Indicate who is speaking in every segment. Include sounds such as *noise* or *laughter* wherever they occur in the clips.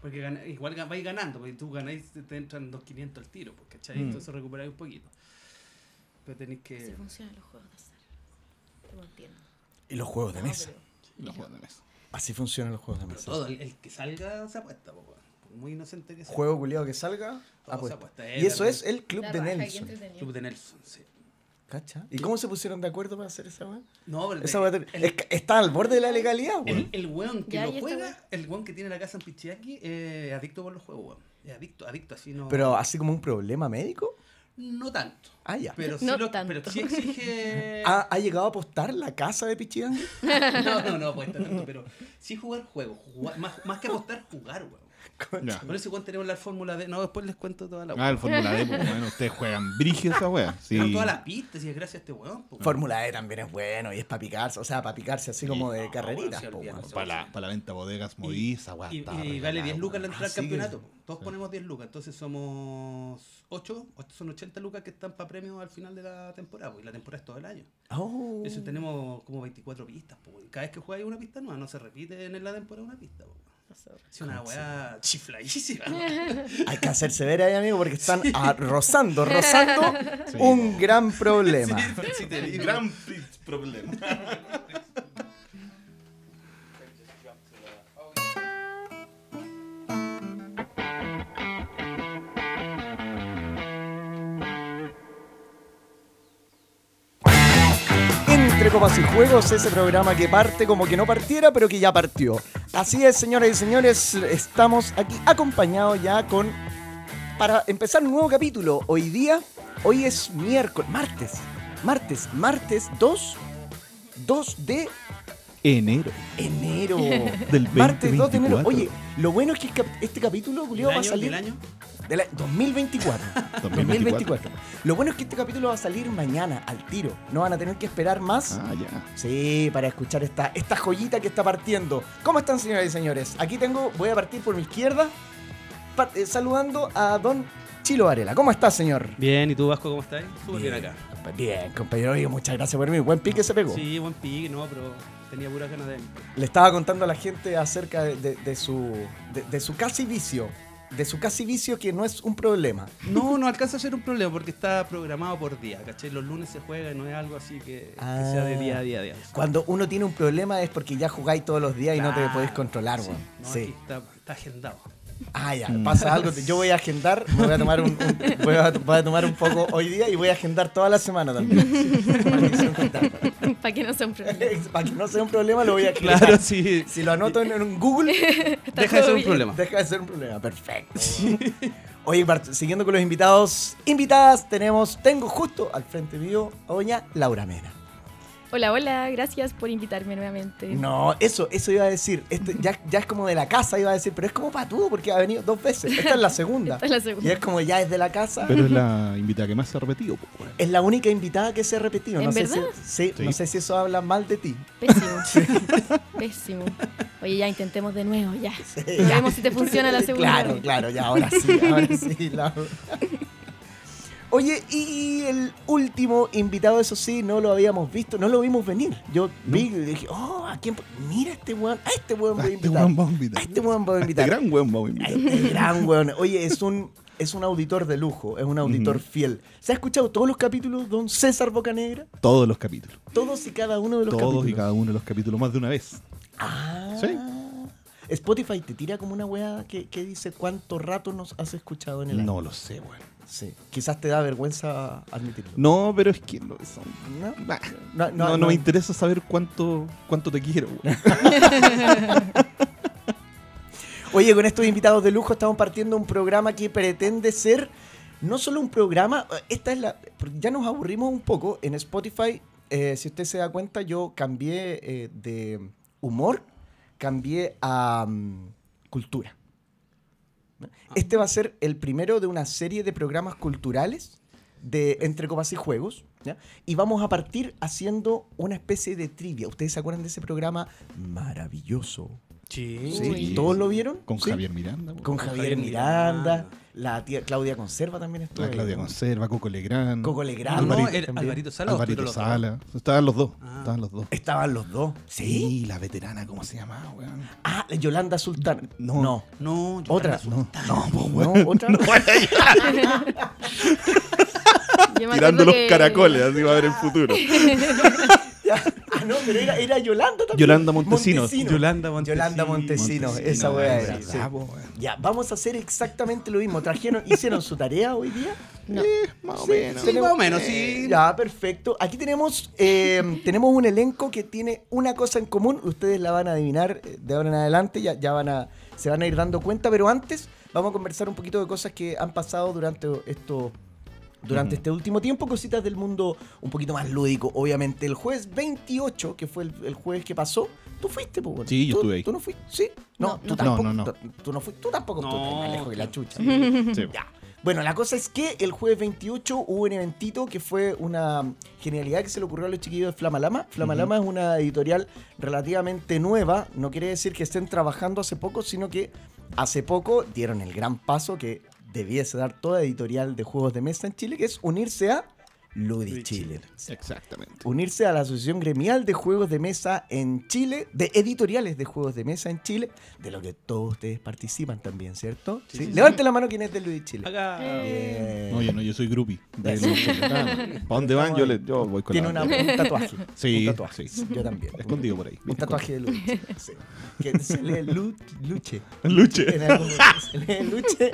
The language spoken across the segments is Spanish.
Speaker 1: Porque gana- igual ga- vais ganando, porque tú ganáis, te- te entran 2.500 al tiro, pues, ¿cachai?
Speaker 2: Mm.
Speaker 1: Entonces recuperáis un poquito. Pero tenéis que...
Speaker 2: Eh,
Speaker 3: Así funcionan los juegos de azar. Te lo entiendo.
Speaker 2: Y los juegos
Speaker 1: Ah,
Speaker 2: de
Speaker 3: No,
Speaker 2: mesa.
Speaker 3: pero-
Speaker 4: Los juegos de mesa.
Speaker 2: Así funcionan los juegos de
Speaker 1: Pero
Speaker 2: mesa.
Speaker 1: todo, el, el que salga se apuesta, po, weón. Por muy inocente que sea.
Speaker 2: Juego culiado que salga,
Speaker 1: Todo se
Speaker 2: apuesta.
Speaker 1: apuesta, eh,
Speaker 2: Y eso
Speaker 1: la-
Speaker 2: es el club
Speaker 3: La
Speaker 2: de
Speaker 3: raja, qué
Speaker 2: Nelson.
Speaker 3: entretenido.
Speaker 1: Club de Nelson, sí.
Speaker 2: ¿Cacha? ¿Y cómo se pusieron de acuerdo para hacer esa weá?
Speaker 1: No, pero
Speaker 2: Esa
Speaker 1: el-
Speaker 2: weá te-
Speaker 1: el,
Speaker 2: es que está al borde de la legalidad,
Speaker 1: el,
Speaker 2: weón.
Speaker 1: el weón que
Speaker 3: Ya,
Speaker 1: lo
Speaker 3: y esta
Speaker 1: juega,
Speaker 3: weá.
Speaker 1: el weón que tiene la casa en Pichiaki, es adicto por los juegos, weón. Es adicto, adicto, así no...
Speaker 2: Pero así como un problema médico.
Speaker 1: No tanto.
Speaker 2: Ah, ya. Ah.
Speaker 1: Pero sí,
Speaker 3: No
Speaker 1: lo-
Speaker 3: tanto.
Speaker 1: Pero sí
Speaker 2: *laughs*
Speaker 1: exige...
Speaker 2: ¿Ha, ha llegado a apostar la casa de Pichidango?
Speaker 1: *laughs* No, no, no apuesta tanto, pero sí jugar juegos. jugar- más, más que apostar, jugar, weón. *laughs*
Speaker 4: Ya.
Speaker 1: Por eso igual tenemos la fórmula de... No, después les cuento toda la...
Speaker 4: Ah, el Fórmula D, pues, bueno, ustedes juegan brige esa wea. Sí.
Speaker 1: Pero todas las pistas y es gracias a este weón, po, weón.
Speaker 2: Fórmula E también es bueno y es para picarse, o sea, para picarse así como de
Speaker 1: no, bueno,
Speaker 2: carreritas.
Speaker 1: sí,
Speaker 2: po,
Speaker 1: olvídate.
Speaker 2: weón.
Speaker 4: Para la, para la venta bodegas Movies, esa wea
Speaker 1: Y,
Speaker 4: está
Speaker 1: y vale
Speaker 4: regalada,
Speaker 1: 10 lucas la
Speaker 4: weón.
Speaker 1: entrada al
Speaker 4: Así que-
Speaker 1: campeonato. po. Todos
Speaker 4: sí.
Speaker 1: ponemos 10 lucas. Entonces somos 8. Son 80 lucas que están para premios al final de la temporada. po, Y la temporada es todo el año.
Speaker 2: Oh.
Speaker 1: Eso tenemos como 24 pistas. po, y Cada vez que juegas una pista nueva, no se repite en la temporada una pista. po.
Speaker 3: la zorra.
Speaker 1: Es una weá
Speaker 2: *laughs*
Speaker 1: chifladísima.
Speaker 2: Hay que hacerse ver ahí, amigo, porque están ah, rozando, rozando
Speaker 4: Sí.
Speaker 2: un gran problema.
Speaker 1: Sí, te digo.
Speaker 4: Gran problema.
Speaker 2: Entre Copas y Juegos, ese programa que parte como que no partiera, pero que ya partió. Así es, señoras y señores, estamos aquí acompañados ya con... Para empezar un nuevo capítulo, hoy día, hoy es miércoles, martes, martes, martes 2, 2 de
Speaker 1: *laughs*
Speaker 4: Enero
Speaker 2: enero.
Speaker 4: del 2024.
Speaker 2: Martes 2 de enero. Oye, lo bueno es que cap- este capítulo,
Speaker 1: ¿El
Speaker 2: Julio, va a
Speaker 1: año?
Speaker 2: salir...
Speaker 1: ¿El año?
Speaker 2: Del año 2024. 2024. Lo bueno es que este capítulo va a salir mañana, al tiro. No van a tener que esperar más.
Speaker 4: Ah, ya.
Speaker 2: Sí, para escuchar esta, esta joyita que está partiendo. ¿Cómo están, señoras y señores? Aquí tengo, voy a partir por mi izquierda, pa- eh, saludando a don Chilo Varela. ¿Cómo estás, señor?
Speaker 1: Bien, ¿y tú, Vasco, cómo estás? Súper bien acá.
Speaker 2: compa- Bien, compañero. Oye, muchas gracias por mí. Buen pique se pegó.
Speaker 1: Sí, buen pique, no, pero tenía puras ganas de...
Speaker 2: Le estaba contando a la gente acerca de, de- de su, de- de su casi vicio. De su casi vicio que no es un problema.
Speaker 1: No, no alcanza a ser un problema porque está programado por día, ¿cachai? Los lunes se juega y no es algo así que, que
Speaker 2: Ah.
Speaker 1: sea de día a día. día.
Speaker 2: Cuando uno tiene un problema es porque ya jugáis todos los días y no te
Speaker 1: Claro.
Speaker 2: podéis controlar,
Speaker 1: Sí,
Speaker 2: weón.
Speaker 1: no,
Speaker 2: Sí.
Speaker 1: aquí está, está
Speaker 2: *laughs*
Speaker 1: agendado.
Speaker 2: Ah, ya, pasa algo. te- Yo voy a agendar, me voy a tomar un, un- voy, a, voy a tomar un poco hoy día y voy a agendar toda la semana también. Maldición gitana. *laughs*
Speaker 3: *laughs* Para que no sea un problema.
Speaker 2: Para que no sea un problema lo voy a agendar.
Speaker 1: Claro, sí.
Speaker 2: Si lo anoto en, en un Google,
Speaker 1: Deja de ser un
Speaker 3: todo
Speaker 1: problema.
Speaker 2: deja de ser un problema. Perfecto. Oye, part- siguiendo con los invitados, invitadas tenemos, tengo justo al frente mío a doña Laura Mena.
Speaker 3: Hola, hola, gracias por invitarme nuevamente.
Speaker 2: No, eso, eso iba a decir. Este, ya, ya es como de la casa, iba a decir, pero es como patudo porque ha venido dos veces. Esta es la segunda.
Speaker 3: Esta es la segunda.
Speaker 2: Y es como ya es de la casa.
Speaker 4: Pero es la invitada que más se ha repetido. po, weón.
Speaker 2: Es la única invitada que se ha repetido. No
Speaker 3: ¿En
Speaker 2: sé, si,
Speaker 3: verdad?
Speaker 2: sí,
Speaker 4: Sí.
Speaker 2: no sé si eso habla mal de ti. *laughs*
Speaker 3: Pésimo. Pésimo. Oye, ya intentemos de nuevo, *laughs* ya.
Speaker 2: Ya.
Speaker 3: vemos si te funciona la
Speaker 2: *laughs*
Speaker 3: segunda
Speaker 2: Claro,
Speaker 3: vez.
Speaker 2: claro, ya ahora sí, ahora
Speaker 3: *laughs*
Speaker 2: sí. la- Oye, y el último invitado, eso sí, no lo habíamos visto, no lo vimos venir. Yo vi y dije, oh, ¿a quién? po- Mira este weón, a este weón voy a
Speaker 4: Ah, Este
Speaker 2: invitar.
Speaker 4: weón vamos a invitar.
Speaker 2: A este weón voy a
Speaker 4: Este
Speaker 2: invitar.
Speaker 4: gran weón
Speaker 2: *laughs*
Speaker 4: vamos a
Speaker 2: A
Speaker 4: invitar.
Speaker 2: este gran weón. Oye, es un, es un auditor de lujo, es un auditor
Speaker 4: Ujú.
Speaker 2: fiel. ¿Se ha escuchado todos los capítulos, don César Bocanegra?
Speaker 4: Todos los capítulos.
Speaker 2: Todos y cada uno de los
Speaker 4: Todos
Speaker 2: capítulos.
Speaker 4: y cada uno de los capítulos, más de una vez.
Speaker 2: Ah.
Speaker 4: Sí.
Speaker 2: Spotify te tira como una weá que, que dice cuánto rato nos has escuchado en el año.
Speaker 4: No lo sé, weón.
Speaker 2: Sí. Quizás te da vergüenza admitirlo.
Speaker 4: No, pero es que no, son-
Speaker 2: No.
Speaker 4: Bah.
Speaker 2: No,
Speaker 4: no,
Speaker 2: no,
Speaker 4: no
Speaker 2: no.
Speaker 4: me interesa saber cuánto, cuánto te quiero,
Speaker 2: *laughs*
Speaker 4: weón.
Speaker 2: Oye, con estos invitados de lujo estamos partiendo un programa que pretende ser no solo un programa, eh, esta es la. porque ya nos aburrimos un poco en Spotify. eh, si usted se da cuenta, yo cambié eh, de humor, cambié a mm, cultura. Este va a ser el primero de una serie de programas culturales de entre copas y juegos. ¿ya? Y vamos a partir haciendo una especie de trivia. ¿Ustedes se acuerdan de ese programa maravilloso
Speaker 1: Sí.
Speaker 2: Sí.
Speaker 3: Uy.
Speaker 2: ¿Todos lo vieron?
Speaker 4: Con
Speaker 2: Sí.
Speaker 4: Javier Miranda. po.
Speaker 2: Con Javier
Speaker 1: Javier
Speaker 2: Miranda,
Speaker 1: Miranda.
Speaker 2: la tía Claudia Conserva también estuvo.
Speaker 4: La
Speaker 2: ahí,
Speaker 4: Claudia
Speaker 2: ¿no?
Speaker 4: Conserva, Coco Legrand.
Speaker 2: Eh. Coco
Speaker 1: Ah,
Speaker 2: Legrand.
Speaker 1: no,
Speaker 2: Alvarito
Speaker 1: era
Speaker 2: también.
Speaker 1: Alvarito Sala. o
Speaker 4: Alvarito
Speaker 1: Arturo Lozano.
Speaker 4: Sala. Estaban los dos.
Speaker 1: Ah.
Speaker 4: Estaban los dos.
Speaker 2: Estaban los dos.
Speaker 4: Sí, la veterana, ¿cómo se llamaba, weón?
Speaker 2: Ah, la Yolanda Sultán. No.
Speaker 4: No.
Speaker 2: No,
Speaker 1: No, yo
Speaker 2: Otra.
Speaker 1: la
Speaker 4: No,
Speaker 1: asusté.
Speaker 4: *laughs* no, po,
Speaker 2: no
Speaker 4: weón.
Speaker 2: otra. *laughs*
Speaker 3: Yo me
Speaker 5: Tirando
Speaker 3: acuerdo
Speaker 5: los
Speaker 3: que-
Speaker 5: caracoles, así va a ver el futuro.
Speaker 2: ah, no, pero era, era Yolanda también.
Speaker 4: Yolanda Montesinos.
Speaker 1: Yolanda Montesinos.
Speaker 2: Yolanda Montesinos,
Speaker 4: Montesinos,
Speaker 2: esa weá era.
Speaker 4: ¿verdad,
Speaker 2: sí.
Speaker 4: po, pues, weón?
Speaker 2: Ya, vamos a hacer exactamente lo mismo. Trajeron, hicieron su tarea hoy día.
Speaker 3: No.
Speaker 4: Eh, más o
Speaker 2: Sí,
Speaker 4: menos.
Speaker 1: Sí, más o menos, sí.
Speaker 2: Eh, Ya, perfecto. Aquí tenemos, eh, *laughs* tenemos un elenco que tiene una cosa en común. Ustedes la van a adivinar eh, de ahora en adelante. Ya, ya van a, se van a ir dando cuenta. Pero antes, vamos a conversar un poquito de cosas que han pasado durante esto. Durante este último tiempo, cositas del mundo un poquito más lúdico, obviamente. El jueves 28, que fue el, el jueves que pasó, tú fuiste, pues, bueno.
Speaker 4: Sí, yo
Speaker 2: ¿Tú-
Speaker 4: estuve ahí.
Speaker 2: ¿Tú no fuiste? Sí.
Speaker 3: No,
Speaker 2: No, tú
Speaker 3: no.
Speaker 2: tampoco.
Speaker 4: No, no, no.
Speaker 2: tú- Tú no fuiste, tú tampoco
Speaker 1: No,
Speaker 2: estuviste, más lejos de la chucha.
Speaker 4: Sí, pues. po.
Speaker 2: Ya. Bueno, la cosa es que el jueves 28 hubo un eventito que fue una genialidad que se le ocurrió a los chiquillos de Flamalama. Flamalama es una editorial relativamente nueva. No quiere decir que estén trabajando hace poco, sino que hace poco dieron el gran paso que debiese dar toda editorial de juegos de mesa en Chile, que es unirse a Ludichile.
Speaker 4: Exactamente.
Speaker 2: Unirse a la Asociación Gremial de Juegos de Mesa en Chile, de editoriales de juegos de mesa en Chile, de lo que todos ustedes participan también, ¿cierto?
Speaker 1: Sí,
Speaker 2: ¿Sí?
Speaker 1: sí, sí.
Speaker 2: Levanten la mano quien es de Ludichile.
Speaker 1: Haga-
Speaker 3: Eh,
Speaker 2: Bien.
Speaker 4: No, yo no, yo soy groupie. De
Speaker 2: Eso.
Speaker 4: *laughs* los- ¿Para dónde van? Yo, le, yo voy con
Speaker 2: Tiene
Speaker 4: la
Speaker 2: una, un
Speaker 4: *laughs*
Speaker 2: tatuaje.
Speaker 4: Sí,
Speaker 2: un tatuaje.
Speaker 4: sí.
Speaker 2: Yo también.
Speaker 4: Escondido por ahí.
Speaker 2: Un
Speaker 4: *laughs*
Speaker 2: tatuaje de Luche. Sí. Que se lee lu- Luche.
Speaker 4: Luche.
Speaker 2: En algún-
Speaker 4: *laughs*
Speaker 2: Se lee Luche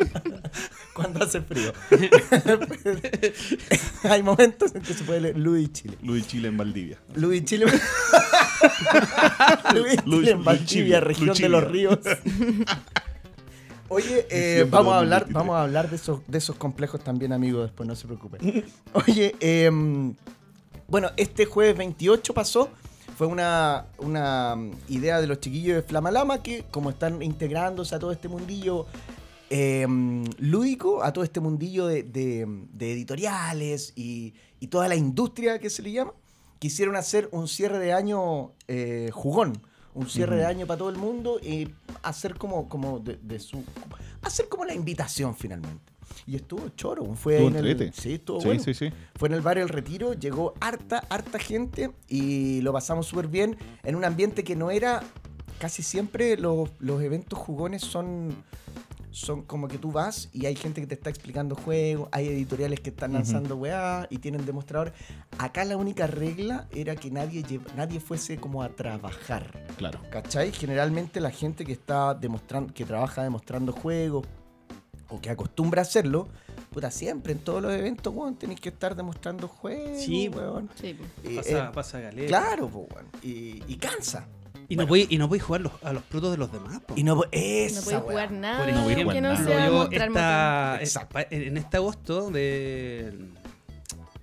Speaker 2: cuando hace frío. *laughs* Hay momentos en que se puede leer Luis Chile.
Speaker 4: Luis Chile en Valdivia.
Speaker 2: Luis Chile. Luis Chile
Speaker 4: Luch-
Speaker 2: en Valdivia,
Speaker 4: Luchivia,
Speaker 2: región de
Speaker 4: Luchivia.
Speaker 2: los ríos. Oye, eh,
Speaker 4: Diciembre
Speaker 2: vamos, a hablar,
Speaker 4: 2023.
Speaker 2: vamos a hablar de esos, de esos complejos también, amigos, después no se preocupen. *laughs* Oye, em, bueno, este jueves 28 pasó. Fue una, una mm, idea de los chiquillos de Flamalama que, como están integrándose a todo este mundillo eh, lúdico, a todo este mundillo de, de- de editoriales y, y toda la industria que se le llama, quisieron hacer un cierre de año eh, jugón, un cierre de año para todo el mundo y hacer como, como de, de su. hacer como la invitación finalmente. Y estuvo choro, fue
Speaker 4: Estuvo
Speaker 2: en el,
Speaker 4: entrete.
Speaker 2: sí, estuvo
Speaker 4: Sí,
Speaker 2: bueno.
Speaker 4: sí, sí.
Speaker 2: Fue en el barrio El Retiro, llegó harta, harta gente y lo pasamos súper bien en un ambiente que no era. Casi siempre los, los eventos jugones son, son como que tú vas y hay gente que te está explicando juegos, hay editoriales que están lanzando weá y tienen demostradores. Acá la única regla era que nadie, llev- nadie fuese como a trabajar.
Speaker 4: Claro.
Speaker 2: ¿Cachai? Generalmente la gente que está demostrando, que trabaja demostrando juegos o que acostumbra a hacerlo, puta, siempre en todos los eventos, weón, tenéis que estar demostrando juegos.
Speaker 1: Sí,
Speaker 2: weón.
Speaker 3: *laughs* Sí, pues. po.
Speaker 2: Y,
Speaker 1: Pasa,
Speaker 2: eh,
Speaker 1: pasa galera.
Speaker 2: claro, po, weón. Y, y cansa.
Speaker 1: Y no voy, y no voy a jugar los- a los frutos de los demás. po.
Speaker 2: Y no, po-
Speaker 3: no
Speaker 2: esa,
Speaker 3: podéis jugar
Speaker 2: weón.
Speaker 3: nada.
Speaker 1: Por
Speaker 3: no
Speaker 1: ejemplo,
Speaker 3: Ah, que
Speaker 4: no
Speaker 3: no
Speaker 4: se
Speaker 1: yo
Speaker 3: sea mostrar motor.
Speaker 1: esta-
Speaker 2: Exacto.
Speaker 1: en en este agosto de-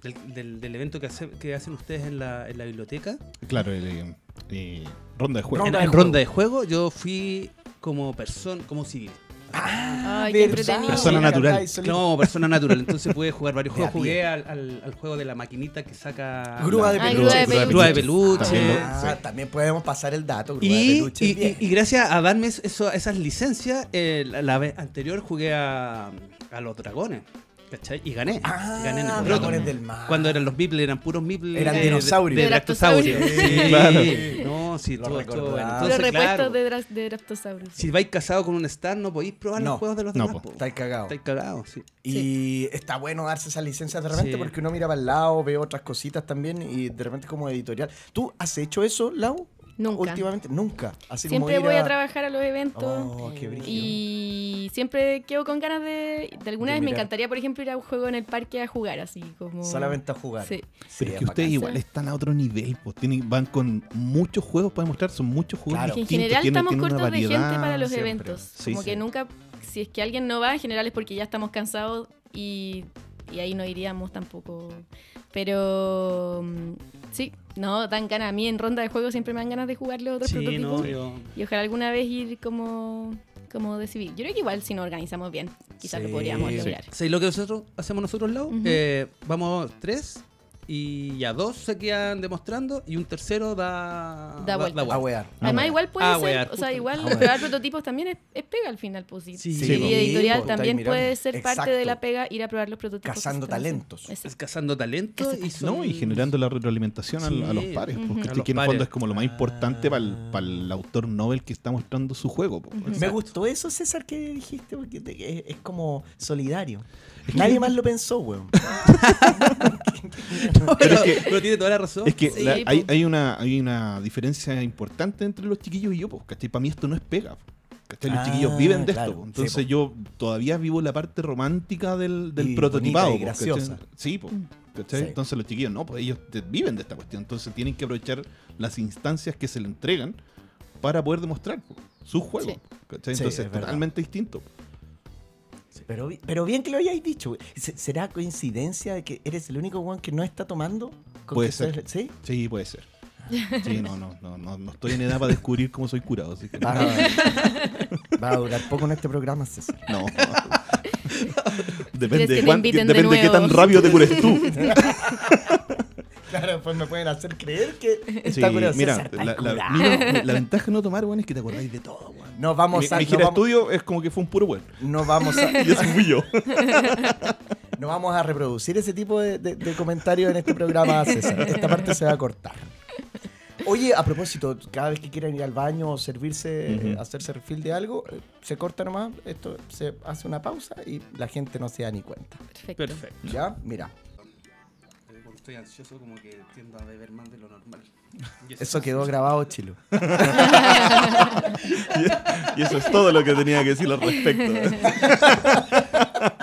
Speaker 1: del, del- del evento que, hace- que hacen ustedes en la, en la biblioteca,
Speaker 4: Claro, el, eh, eh, ronda de juego.
Speaker 1: en,
Speaker 2: Ronda de
Speaker 1: en
Speaker 2: juego.
Speaker 1: ronda de juego, yo fui como persona, como civil,
Speaker 3: Ay, qué
Speaker 2: Ah, ¿Verdad?
Speaker 3: entretenido.
Speaker 4: Persona natural.
Speaker 2: Ay, solito.
Speaker 1: como persona natural, entonces pude jugar varios
Speaker 2: *laughs* De a
Speaker 1: juegos. Jugué al, al- al juego de la maquinita que saca
Speaker 2: Grúa de
Speaker 1: la-
Speaker 2: peluche.
Speaker 3: Ay, grúa de peluche.
Speaker 1: grúa de peluche.
Speaker 4: También lo-
Speaker 2: Ah, también podemos pasar el dato. grúa de
Speaker 1: Y,
Speaker 2: peluche,
Speaker 1: y-
Speaker 2: bien.
Speaker 1: y- y gracias a darme es- eso- esas licencias, eh, la, la vez anterior jugué a, a los dragones. ¿Cachai? Y gané.
Speaker 2: Ah,
Speaker 1: gané en el
Speaker 2: dragones
Speaker 1: Proton.
Speaker 2: del mar.
Speaker 1: Cuando eran los Beeple, eran puros Beeple. eh,
Speaker 2: Eran
Speaker 1: de- de-
Speaker 2: dinosaurios.
Speaker 1: De,
Speaker 3: De
Speaker 1: Bractosaurio.
Speaker 2: Bractosaurio.
Speaker 1: Sí,
Speaker 4: Claro.
Speaker 1: No, sí,
Speaker 2: Lo
Speaker 1: todo,
Speaker 2: recordaba.
Speaker 1: todo bueno.
Speaker 2: Los
Speaker 3: Los
Speaker 1: Entonces,
Speaker 3: repuestos
Speaker 1: claro,
Speaker 3: de, dra- de Raptosaurus.
Speaker 1: si vais casado con un star, no podéis probar
Speaker 2: No,
Speaker 1: los juegos de los
Speaker 4: no,
Speaker 1: demás.
Speaker 4: po.
Speaker 1: po.
Speaker 2: Estáis cagados.
Speaker 1: Estáis cagados, sí.
Speaker 2: Y está bueno darse esas licencias de
Speaker 1: Sí.
Speaker 2: repente porque uno mira para el lado, ve otras cositas también y de repente como editorial. ¿Tú has hecho eso, Lau?
Speaker 3: Nunca.
Speaker 2: Últimamente, nunca. Así como
Speaker 3: Siempre
Speaker 2: ir
Speaker 3: voy a trabajar a los eventos.
Speaker 2: Oh, qué brillo.
Speaker 3: Y siempre quedo con ganas de. De alguna
Speaker 2: De
Speaker 3: vez me
Speaker 2: mirar.
Speaker 3: encantaría, por ejemplo, ir a un juego en el parque a jugar, así como.
Speaker 2: Solamente a jugar.
Speaker 3: Sí.
Speaker 2: Sí,
Speaker 4: Pero es
Speaker 2: es
Speaker 4: que ustedes
Speaker 2: bacán.
Speaker 4: igual están a otro nivel, pues tienen, van con muchos juegos para demostrar, son muchos juegos
Speaker 2: Claro.
Speaker 3: Es que en
Speaker 4: distintos,
Speaker 3: general
Speaker 4: tienen-
Speaker 3: estamos
Speaker 4: tienen una
Speaker 3: cortos de gente
Speaker 4: variedad
Speaker 3: para los
Speaker 4: siempre.
Speaker 3: eventos.
Speaker 4: Sí,
Speaker 3: como
Speaker 4: sí.
Speaker 3: que nunca, si es que alguien no va, en general es porque ya estamos cansados y, y ahí no iríamos tampoco. Pero mm, sí, no, dan ganas. A mí en ronda de juego siempre me dan ganas de jugarle otros
Speaker 1: Sí,
Speaker 3: prototipos.
Speaker 1: no, yo-
Speaker 3: Y ojalá alguna vez ir como, como de civil. Yo creo que igual si nos organizamos bien, quizás
Speaker 2: Sí,
Speaker 3: lo podríamos
Speaker 2: sí.
Speaker 3: lograr.
Speaker 1: ¿Sabéis lo que nosotros hacemos nosotros, Lau?
Speaker 3: Ujú.
Speaker 1: Eh, vamos tres y ya dos se quedan demostrando y un tercero da,
Speaker 3: Da vuelta.
Speaker 2: A wear.
Speaker 3: Además,
Speaker 4: Ah,
Speaker 3: igual puede
Speaker 1: ah,
Speaker 3: ser,
Speaker 1: wear,
Speaker 3: o sea,
Speaker 1: justamente.
Speaker 3: igual
Speaker 2: Ah, wear.
Speaker 3: crear prototipos también es, es pega al final, pues sí.
Speaker 1: Sí,
Speaker 3: Y
Speaker 1: sí,
Speaker 2: po.
Speaker 3: editorial
Speaker 2: Sí, po,
Speaker 3: también
Speaker 2: estáis
Speaker 3: puede
Speaker 2: mirando.
Speaker 3: ser parte
Speaker 2: Exacto.
Speaker 3: de la pega ir a probar los prototipos. que
Speaker 2: Cazando
Speaker 3: están haciendo.
Speaker 2: talentos.
Speaker 1: Es
Speaker 3: Exacto.
Speaker 1: cazando talento
Speaker 3: Cazando
Speaker 1: y son-
Speaker 4: No, y
Speaker 1: *laughs*
Speaker 4: generando la retroalimentación al- a, los
Speaker 1: Sí.
Speaker 4: pares,
Speaker 3: Ujú.
Speaker 4: porque
Speaker 1: A los
Speaker 4: que en el
Speaker 1: pares.
Speaker 4: fondo es como lo más importante para el,
Speaker 1: Ah.
Speaker 4: para el autor novel que está mostrando su juego. pues. po.
Speaker 3: Ujú.
Speaker 2: Me gustó eso, César, que dijiste, porque te- es, es como solidario. Nadie más lo pensó, weón.
Speaker 1: Pero,
Speaker 4: Pero es que-
Speaker 1: pero tiene toda la razón.
Speaker 4: Es que
Speaker 3: Sí,
Speaker 4: la-
Speaker 3: po.
Speaker 4: hay, hay una, hay una diferencia importante entre los chiquillos y yo, pues, ¿cachai? Para mí esto no es pega. po, ¿cachai? Los
Speaker 2: Ah,
Speaker 4: chiquillos viven de
Speaker 2: claro,
Speaker 4: esto. po.
Speaker 2: sí,
Speaker 4: Entonces
Speaker 2: po.
Speaker 4: yo todavía vivo la parte romántica del, del
Speaker 2: Y
Speaker 4: prototipado.
Speaker 2: bonita y
Speaker 4: po, ¿cachai?
Speaker 2: graciosa.
Speaker 4: Sí, po,
Speaker 3: Mm.
Speaker 4: ¿cachai?
Speaker 2: Sí.
Speaker 4: Entonces los chiquillos no, pues ellos te- viven de esta cuestión. Entonces tienen que aprovechar las instancias que se le entregan para poder demostrar po, su juego.
Speaker 3: Sí.
Speaker 4: ¿cachai?
Speaker 2: Sí,
Speaker 4: Entonces
Speaker 2: es
Speaker 4: es
Speaker 2: verdad.
Speaker 4: totalmente distinto.
Speaker 2: Pero, bi- pero bien que lo hayáis dicho. weón. ¿Se- ¿Será coincidencia de que eres el único weón que no está tomando? Con
Speaker 4: Puede
Speaker 2: que
Speaker 4: ser.
Speaker 2: seas- ¿Sí?
Speaker 4: Sí, puede ser.
Speaker 2: *laughs*
Speaker 4: Sí, no, no, no, no, no estoy en edad para descubrir cómo soy curado. Así que
Speaker 2: Va a, va a durar poco en este programa, César. *laughs*
Speaker 4: No.
Speaker 3: ¿Quieres
Speaker 4: depende
Speaker 3: que
Speaker 4: de,
Speaker 3: te
Speaker 4: cuán-
Speaker 3: inviten de
Speaker 4: depende de qué
Speaker 3: nuevo?
Speaker 4: tan rápido te cures
Speaker 3: *laughs*
Speaker 4: tú.
Speaker 2: Claro, pues me pueden hacer creer que
Speaker 4: Sí,
Speaker 2: está curado.
Speaker 4: mira,
Speaker 2: César, está
Speaker 4: la, la-
Speaker 2: curado.
Speaker 4: mira, la ventaja de no tomar, weón, es que te acordáis de todo, weón.
Speaker 2: No vamos
Speaker 4: mi,
Speaker 2: a...
Speaker 4: mi
Speaker 2: no
Speaker 4: gira de
Speaker 2: vamos-
Speaker 4: estudio es como que fue un puro weón.
Speaker 2: No vamos a,
Speaker 4: Y eso fui
Speaker 2: *laughs*
Speaker 4: yo.
Speaker 2: no vamos a reproducir ese tipo de, de- de comentarios en este programa, César. Esta parte se va a cortar. Oye, a propósito, cada vez que quieran ir al baño o servirse, eh,
Speaker 4: Ujú.
Speaker 2: hacerse refill de algo, eh, se corta nomás, esto se hace una pausa y la gente no se da ni cuenta.
Speaker 3: Perfecto. *laughs*
Speaker 1: Perfecto.
Speaker 2: ¿Ya? Mira,
Speaker 1: Yo cuando estoy ansioso como que tiendo a beber más de lo normal. Y
Speaker 2: eso quedó grabado,
Speaker 4: *laughs*
Speaker 2: Chilo.
Speaker 4: Y eso es todo lo que tenía que decir
Speaker 2: *laughs*
Speaker 4: al respecto.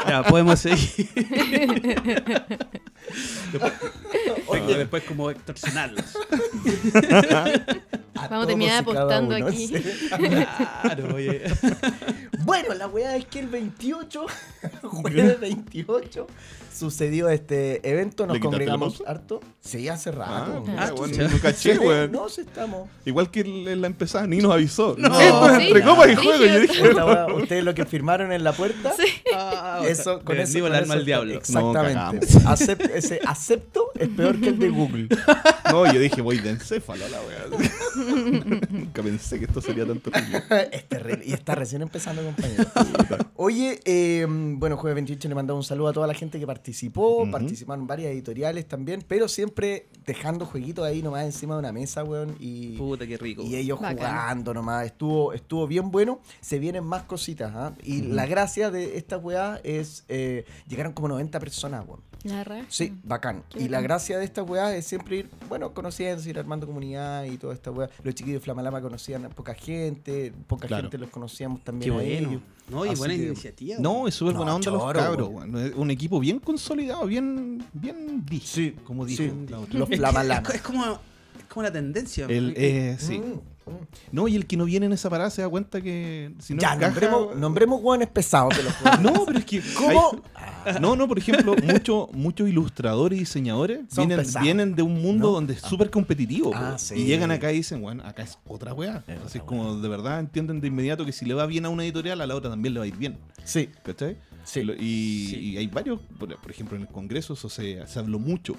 Speaker 1: Ya, podemos seguir. después,
Speaker 2: Oye.
Speaker 1: después como extorsionarlos.
Speaker 3: Vamos a terminar
Speaker 2: todos y cada
Speaker 3: apostando
Speaker 2: uno,
Speaker 3: aquí.
Speaker 2: *laughs* sí.
Speaker 1: Claro, oye.
Speaker 2: Bueno, la weá es que el
Speaker 4: *laughs*
Speaker 2: 28, jueves 28, sucedió este evento, nos
Speaker 4: ¿Le quitaste la
Speaker 2: congregamos
Speaker 4: pausa?
Speaker 2: harto. Sí, hace rato.
Speaker 4: Ah, weón,
Speaker 1: chucha.
Speaker 4: no caché,
Speaker 2: Sí,
Speaker 4: weón.
Speaker 2: No, sí estamos.
Speaker 4: Igual que el- la empezada, ni nos avisó.
Speaker 2: No,
Speaker 4: No, nos
Speaker 2: sí,
Speaker 4: entregó para el
Speaker 3: no,
Speaker 4: juego. Y yo dije,
Speaker 2: Esta weá, Ustedes lo que firmaron en la puerta.
Speaker 1: Ah,
Speaker 2: Eso, con eso,
Speaker 1: el
Speaker 2: con
Speaker 1: alma
Speaker 2: eso-
Speaker 1: al diablo.
Speaker 2: Exactamente.
Speaker 4: No,
Speaker 2: Acep- ese acepto es peor que el de Google.
Speaker 4: no, yo dije, voy de encéfalo a la weá. *laughs* Nunca pensé que esto sería tan terrible.
Speaker 2: *laughs* Es terrible. Y está recién empezando, compañero. Oye, eh, bueno, Jueves 28 le mandamos un saludo a toda la gente que participó.
Speaker 4: Ujú.
Speaker 2: Participaron varias editoriales también, pero siempre dejando jueguitos ahí nomás encima de una mesa, weón. Y,
Speaker 1: Puta, qué rico.
Speaker 2: y ellos
Speaker 3: Bacán.
Speaker 2: jugando nomás. Estuvo, estuvo bien bueno. Se vienen más cositas, ¿ah? Y la gracia de esta weá es. eh, llegaron como 90 personas, weón.
Speaker 3: La raja.
Speaker 2: Sí, bacán.
Speaker 3: Qué
Speaker 2: Y la
Speaker 3: bacán.
Speaker 2: gracia de esta weá es siempre ir, bueno, conociendo, ir armando comunidad y toda esta weá. Los chiquillos de Flamalama conocían a poca gente, poca
Speaker 4: Claro.
Speaker 2: gente los conocíamos
Speaker 1: Qué
Speaker 2: también. a ellos.
Speaker 1: bueno. No, y
Speaker 2: Así
Speaker 1: buena
Speaker 2: que-
Speaker 1: iniciativa.
Speaker 4: No, es súper
Speaker 2: No,
Speaker 4: buena onda los
Speaker 2: choro,
Speaker 4: cabros,
Speaker 2: weón.
Speaker 4: weón. Es Un equipo bien consolidado, bien, bien dijo,
Speaker 2: Sí,
Speaker 4: como dijo
Speaker 2: sí.
Speaker 4: la otra.
Speaker 2: Los
Speaker 1: Es que
Speaker 2: Flamalama.
Speaker 1: Es, es como, es como la tendencia.
Speaker 4: El, eh, *laughs* sí.
Speaker 2: Mm, mm.
Speaker 4: No, y el que no viene en esa parada se da cuenta que si no
Speaker 2: ya,
Speaker 4: encaja-
Speaker 2: nombremos, nombremos weones pesados de los
Speaker 4: *laughs* No, pero es que
Speaker 2: *laughs* ¿Cómo?
Speaker 4: hay- no, no, por
Speaker 2: *laughs*
Speaker 4: ejemplo, muchos muchos ilustradores y diseñadores
Speaker 2: Son
Speaker 4: vienen,
Speaker 2: pesados.
Speaker 4: vienen de un mundo
Speaker 2: No.
Speaker 4: donde es súper competitivo.
Speaker 2: Ah,
Speaker 4: po.
Speaker 2: sí.
Speaker 4: Y llegan acá y dicen, bueno, acá es otra weá.
Speaker 2: Es
Speaker 4: Así
Speaker 2: otra
Speaker 4: como de verdad entienden de inmediato que si le va bien a una editorial, a la otra también le va a ir bien.
Speaker 2: Sí,
Speaker 4: ¿Cachai?
Speaker 2: sí.
Speaker 4: Lo- Y,
Speaker 1: Sí.
Speaker 4: y hay varios, por, por ejemplo, en el Congreso eso se, se habló mucho.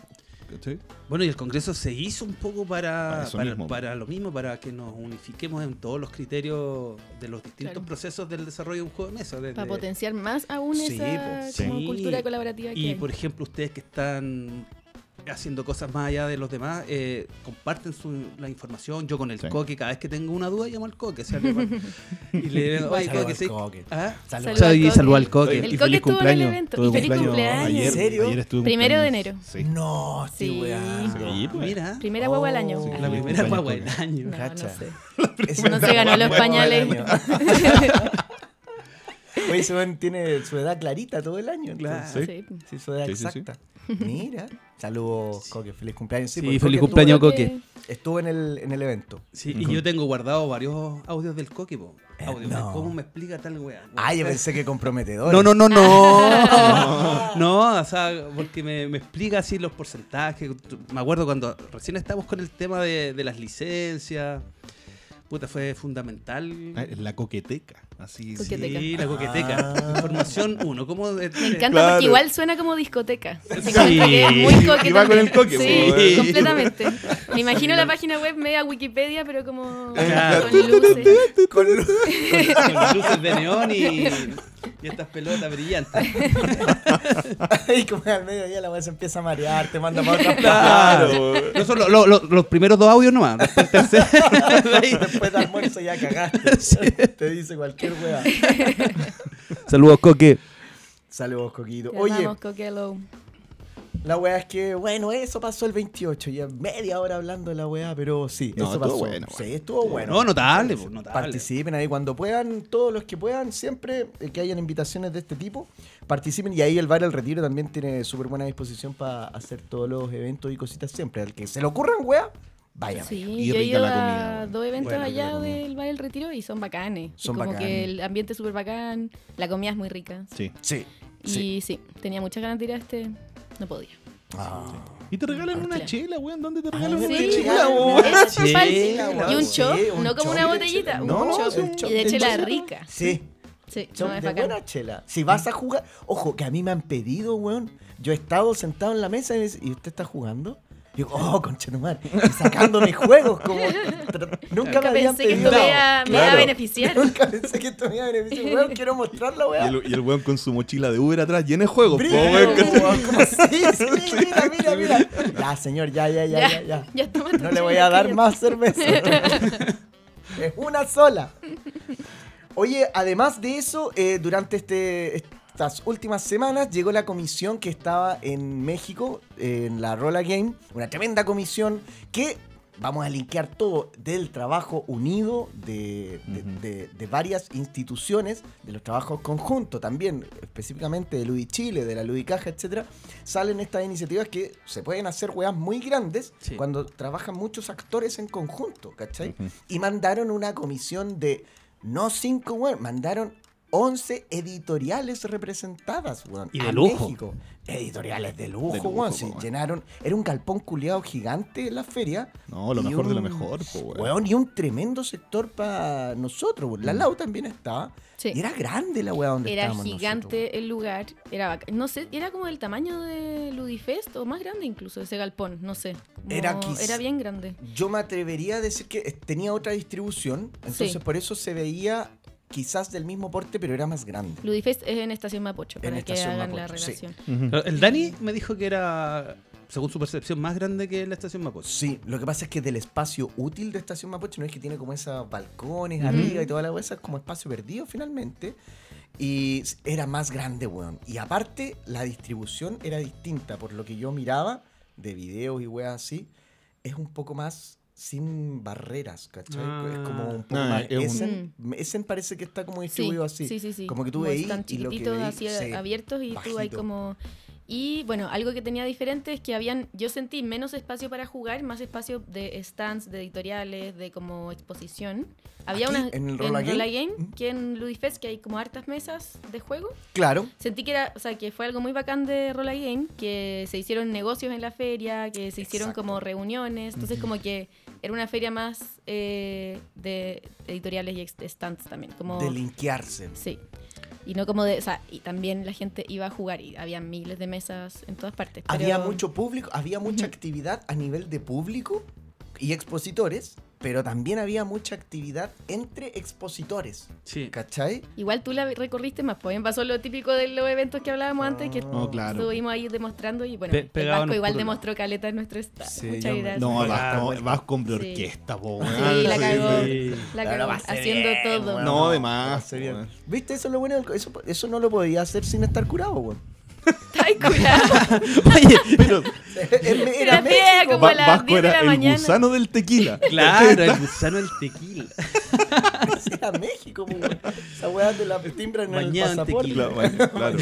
Speaker 4: ¿Cachai?
Speaker 1: Bueno, y el Congreso se hizo un poco para,
Speaker 4: Para
Speaker 1: para,
Speaker 4: eso mismo.
Speaker 1: para lo mismo, para que nos unifiquemos en todos los criterios de los distintos
Speaker 3: Claro.
Speaker 1: procesos del desarrollo de un juego de mesa. desde-
Speaker 3: Para potenciar más aún
Speaker 2: Sí,
Speaker 3: esa
Speaker 2: po,
Speaker 3: como
Speaker 1: sí.
Speaker 3: cultura colaborativa que
Speaker 1: Y
Speaker 3: hay.
Speaker 1: por ejemplo, ustedes que están haciendo cosas más allá de los demás, eh, comparten su- la información. Yo con el
Speaker 4: Sí.
Speaker 1: coque, cada vez que tengo una duda, llamo al coque. o sea, le-
Speaker 3: *laughs*
Speaker 1: y le digo, oye,
Speaker 2: Saludos
Speaker 1: coque,
Speaker 2: al
Speaker 1: sí.
Speaker 2: coque.
Speaker 1: ¿Ah?
Speaker 2: Saludos.
Speaker 3: Saludos.
Speaker 1: Y saludo al coque.
Speaker 3: El Coque
Speaker 4: Y feliz
Speaker 3: estuvo en el
Speaker 4: cumpleaños.
Speaker 3: evento.
Speaker 4: Tuve
Speaker 3: Y feliz cumpleaños.
Speaker 4: Ayer,
Speaker 2: ¿En serio?
Speaker 4: ayer estuve
Speaker 3: Primero de
Speaker 4: cumpleaños.
Speaker 3: enero.
Speaker 4: Sí.
Speaker 2: No, sí,
Speaker 3: Sí.
Speaker 2: weá.
Speaker 4: Sí, pues.
Speaker 1: Mira,
Speaker 3: Primera guagua del año. Ah,
Speaker 2: Oh.
Speaker 1: la primera
Speaker 4: Cumpleaños
Speaker 1: guagua del
Speaker 4: Coque.
Speaker 1: año.
Speaker 3: No, no
Speaker 2: Cacha. *laughs*
Speaker 3: sé.
Speaker 2: Esa
Speaker 3: No se ganó
Speaker 2: guagua
Speaker 3: los
Speaker 2: del
Speaker 3: pañales.
Speaker 2: año. Oye, ese weón tiene su edad clarita todo el año.
Speaker 1: Claro.
Speaker 2: entonces.
Speaker 4: Sí.
Speaker 3: *laughs* Sí.
Speaker 2: Sí, su edad
Speaker 4: Sí, sí, sí.
Speaker 2: exacta. Mira. Saludos, Coque. Feliz cumpleaños.
Speaker 1: Sí,
Speaker 2: porque
Speaker 1: feliz
Speaker 2: Coque
Speaker 1: cumpleaños,
Speaker 2: estuvo-
Speaker 1: Coque.
Speaker 2: Estuvo en el, en el evento.
Speaker 1: Sí, y yo tengo guardado varios audios del coque, po. Audios de
Speaker 2: Eh, no.
Speaker 1: cómo me explica tal weá.
Speaker 2: Ah, yo pensé que comprometedor. *laughs*
Speaker 1: No, no, no, no. no, o sea, porque me, me explica así los porcentajes. Me acuerdo cuando recién estábamos con el tema de, de las licencias. Puta, fue fundamental.
Speaker 4: Ah, en La coqueteca. Así
Speaker 3: Porque
Speaker 4: sí.
Speaker 1: Sí, la coqueteca.
Speaker 2: Ah.
Speaker 1: Información 1. ¿Cómo de-
Speaker 3: Me encanta
Speaker 5: Claro.
Speaker 3: porque igual suena como discoteca. Me
Speaker 1: Sí.
Speaker 3: encanta que es muy coque
Speaker 4: Y va con
Speaker 3: también.
Speaker 4: el coque,
Speaker 3: Sí,
Speaker 1: pues.
Speaker 3: completamente. Me imagino la página web media Wikipedia, pero como
Speaker 1: Claro.
Speaker 3: con luces.
Speaker 2: Con lu-
Speaker 1: con las luces de neón y, y estas pelotas brillantes.
Speaker 2: y como al mediodía la weá se empieza a marear, te manda para
Speaker 1: *laughs*
Speaker 2: otra *laughs*
Speaker 1: Claro.
Speaker 2: Ah,
Speaker 1: No son lo- lo- lo- los primeros dos audios nomás. Después el *laughs* tercero. de ahí.
Speaker 2: Después de almuerzo ya
Speaker 1: *laughs*
Speaker 2: cagaste. Te dice cualquier weá.
Speaker 1: Saludos, Coque.
Speaker 2: Saludos, Coquito.
Speaker 3: Te
Speaker 2: Oye,
Speaker 3: amamos, Coquelo.
Speaker 2: la weá es que, bueno, eso pasó el 28. Ya media hora hablando de la weá, pero sí,
Speaker 4: No,
Speaker 2: eso
Speaker 4: estuvo
Speaker 2: pasó.
Speaker 4: bueno,
Speaker 2: sí, estuvo bueno.
Speaker 1: No, notable, pues, notable.
Speaker 2: Participen ahí cuando puedan, todos los que puedan, siempre eh, que hayan invitaciones de este tipo, participen y ahí el Bar El Retiro también tiene súper buena disposición para hacer todos los eventos y cositas siempre. Al que se le ocurran, weá, vayan.
Speaker 3: Sí,
Speaker 4: Y
Speaker 3: yo he
Speaker 4: rica
Speaker 3: ido
Speaker 4: la comida,
Speaker 3: a
Speaker 4: bueno.
Speaker 3: dos eventos
Speaker 1: Bueno,
Speaker 3: allá
Speaker 1: rica la comida.
Speaker 3: del Bar El Retiro y son bacanes. Y
Speaker 2: Son
Speaker 3: como
Speaker 2: bacanes.
Speaker 3: que el ambiente es súper bacán, la comida es muy rica.
Speaker 4: Sí.
Speaker 2: Sí.
Speaker 3: Y sí, tenía muchas ganas de ir a este, no podía.
Speaker 2: Ah.
Speaker 4: Y te regalan una
Speaker 3: Claro.
Speaker 4: chela, weón. ¿Dónde te
Speaker 2: Ah,
Speaker 4: regalan una
Speaker 2: sí.
Speaker 4: chela?
Speaker 3: es
Speaker 1: Sí.
Speaker 3: fancy.
Speaker 1: Sí,
Speaker 3: Y un
Speaker 2: sí,
Speaker 3: shot,
Speaker 2: un
Speaker 3: no como
Speaker 2: shot.
Speaker 3: una botellita,
Speaker 2: No,
Speaker 3: un
Speaker 2: no,
Speaker 3: shot.
Speaker 2: es un shot.
Speaker 3: Y de chela
Speaker 2: Entonces,
Speaker 3: rica.
Speaker 2: Sí.
Speaker 3: Sí,
Speaker 2: Son
Speaker 3: no, es
Speaker 2: de
Speaker 3: bacán.
Speaker 2: buena chela. Si vas a jugar, ojo, que a mí me han pedido, weón. Yo he estado sentado en la mesa y, me dicen, ¿y usted está jugando. Y digo, oh, concha tu madre. y sacándome juegos, como. tra- Nunca me
Speaker 3: Nunca
Speaker 2: habían
Speaker 3: pensé que
Speaker 2: pedido.
Speaker 3: esto me iba, me iba a
Speaker 5: Claro.
Speaker 3: beneficiar. *laughs*
Speaker 2: Nunca pensé que esto me iba a beneficiar, weón. Quiero mostrarla,
Speaker 4: Y
Speaker 2: weón.
Speaker 4: el, y el weón con su mochila de Uber atrás, llena de juegos. po,
Speaker 2: Brillo,
Speaker 4: weón,
Speaker 2: weón,
Speaker 4: ¿cachai?
Speaker 2: como así, sí, mira, mira, mira. Ya, señor, ya, ya, ya, ya, ya.
Speaker 3: ya toma tu
Speaker 2: No le
Speaker 3: chela,
Speaker 2: voy a dar
Speaker 3: cállate.
Speaker 2: más cerveza. *laughs* es una sola. Oye, además de eso, eh, durante este, estas últimas semanas llegó la comisión que estaba en México, eh, en la Rola Game. Una tremenda comisión que vamos a linkear todo del trabajo unido de, de-
Speaker 4: Ujú.
Speaker 2: de- de varias instituciones, de los trabajos conjuntos también, específicamente de Ludi Chile, de la Ludi Caja, etcétera, salen estas iniciativas que se pueden hacer weas muy grandes
Speaker 1: Sí.
Speaker 2: cuando trabajan muchos actores en conjunto, ¿cachai?
Speaker 4: Ujú.
Speaker 2: Y mandaron una comisión de no cinco weas, mandaron 11 editoriales representadas, weón.
Speaker 1: Y de
Speaker 2: a
Speaker 1: lujo.
Speaker 2: México. Editoriales de lujo,
Speaker 4: De lujo,
Speaker 2: weón. Se
Speaker 4: weón.
Speaker 2: llenaron. Era un galpón culiado gigante en la feria.
Speaker 4: No, lo
Speaker 2: Y
Speaker 4: mejor de lo
Speaker 2: un-
Speaker 4: mejor, po, weón. Mm.
Speaker 2: Weón, y un tremendo sector para nosotros. weón. La Lau también estaba.
Speaker 3: Sí.
Speaker 2: Y era grande la weá donde
Speaker 3: Era
Speaker 2: estábamos
Speaker 3: gigante
Speaker 2: nosotros,
Speaker 3: el lugar, era bacán. No sé, era como del tamaño de Ludifest o más grande incluso, ese galpón, no sé. Como-
Speaker 2: Era quiz-
Speaker 3: era bien grande.
Speaker 2: weón. Yo me atrevería a decir que eh, tenía otra distribución. Entonces
Speaker 3: Sí.
Speaker 2: por eso se veía quizás del mismo porte, pero era más grande.
Speaker 3: Ludifest es en Estación Mapocho,
Speaker 2: En
Speaker 3: para que
Speaker 2: Estación
Speaker 3: hagan la
Speaker 2: Mapocho, sí.
Speaker 3: relación.
Speaker 4: Ujú.
Speaker 2: Ah,
Speaker 1: El Dani me dijo que era, según su percepción, más grande que la estación Mapocho.
Speaker 2: Sí, lo que pasa es que del espacio útil de Estación Mapocho no es que tiene como esos balcones
Speaker 1: Ujú.
Speaker 2: arriba y toda la cosa, es como espacio perdido finalmente. Y s- era más grande, weón. Y aparte, la distribución era distinta, por lo que yo miraba de videos y weas así, es un poco más sin barreras, ¿cachai?
Speaker 1: Ah.
Speaker 2: Es como un poco
Speaker 4: Ah,
Speaker 2: más.
Speaker 4: es un-
Speaker 2: Essen, Essen parece que está como
Speaker 3: Mm. Sí,
Speaker 2: distribuido así.
Speaker 3: sí, sí, sí.
Speaker 2: Como que tú
Speaker 3: Como
Speaker 2: veís
Speaker 3: Están
Speaker 2: y lo que
Speaker 3: chiquititos,
Speaker 2: veís,
Speaker 3: así
Speaker 2: sí,
Speaker 3: abiertos y tú hay
Speaker 2: bajito.
Speaker 3: como... Y bueno, algo que tenía diferente es que habían, yo sentí menos espacio para jugar, más espacio de stands, de editoriales, de como exposición. Había
Speaker 2: ¿Aquí?
Speaker 3: unas
Speaker 2: ¿En el Rola Game? Mm.
Speaker 3: que en Ludifest, que hay como hartas mesas de juego.
Speaker 2: Claro.
Speaker 3: Sentí que era, o sea, que fue algo muy bacán de Rola Game, que se hicieron negocios en la feria, que se hicieron
Speaker 2: Exacto.
Speaker 3: como reuniones, entonces como que era una feria más eh, de editoriales y ex- stands también, como
Speaker 2: De linkearse.
Speaker 3: sí. Y no como de, o sea, y también la gente iba a jugar y había miles de mesas en todas partes. pero-
Speaker 2: Había mucho público, había mucha actividad a nivel de público y expositores, pero también había mucha actividad entre expositores.
Speaker 1: Sí.
Speaker 2: ¿Cachai?
Speaker 3: Igual tú la recorriste más, pues me pasó lo típico de los eventos que hablábamos antes,
Speaker 2: Ah.
Speaker 3: que
Speaker 2: Oh,
Speaker 4: No, claro.
Speaker 3: estuvimos ahí demostrando y bueno,
Speaker 1: Pe-
Speaker 3: el
Speaker 1: pegábamos
Speaker 3: Vasco igual
Speaker 1: por un lado.
Speaker 3: demostró caleta en nuestro stand.
Speaker 2: Sí, yo
Speaker 3: Muchas
Speaker 2: me-
Speaker 3: gracias.
Speaker 4: No,
Speaker 2: Sí.
Speaker 4: vas, no, vas con
Speaker 3: Sí.
Speaker 4: orquesta, po, weón.
Speaker 3: Sí, la
Speaker 4: Ah, Sí,
Speaker 3: cagó.
Speaker 4: sí.
Speaker 3: La
Speaker 2: Pero
Speaker 3: cagó,
Speaker 2: va a ser
Speaker 3: haciendo
Speaker 2: bien,
Speaker 3: todo.
Speaker 2: *laughs* weón.
Speaker 4: No, de más,
Speaker 2: Hace bien.
Speaker 4: weón.
Speaker 2: ¿Viste? Eso es lo bueno. Eso, eso no lo podía hacer sin estar curado, weón.
Speaker 3: Ay, curado.
Speaker 1: *laughs* Oye,
Speaker 4: Pero
Speaker 2: *laughs* Era
Speaker 3: Era fea,
Speaker 2: México.
Speaker 3: como
Speaker 4: Va-
Speaker 3: a las
Speaker 4: Vasco
Speaker 3: 10 de
Speaker 4: era
Speaker 3: la
Speaker 4: el
Speaker 3: mañana.
Speaker 4: gusano
Speaker 3: *laughs*
Speaker 4: del tequila.
Speaker 1: claro, el gusano del tequila.
Speaker 2: Era México, weón. Esa weá de la timbra en
Speaker 1: Bañado
Speaker 2: el
Speaker 1: en
Speaker 2: pasaporte.
Speaker 1: tequila.
Speaker 4: Claro, bueno, claro.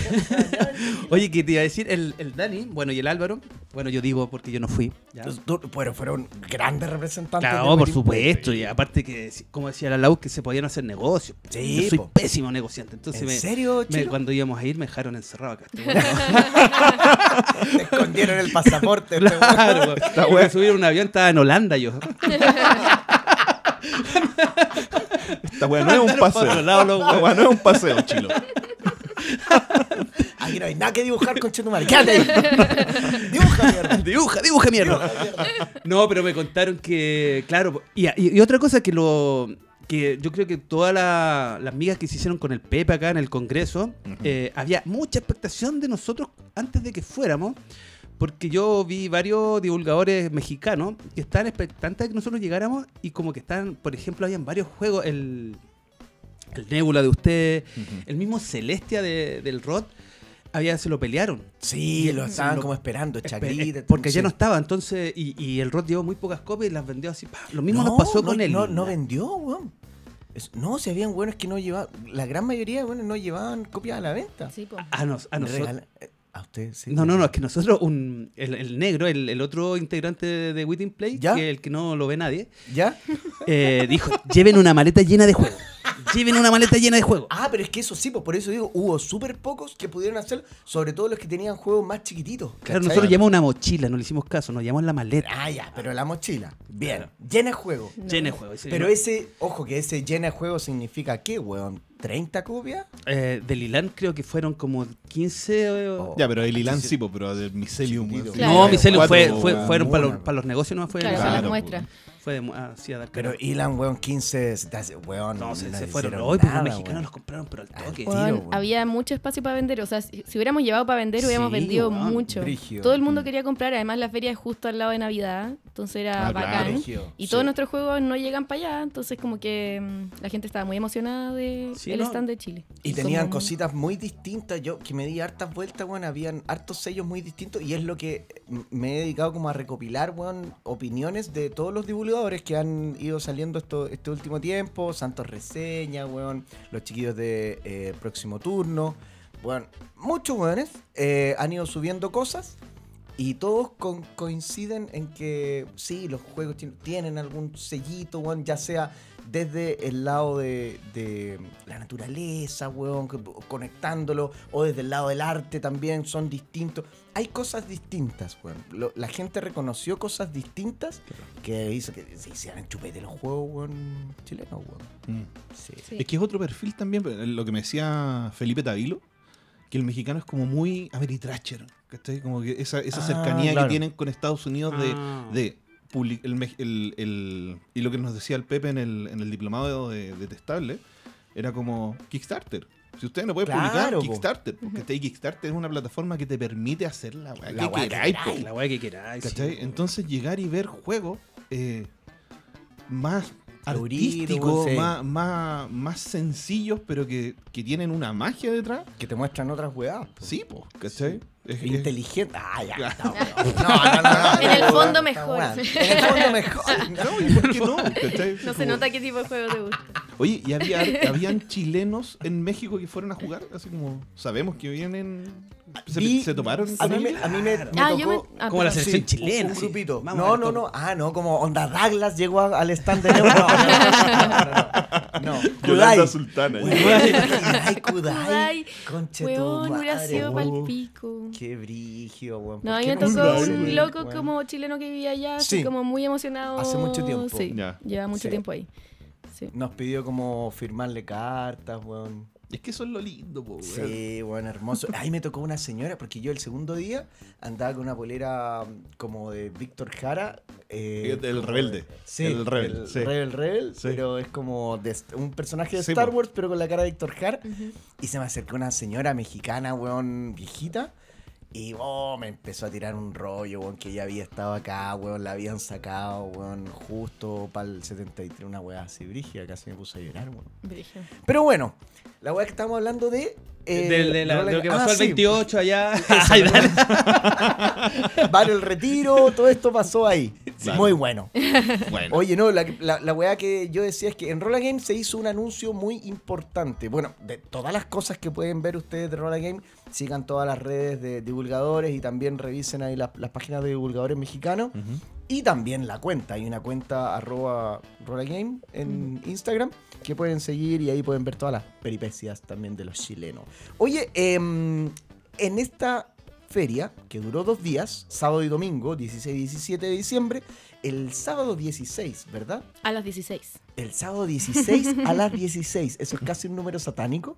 Speaker 1: Oye, ¿qué te iba a decir? El, el Dani, bueno, y el Álvaro. Bueno, yo digo porque yo no fui. ¿ya?
Speaker 2: Entonces, tú- Bueno, fueron grandes representantes.
Speaker 1: Claro,
Speaker 2: de
Speaker 1: por
Speaker 2: Marín.
Speaker 1: supuesto. Y aparte que, como decía la Lau, que se podían hacer negocios.
Speaker 2: Sí,
Speaker 1: yo soy
Speaker 2: po.
Speaker 1: pésimo negociante. Entonces
Speaker 2: ¿En
Speaker 1: me,
Speaker 2: serio,
Speaker 1: me-
Speaker 2: Chilo?
Speaker 1: cuando íbamos a ir me dejaron encerrado *laughs* acá. Este
Speaker 2: Te escondieron el
Speaker 1: *laughs*
Speaker 2: pasaporte. este weón.
Speaker 1: Claro, güey. subir un avión, estaba en Holanda yo.
Speaker 4: Esta weá no es un
Speaker 1: Mandaron pa'
Speaker 4: paseo.
Speaker 1: otro lado los
Speaker 4: Esta weá no es un paseo, chilo.
Speaker 2: Aquí no hay nada que dibujar con Chetumare.
Speaker 3: *laughs*
Speaker 2: ¡Quédate *laughs* ahí! Dibuja,
Speaker 1: *laughs*
Speaker 2: mierda.
Speaker 1: dibuja, dibuja mierda. *laughs* No, pero me contaron que, claro, y, y- y otra cosa que lo que yo creo que todas la- las migas que se hicieron con el Pepe acá en el Congreso, eh, había mucha expectación de nosotros antes de que fuéramos, porque yo vi varios divulgadores mexicanos que estaban expectantes de que nosotros llegáramos y como que están, por ejemplo, habían varios juegos, el, el Nebula de ustedes, el mismo Celestia de- del Rod, había, se lo pelearon.
Speaker 2: Sí, lo estaban
Speaker 1: Lo-
Speaker 2: como esperando,
Speaker 1: Espe-
Speaker 2: Chacrita.
Speaker 1: eh, Porque ya
Speaker 2: sí.
Speaker 1: no estaba, entonces, y, y el Rod llevó muy pocas copias y las vendió así. pa. Lo mismo
Speaker 2: no,
Speaker 1: nos pasó
Speaker 2: no,
Speaker 1: con él.
Speaker 2: No, no vendió, weón. Es- no, si habían buenos que no llevaban. La gran mayoría de buenos no llevaban copias a la venta.
Speaker 3: Sí, po.
Speaker 1: a, nos- a
Speaker 2: Me
Speaker 1: nosotros.
Speaker 2: regala- eh, A usted, sí.
Speaker 1: No, no, no, es que nosotros, un, el, el negro, el, el otro integrante de Within Play,
Speaker 2: ¿Ya?
Speaker 1: que el que no lo ve nadie,
Speaker 2: ¿Ya?
Speaker 1: eh, dijo: lleven una maleta llena de juegos. Lleven una maleta llena de juegos.
Speaker 2: Ah, pero es que eso sí, pues por eso digo, hubo súper pocos que pudieron hacerlo, sobre todo los que tenían juegos más chiquititos.
Speaker 1: Claro,
Speaker 2: ¿cachai?
Speaker 1: nosotros llevamos una mochila, no le hicimos caso, nos llevamos la maleta.
Speaker 2: Ah, ya, pero la mochila. Bien, llena de juego.
Speaker 3: No.
Speaker 1: Llena de juegos. sí,
Speaker 2: Pero
Speaker 1: ¿no?
Speaker 2: ese, ojo, que ese llena de juego significa qué, weón? ¿30 copias?
Speaker 1: Eh, de Lilán creo que fueron como 15. eh,
Speaker 2: Oh.
Speaker 4: Ya, pero el Ilan sí, po, pero del Mycelium. weón, sí.
Speaker 3: Claro.
Speaker 1: No,
Speaker 3: Claro.
Speaker 1: Micelio
Speaker 4: Cuatro,
Speaker 1: fue, fue-
Speaker 4: weón.
Speaker 1: fueron para los,
Speaker 2: Una.
Speaker 1: para los negocios, no fue.
Speaker 3: Claro,
Speaker 4: Claro,
Speaker 3: se las
Speaker 4: po.
Speaker 3: muestra.
Speaker 1: Fue de- ah, sí, a dar
Speaker 2: Pero
Speaker 1: cara.
Speaker 2: Ilan, weón, 15, se te hace- weón.
Speaker 1: No, se,
Speaker 2: Mm, no
Speaker 1: se
Speaker 2: le
Speaker 1: fueron
Speaker 2: hicieron
Speaker 1: hoy porque
Speaker 2: nada,
Speaker 1: los mexicanos
Speaker 2: weón.
Speaker 1: los compraron, pero al
Speaker 2: Al
Speaker 1: toque.
Speaker 2: tiro,
Speaker 3: Weón,
Speaker 2: weón.
Speaker 3: había mucho espacio para vender. O sea, si, si hubiéramos llevado para vender, hubiéramos
Speaker 1: Sí,
Speaker 3: vendido
Speaker 1: weón,
Speaker 3: mucho.
Speaker 2: brígido.
Speaker 3: Todo el mundo quería comprar. Además, la feria es justo al lado de Navidad. Entonces era
Speaker 4: Ah, claro.
Speaker 3: bacán.
Speaker 2: Brígido,
Speaker 3: Y
Speaker 2: sí.
Speaker 3: todos nuestros juegos no llegan para allá. Entonces, como que mm, la gente estaba muy emocionada del
Speaker 1: Sí,
Speaker 3: el
Speaker 1: no.
Speaker 3: stand de Chile.
Speaker 2: Y tenían
Speaker 3: Como-
Speaker 2: cositas muy distintas. Yo que me di hartas vueltas, weón, habían hartos sellos muy distintos. Y es lo que m- me he dedicado como a recopilar, weón, opiniones de todos los divulgadores que han ido saliendo esto, este último tiempo. Santos Reseña, weón, los chiquillos de eh, Próximo Turno. Bueno, muchos weones eh, han ido subiendo cosas. Y todos con- coinciden en que sí, los juegos tien- tienen algún sellito, weón, ya sea desde el lado de, de la naturaleza, weón, que- conectándolo, o desde el lado del arte también, son distintos. Hay cosas distintas, weón. Lo- la gente reconoció cosas distintas que hizo que se hicieran chupete los juegos, weón, chilenos, weón.
Speaker 4: Mm.
Speaker 2: Sí.
Speaker 3: Sí.
Speaker 4: Es que es otro perfil también, pero lo que me decía Felipe Tavilo, que el mexicano es como muy Ameritracher, ¿cachai? Como que esa, esa
Speaker 2: Ah,
Speaker 4: cercanía
Speaker 2: claro.
Speaker 4: que tienen con Estados Unidos de,
Speaker 1: Ah.
Speaker 4: de publi- el mex- el- el- y lo que nos decía el Pepe en el, en el diplomado de, de Detestable, era como Kickstarter. Si usted no puede publicar,
Speaker 2: Claro, po.
Speaker 4: Kickstarter. Porque este Kickstarter es una plataforma que te permite hacer la weá
Speaker 2: La
Speaker 4: que
Speaker 2: weá que
Speaker 4: queráis, po.
Speaker 1: La weá que queráis. sí,
Speaker 4: ¿Cachai?
Speaker 1: weón.
Speaker 4: Entonces llegar y ver juegos eh, más
Speaker 2: Colorido,
Speaker 4: artísticos,
Speaker 2: sí.
Speaker 4: más, más, más sencillos, pero que, que tienen una magia detrás.
Speaker 2: Que te muestran otras weas. po.
Speaker 4: Sí, pues, ¿cachai? Es- es-
Speaker 2: Inteligente. Ah, ya.
Speaker 4: Claro.
Speaker 2: no, weón. No, no, no, no.
Speaker 3: *laughs* En el fondo
Speaker 2: Esta
Speaker 3: mejor.
Speaker 2: wea. En el fondo mejor.
Speaker 4: No, ¿y *laughs* por qué no? ¿Cachai?
Speaker 3: No
Speaker 4: Como-
Speaker 3: se nota qué tipo de juego te gusta.
Speaker 4: Oye,
Speaker 3: *laughs*
Speaker 4: y había, habían chilenos en México que fueron a jugar, así como sabemos que vienen. Se,
Speaker 2: Vi-
Speaker 4: se toparon.
Speaker 2: A
Speaker 4: con
Speaker 2: mí me,
Speaker 4: ellos?
Speaker 2: a mí me, me
Speaker 3: Ah,
Speaker 2: tocó
Speaker 3: yo me- ah,
Speaker 1: Como la selección
Speaker 3: perdón.
Speaker 2: sí, un-
Speaker 1: chilena.
Speaker 2: Un
Speaker 1: sí.
Speaker 2: grupito.
Speaker 1: Vamos
Speaker 2: No,
Speaker 1: al
Speaker 2: no,
Speaker 1: toque.
Speaker 2: no. Ah, no, como Onda Douglas llegó a- al stand de Neuquén. No, no, no. no, no. *laughs* No, Kudai.
Speaker 5: Yolanda Sultana.
Speaker 2: Kudai, Kudai.
Speaker 3: Ay,
Speaker 2: Conche tu
Speaker 3: Weón, hubiera
Speaker 2: madre,
Speaker 3: sido
Speaker 2: weón.
Speaker 3: palpico.
Speaker 2: Qué brígido, weón.
Speaker 3: No,
Speaker 2: ¿Por
Speaker 3: a mí
Speaker 2: qué
Speaker 3: me
Speaker 2: no
Speaker 3: tocó
Speaker 2: se
Speaker 3: un
Speaker 2: ve,
Speaker 3: loco
Speaker 2: weón?
Speaker 3: como chileno que vivía allá,
Speaker 2: Sí.
Speaker 3: así como muy emocionado.
Speaker 2: Hace mucho tiempo.
Speaker 3: Sí,
Speaker 4: Ya.
Speaker 3: lleva mucho
Speaker 2: Sí.
Speaker 3: tiempo ahí. Sí.
Speaker 2: Nos pidió como firmarle cartas, weón.
Speaker 4: Es que eso es lo lindo, po, weón.
Speaker 2: Sí, bueno, hermoso. Ahí me tocó una señora, porque yo el segundo día andaba con una polera mm, como de Víctor Jara. eh,
Speaker 4: El- el
Speaker 2: como
Speaker 4: rebelde.
Speaker 2: de- Sí,
Speaker 4: El rebel,
Speaker 2: El
Speaker 4: sí.
Speaker 2: rebel, rebel,
Speaker 4: Sí.
Speaker 2: pero es como de est- un personaje de
Speaker 4: Sí,
Speaker 2: Star
Speaker 4: po.
Speaker 2: Wars, pero con la cara de Víctor Jara.
Speaker 3: Ujú.
Speaker 2: Y se me acercó una señora mexicana, weón, viejita. Y oh, me empezó a tirar un rollo, weón, que ella había estado acá, weón, la habían sacado, weón, justo para el 73, una weá así brígida, casi me puse a llorar, weón.
Speaker 3: Brígido.
Speaker 2: Pero bueno, la weá que estamos hablando de. eh,
Speaker 1: de, de la-
Speaker 2: Roland-
Speaker 1: de lo que
Speaker 2: Ah,
Speaker 1: pasó el
Speaker 2: sí, Ah,
Speaker 1: 28 allá. Ay, dale.
Speaker 2: *laughs* Vale el retiro, todo esto pasó
Speaker 1: *laughs*
Speaker 2: ahí.
Speaker 4: Claro.
Speaker 2: Muy bueno.
Speaker 4: Bueno.
Speaker 2: Oye, no, la, la, la weá que yo decía es que en Rola Game se hizo un anuncio muy importante. Bueno, de todas las cosas que pueden ver ustedes de Rola Game, sigan todas las redes de divulgadores y también revisen ahí las, las páginas de divulgadores mexicanos.
Speaker 4: Ujú.
Speaker 2: Y también la cuenta. Hay una cuenta arroba rolagame en Instagram que pueden seguir y ahí pueden ver todas las peripecias también de los chilenos. Oye, em, en esta feria que duró dos días, sábado y domingo, 16 y 17 de diciembre. El sábado 16, ¿verdad?
Speaker 3: A las 16.
Speaker 2: El sábado 16 a las 16. Eso es casi un número satánico.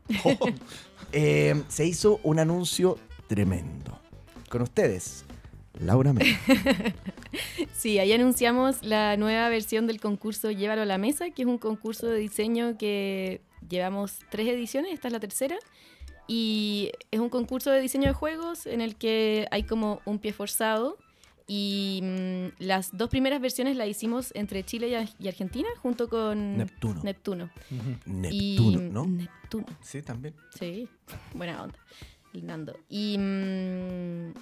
Speaker 2: Eh, se hizo un anuncio tremendo. Con ustedes, Laura Mena.
Speaker 3: *laughs* Sí, ahí anunciamos la nueva versión del concurso Llévalo a la Mesa, que es un concurso de diseño que llevamos tres ediciones, esta es la tercera. Y es un concurso de diseño de juegos en el que hay como un pie forzado. Y mm, las dos primeras versiones las hicimos entre Chile y Ar- y Argentina junto con
Speaker 2: Neptuno.
Speaker 3: Neptuno.
Speaker 2: Neptuno,
Speaker 3: Y-
Speaker 2: ¿no?
Speaker 3: Neptuno.
Speaker 2: Sí, también.
Speaker 3: Sí, buena onda, el Nando. Y, mm,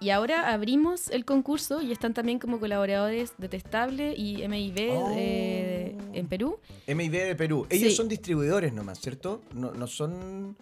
Speaker 3: y ahora abrimos el concurso y están también como colaboradores Detestable y MIB
Speaker 2: Oh.
Speaker 3: eh, en Perú.
Speaker 2: MIB de Perú. Ellos
Speaker 3: Sí.
Speaker 2: son distribuidores nomás, ¿cierto? No, no son...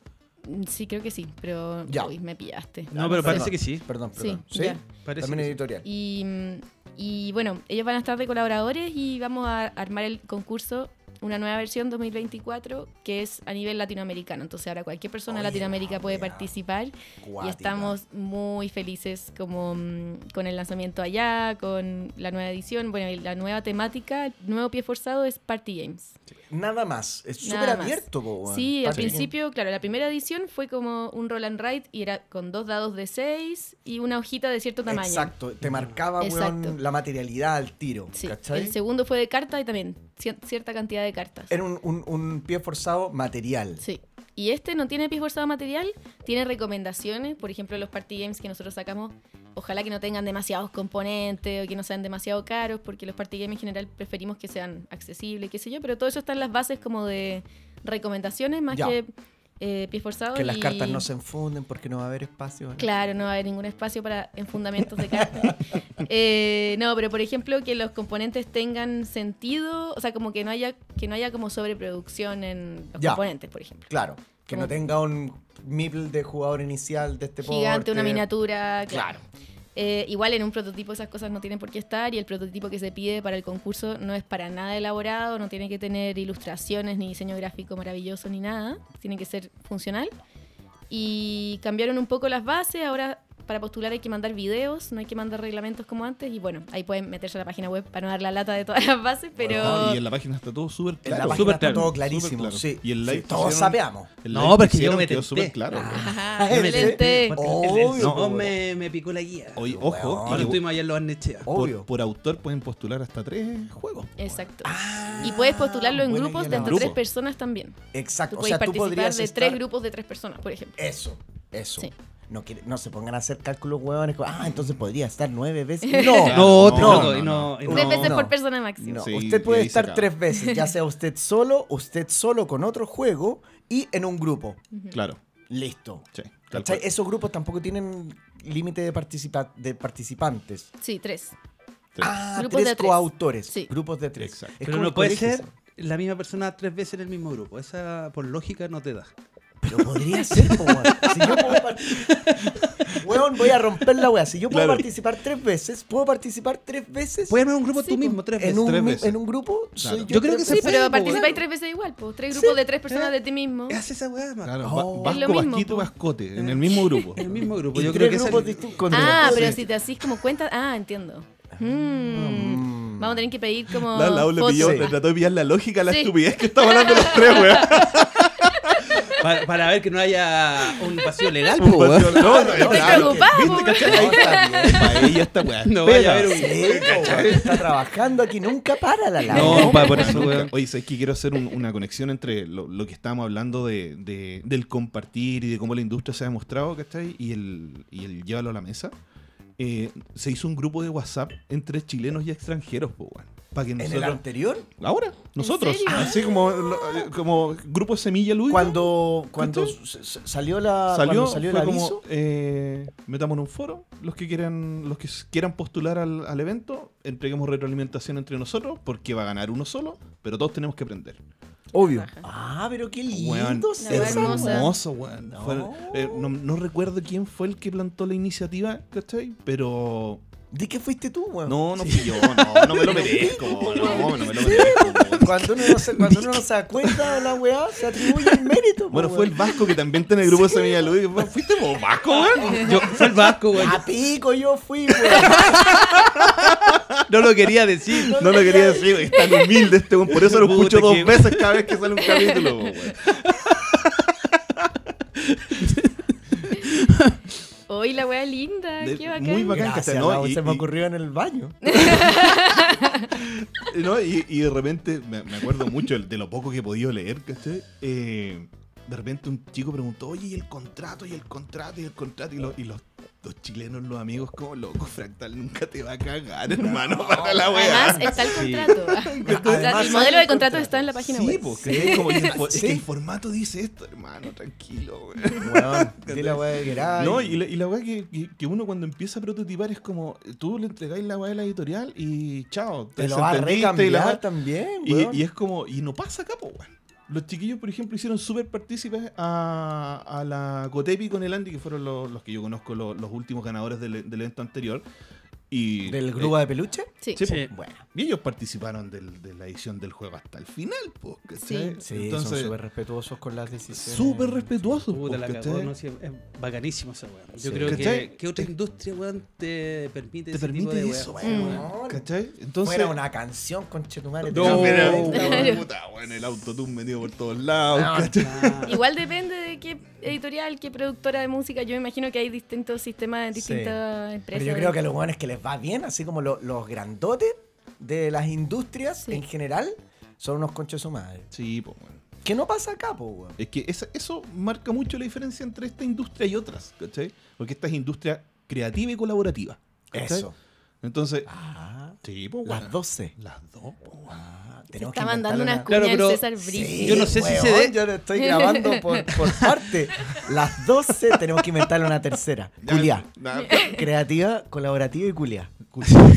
Speaker 3: Mm, Sí, creo que sí, pero
Speaker 2: Ya.
Speaker 3: uy, me pillaste.
Speaker 1: No, pero
Speaker 2: perdón.
Speaker 1: parece que sí.
Speaker 2: Perdón,
Speaker 3: Sí,
Speaker 2: perdón. Sí,
Speaker 3: ya.
Speaker 1: Parece
Speaker 2: también
Speaker 1: que sí.
Speaker 2: editorial.
Speaker 3: Y, mm, y bueno, ellos van a estar de colaboradores y vamos a armar el concurso, una nueva versión 2024 que es a nivel latinoamericano. Entonces ahora cualquier persona de
Speaker 2: Oye,
Speaker 3: Latinoamérica
Speaker 2: la
Speaker 3: puede
Speaker 2: wea.
Speaker 3: participar. Y
Speaker 2: Cuática.
Speaker 3: estamos muy felices como mm, con el lanzamiento allá, con la nueva edición, bueno, y la nueva temática, el nuevo pie forzado es Party Games.
Speaker 2: Nada más. Es
Speaker 3: Nada
Speaker 2: súper
Speaker 3: más.
Speaker 2: abierto, po, weón.
Speaker 3: Sí, al
Speaker 2: Patrick.
Speaker 3: principio, claro, la primera edición fue como un roll and write y era con dos dados de seis y una hojita de cierto tamaño.
Speaker 2: Exacto. Te marcaba,
Speaker 3: Exacto.
Speaker 2: weón, la materialidad al tiro.
Speaker 3: Sí,
Speaker 2: ¿Cachai?
Speaker 3: El segundo fue de carta y también cier- cierta cantidad de cartas.
Speaker 2: Era un, un- un pie forzado material.
Speaker 3: Sí. Y este no tiene pie forzado material, tiene recomendaciones. Por ejemplo, los party games que nosotros sacamos, ojalá que no tengan demasiados componentes o que no sean demasiado caros, porque los party games en general preferimos que sean accesibles, qué sé yo. Pero todo eso está en las bases como de recomendaciones más
Speaker 2: Ya.
Speaker 3: que eh, pie forzado.
Speaker 2: Que las
Speaker 3: y-
Speaker 2: cartas no se enfunden porque no va a haber espacio. ¿no?
Speaker 3: Claro, no va a haber ningún espacio para en fundamentos de
Speaker 2: *laughs*
Speaker 3: cartas. Eh, no, pero por ejemplo que los componentes tengan sentido, o sea, como que no haya que no haya como sobreproducción en los
Speaker 2: Ya.
Speaker 3: componentes, por ejemplo.
Speaker 2: Claro. Que no
Speaker 3: Como-
Speaker 2: tenga un miple de jugador inicial de este
Speaker 3: Gigante,
Speaker 2: porte.
Speaker 3: una miniatura, claro.
Speaker 2: Claro.
Speaker 3: Eh, igual en un prototipo esas cosas no tienen por qué estar y el prototipo que se pide para el concurso no es para nada elaborado, no tiene que tener ilustraciones ni diseño gráfico maravilloso ni nada, tiene que ser funcional. Y cambiaron un poco las bases, ahora para postular hay que mandar videos, no hay que mandar reglamentos como antes y bueno, ahí pueden meterse a la página web para no dar la lata de todas las bases, pero...
Speaker 4: Ah, y en la página está todo súper
Speaker 2: En la
Speaker 4: claro.
Speaker 2: página
Speaker 1: súper
Speaker 2: está
Speaker 1: claro,
Speaker 2: todo
Speaker 4: súper
Speaker 2: clarísimo.
Speaker 4: claro.
Speaker 2: Sí.
Speaker 4: Y el
Speaker 2: Sí,
Speaker 4: live que
Speaker 2: Todos
Speaker 4: hicieron-
Speaker 2: sabeamos.
Speaker 4: el
Speaker 1: No,
Speaker 4: live
Speaker 1: porque
Speaker 4: que
Speaker 1: yo
Speaker 4: hicieron
Speaker 1: me
Speaker 4: quedó
Speaker 1: tenté.
Speaker 4: súper claro. *laughs*
Speaker 3: Ajá,
Speaker 2: Ese-
Speaker 3: excelente.
Speaker 1: Porque
Speaker 2: Obvio,
Speaker 1: el del-
Speaker 2: po,
Speaker 1: no, me, me picó la guía.
Speaker 4: Oye,
Speaker 2: Pero,
Speaker 4: ojo,
Speaker 2: weón.
Speaker 4: que
Speaker 1: Ahora estuvimos allá en los Arnechea.
Speaker 2: Obvio.
Speaker 4: por, por autor pueden postular hasta tres juegos.
Speaker 3: Exacto. y puedes postularlo en
Speaker 2: Ah, buena
Speaker 3: grupos
Speaker 2: guía la
Speaker 3: de hasta
Speaker 4: base.
Speaker 3: tres
Speaker 4: Grupo.
Speaker 3: personas también.
Speaker 2: Exacto. O
Speaker 3: Tú puedes
Speaker 2: sea, tú
Speaker 3: participar
Speaker 2: podrías
Speaker 3: de
Speaker 2: estar-
Speaker 3: tres grupos de tres personas, por ejemplo.
Speaker 2: Eso, eso.
Speaker 3: Sí.
Speaker 2: No, quiere- no se pongan a hacer cálculos huevones. como, Ah, entonces podría estar nueve
Speaker 3: *laughs*
Speaker 2: veces. No,
Speaker 4: Claro.
Speaker 1: No,
Speaker 4: No,
Speaker 1: te
Speaker 4: no,
Speaker 1: loco, y
Speaker 4: no,
Speaker 1: no, y
Speaker 2: no.
Speaker 3: Tres
Speaker 1: no.
Speaker 3: veces
Speaker 2: no.
Speaker 3: por persona máximo.
Speaker 2: No,
Speaker 4: Sí,
Speaker 2: usted
Speaker 4: y
Speaker 2: puede
Speaker 4: ahí se
Speaker 2: estar
Speaker 4: acaba.
Speaker 2: tres veces, ya sea
Speaker 3: *laughs*
Speaker 2: usted solo, usted solo con otro juego y en un grupo.
Speaker 4: Claro.
Speaker 2: Listo.
Speaker 4: Sí, tal
Speaker 2: ¿Cachai?
Speaker 4: cual.
Speaker 2: Esos grupos tampoco tienen límite de, participa- de participantes.
Speaker 3: Sí, tres.
Speaker 4: Tres.
Speaker 2: Ah,
Speaker 3: Grupos
Speaker 2: tres
Speaker 3: de tres.
Speaker 2: coautores.
Speaker 3: Sí.
Speaker 2: Grupos de tres.
Speaker 4: Exacto.
Speaker 2: Es
Speaker 1: Pero
Speaker 2: como
Speaker 1: no
Speaker 2: el
Speaker 1: puede
Speaker 2: colegio,
Speaker 1: ser
Speaker 2: ¿sabes?
Speaker 1: la misma persona tres veces en el mismo grupo. Esa, por lógica, no te da.
Speaker 2: Pero podría ser, po, weón. Si yo
Speaker 1: *laughs*
Speaker 2: puedo par- Weón, voy a romper la wea. Si yo puedo
Speaker 4: Claro.
Speaker 2: participar tres veces, puedo participar tres veces
Speaker 1: Puedes armar un grupo
Speaker 3: Sí,
Speaker 1: tú
Speaker 3: po.
Speaker 1: mismo tres
Speaker 2: en
Speaker 1: veces.
Speaker 2: un,
Speaker 4: tres
Speaker 2: mi-
Speaker 4: veces.
Speaker 2: en un grupo. soy
Speaker 4: Claro.
Speaker 2: yo
Speaker 1: Yo creo
Speaker 2: tres
Speaker 1: que se
Speaker 3: Sí,
Speaker 2: veces.
Speaker 1: puede,
Speaker 3: pero
Speaker 1: po,
Speaker 3: participáis
Speaker 1: bueno.
Speaker 3: tres veces igual, pues. Tres grupos de tres
Speaker 2: ¿Eh?
Speaker 3: personas de ti mismo.
Speaker 1: Haz esa weá, man.
Speaker 4: Claro,
Speaker 2: Oh.
Speaker 4: va-
Speaker 3: Es lo
Speaker 4: Vasco
Speaker 3: mismo.
Speaker 4: Vasquito Vascote, en *laughs* el mismo grupo.
Speaker 1: En el mismo grupo.
Speaker 2: Y
Speaker 1: Yo
Speaker 2: tres
Speaker 1: creo que esa-
Speaker 2: grupos distintos con
Speaker 3: Ah,
Speaker 2: tres.
Speaker 3: pero
Speaker 2: Sí. *laughs*
Speaker 3: si te hacís como cuenta. Ah, entiendo. Mm. Vamos a tener que pedir como.
Speaker 5: La Lau le pilló,
Speaker 2: Sí.
Speaker 5: le trató de pillar la lógica a la
Speaker 3: Sí.
Speaker 5: estupidez
Speaker 4: *laughs*
Speaker 5: que estaba hablando los tres, weón.
Speaker 1: para, para ver que no haya un vacío
Speaker 2: *laughs*
Speaker 1: legal,
Speaker 4: Pues,
Speaker 1: po,
Speaker 5: Un
Speaker 1: weón.
Speaker 5: vacío- No, no,
Speaker 2: Estoy
Speaker 5: claro.
Speaker 3: preocupada,
Speaker 5: ¿Viste,
Speaker 3: po,
Speaker 5: cachai?
Speaker 2: No, está bien.
Speaker 4: Para ella esta weá.
Speaker 1: No vaya a haber un.
Speaker 2: Sí, po, está trabajando aquí, nunca para la Laura.
Speaker 1: No, pa, por eso,
Speaker 4: Nunca.
Speaker 1: weón.
Speaker 4: Oye, ¿sabes que quiero hacer un- una conexión entre lo, lo que estábamos hablando de, de- del compartir y de cómo la industria se ha demostrado, ¿cachai? Y el, y el llévalo a la mesa. Eh, se hizo un grupo de WhatsApp entre chilenos y extranjeros, Para que
Speaker 2: En el
Speaker 4: nosotros.
Speaker 2: anterior,
Speaker 4: Ahora, nosotros.
Speaker 3: serio?
Speaker 4: Así como, lo- eh, como Grupo Semilla Lúdica.
Speaker 2: cuando, cuando s- s- salió la
Speaker 4: salió,
Speaker 2: cuando salió el
Speaker 4: fue
Speaker 2: aviso,
Speaker 4: como eh, metamos en un foro los que quieran los que s- quieran postular al, al evento entreguemos retroalimentación entre nosotros porque va a ganar uno solo pero todos tenemos que aprender
Speaker 2: obvio.
Speaker 3: Ajá.
Speaker 2: Ah, pero qué
Speaker 4: Weón,
Speaker 2: lindo
Speaker 4: es
Speaker 3: verdad,
Speaker 2: César.
Speaker 3: hermosa.
Speaker 4: hermoso, weón. Fue- eh, No. no recuerdo quién fue el que plantó la iniciativa, ¿cachai? Pero
Speaker 2: ¿De qué fuiste tú, weón?
Speaker 4: No, no fui yo, no, *laughs* no me lo merezco, no, no me lo merezco.
Speaker 2: *laughs* Cuando uno no se, cuando uno no se da cuenta de la weá, se atribuye el mérito. po,
Speaker 4: Bueno, fue
Speaker 2: weón.
Speaker 4: el Vasco que también está en el grupo de Semilla Luz. ¿Fuiste vos, Vasco, weón?
Speaker 1: Yo, fue el Vasco, weón.
Speaker 2: A pico yo
Speaker 4: *laughs*
Speaker 2: fui, weón.
Speaker 1: No lo quería decir.
Speaker 4: No lo quería decir, es tan humilde este weón. Por eso lo escucho
Speaker 1: Puta,
Speaker 4: dos
Speaker 1: qué-
Speaker 4: veces cada vez que sale un capítulo, weón.
Speaker 3: Hoy la wea linda,
Speaker 4: De-
Speaker 3: qué bacán.
Speaker 4: muy bacán.
Speaker 2: Gracias,
Speaker 4: ¿no?
Speaker 2: Raúl,
Speaker 4: Y-
Speaker 2: se me
Speaker 4: y-
Speaker 2: ocurrió en el baño.
Speaker 4: *laughs* ¿no? Y, y de repente, me, me acuerdo mucho de lo poco que he podido leer, ¿cachai? Eh, de repente un chico preguntó, oye, ¿y el contrato? ¿Y el contrato? ¿Y el contrato? Y, lo- y los, los chilenos, los amigos, como locos, Fractal nunca te va a cagar, hermano, *laughs* para la
Speaker 3: Además,
Speaker 4: wea.
Speaker 3: está *laughs* el contrato. O sea,
Speaker 2: Además,
Speaker 3: el modelo de
Speaker 2: hay
Speaker 3: contrato
Speaker 2: contrato.
Speaker 3: está en la página
Speaker 4: Sí,
Speaker 3: web.
Speaker 4: pues, ¿cachai? Como, y el fo- es
Speaker 2: Sí.
Speaker 4: que el formato dice esto, hermano, tranquilo, weón.
Speaker 2: Weón, di la weá de Geray.
Speaker 4: No, y la, y la weá que, que- que uno cuando empieza a prototipar es como, tú le entregáis la weá de la editorial y chao,
Speaker 2: te lo va a
Speaker 4: desentendiste y la weá-
Speaker 2: recambiar también,
Speaker 4: Y,
Speaker 2: weón.
Speaker 4: y es como, y no pasa acá, po, weón. Los chiquillos, por ejemplo, hicieron súper partícipes a, a la Cotepi con el Andy, que fueron los, los que yo conozco, los, los últimos ganadores del, del evento anterior. Y,
Speaker 2: ¿Del grupo de peluche?
Speaker 3: Sí.
Speaker 4: Sí,
Speaker 1: Sí.
Speaker 4: po.
Speaker 1: pues.
Speaker 2: Bueno,
Speaker 4: y ellos participaron del- de la edición del juego hasta el final, po, ¿cachai?
Speaker 2: sí, son súper respetuosos con las decisiones.
Speaker 4: súper respetuosos, po,
Speaker 1: Puta, la
Speaker 4: ¿cachai?
Speaker 1: cagó, no, sí, es bacanísimo esa weón. Yo
Speaker 2: Sí.
Speaker 1: creo
Speaker 4: ¿Cachai?
Speaker 1: que, que otra industria, weón, te permite
Speaker 4: Te
Speaker 1: ese tipo
Speaker 4: permite
Speaker 1: de
Speaker 4: eso,
Speaker 1: weá?
Speaker 4: weón,
Speaker 3: Mm.
Speaker 4: weón, ¿cachai? Entonces,
Speaker 2: Fuera una canción, conchetumare. *laughs*
Speaker 4: No,
Speaker 1: No,
Speaker 4: pero-
Speaker 1: weón.
Speaker 4: puta, weón, el autotune metido por todos lados,
Speaker 2: No,
Speaker 4: ¿cachai?
Speaker 3: *laughs*
Speaker 1: Ah,
Speaker 3: Igual depende de qué editorial, qué productora de música. Yo me imagino que hay distintos sistemas en
Speaker 2: Sí.
Speaker 3: distintas
Speaker 2: Pero
Speaker 3: empresas.
Speaker 2: yo creo que a los hueones que les va bien, así como lo- los grandotes de las industrias
Speaker 3: Sí.
Speaker 2: en general, son unos conches su madre.
Speaker 4: Sí, po, weón.
Speaker 2: Que no pasa acá, po, weón.
Speaker 4: Es que esa- eso marca mucho la diferencia entre esta industria y otras, ¿cachai? Porque esta es industria creativa y colaborativa. ¿cachai?
Speaker 2: Eso.
Speaker 4: Entonces,
Speaker 2: Ah,
Speaker 4: sí, po,
Speaker 2: las
Speaker 4: weón.
Speaker 2: 12.
Speaker 4: Las dos, po, weón.
Speaker 2: Ah,
Speaker 3: Se
Speaker 2: tenemos
Speaker 3: está
Speaker 2: que inventar
Speaker 3: mandando unas
Speaker 2: una-
Speaker 1: cuñas
Speaker 3: cuñas
Speaker 1: Claro, pero-
Speaker 3: al César Brito.
Speaker 2: Sí,
Speaker 1: Yo no sé si se dé-
Speaker 2: Yo lo estoy grabando por,
Speaker 3: *laughs*
Speaker 2: por parte. Las 12 tenemos que inventar una tercera.
Speaker 4: Ya,
Speaker 2: Culia.
Speaker 4: na-
Speaker 2: Creativa, colaborativa y culia.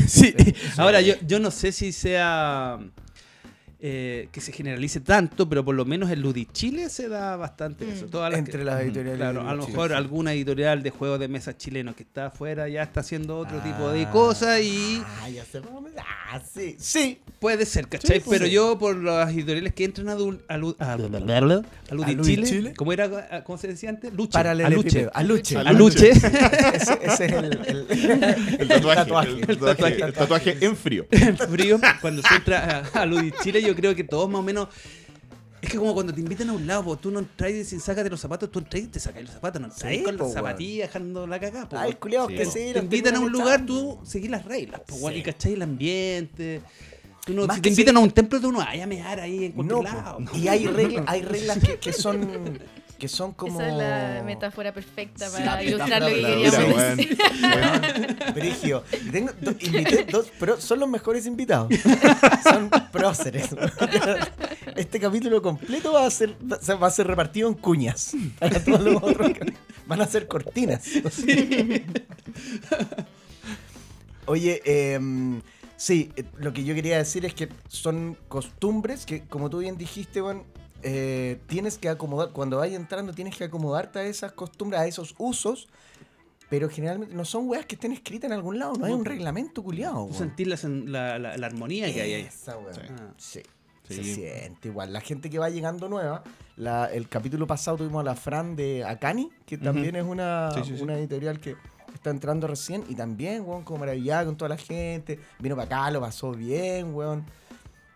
Speaker 1: sí. Ahora, yo, yo no sé si sea eh, que se generalice tanto, pero por lo menos en Ludichile se da bastante eso. Todas las que- mm,
Speaker 2: Entre las editoriales.
Speaker 1: Claro, a lo
Speaker 2: Sí,
Speaker 1: mejor
Speaker 2: sí.
Speaker 1: alguna editorial de juegos de mesa chileno que está afuera ya está haciendo otro
Speaker 2: Ah.
Speaker 1: tipo de cosas y
Speaker 2: Ah, ya sé. Ah, sí. Sí.
Speaker 1: puede ser, ¿cachai?
Speaker 2: Sí, sí,
Speaker 1: Pero
Speaker 2: sí.
Speaker 1: yo por las editoriales que entran a, Dul- a, Lu- a, a Ludichile,
Speaker 2: Ludichile.
Speaker 1: ¿cómo era? a- ¿Cómo se decía antes? Luche. a
Speaker 2: Paralelepípedo.
Speaker 1: Luche.
Speaker 2: Aluche.
Speaker 1: A Luche. *laughs*
Speaker 2: Ese, ese es el, el-
Speaker 4: El tatuaje,
Speaker 2: tatuaje.
Speaker 4: el tatuaje, el tatuaje en frío.
Speaker 1: en frío, cuando se entra a, a Ludichile, yo creo que todos más o menos. Es que como cuando te invitan a un lado, po, tú no entras sin sacarte los zapatos, tú entras y te sacas los zapatos, no entras
Speaker 2: Sí,
Speaker 1: con
Speaker 2: po,
Speaker 1: las
Speaker 2: weón.
Speaker 1: zapatillas dejando la cagada. po,
Speaker 2: Ay,
Speaker 1: weón.
Speaker 2: culiados
Speaker 4: Sí,
Speaker 2: que
Speaker 4: po.
Speaker 2: sí.
Speaker 1: te
Speaker 2: los
Speaker 1: invitan a un lugar,
Speaker 2: terminan
Speaker 1: tú
Speaker 2: echando.
Speaker 1: seguís las reglas, po,
Speaker 2: Sí.
Speaker 1: weón, y cachai el ambiente. Tú no-
Speaker 2: Más
Speaker 1: si
Speaker 2: que
Speaker 1: te
Speaker 2: sí.
Speaker 1: invitan a un templo, tú no vayas a mear ahí en cualquier
Speaker 2: No,
Speaker 1: lado.
Speaker 2: po.
Speaker 1: po.
Speaker 2: y hay reglas, hay reglas que, que son que son como
Speaker 3: Esa es la metáfora perfecta
Speaker 2: Sí,
Speaker 3: para
Speaker 2: la
Speaker 3: ilustrar lo que
Speaker 2: metáfora
Speaker 4: Dura,
Speaker 3: queríamos
Speaker 4: weón.
Speaker 3: decir.
Speaker 2: Brigio. Y Tengo do- invité dos, pero son los mejores invitados. Son próceres. Este capítulo completo va a ser va a ser- va a ser repartido en cuñas. Para todos los otros cap- Van a ser cortinas. Oye, em, sí, eh, lo que yo quería decir es que son costumbres que, como tú bien dijiste, Juan, eh, tienes que acomodar, cuando vayas entrando tienes que acomodarte a esas costumbres, a esos usos, pero generalmente no son weas que estén escritas en algún lado, no hay un reglamento culiado.
Speaker 1: Tú sentís la, sen- la- la- la armonía que hay ahí.
Speaker 2: Esa wea.
Speaker 4: Sí.
Speaker 1: Ah.
Speaker 2: Sí.
Speaker 4: Sí.
Speaker 2: Se siente igual. La gente que va llegando nueva, la- el capítulo pasado tuvimos a la Fran de Akani, que también es una,
Speaker 4: Sí, sí, sí.
Speaker 2: una editorial que está entrando recién y también, weón, como maravillada con toda la gente. Vino para acá, lo pasó bien, weón.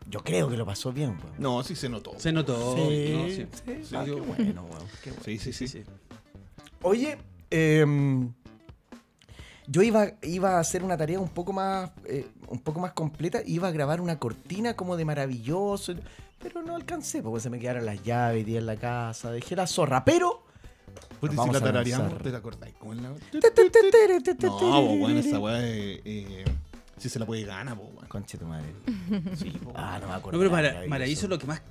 Speaker 2: Yo creo que lo pasó bien, weón.
Speaker 4: No, sí se notó.
Speaker 1: Se notó.
Speaker 2: Sí,
Speaker 1: no, sí.
Speaker 4: Sí,
Speaker 2: Ah, qué
Speaker 4: yo-
Speaker 2: bueno, weón. qué bueno.
Speaker 4: Sí, sí, sí. sí.
Speaker 2: Oye, em, yo iba, iba a hacer una tarea un poco más eh, un poco más completa, iba a grabar una cortina como de maravilloso, pero no alcancé porque se me quedaron las llaves, di en la casa, dejé la zorra, pero
Speaker 4: Puta, y
Speaker 2: Vamos
Speaker 4: si la
Speaker 2: a lanzar.
Speaker 4: tarareamos, te la acordáis. ¿Cómo es la- No, po, weón, pues, *laughs* esa weá eh, eh, sí se la puede ganar, po, weón.
Speaker 2: Conche tu
Speaker 4: *laughs*
Speaker 2: madre.
Speaker 4: Sí, po, weón.
Speaker 2: Ah, no me acuerdo.
Speaker 1: No, pero
Speaker 2: era
Speaker 1: Mara- Maraíso lo que más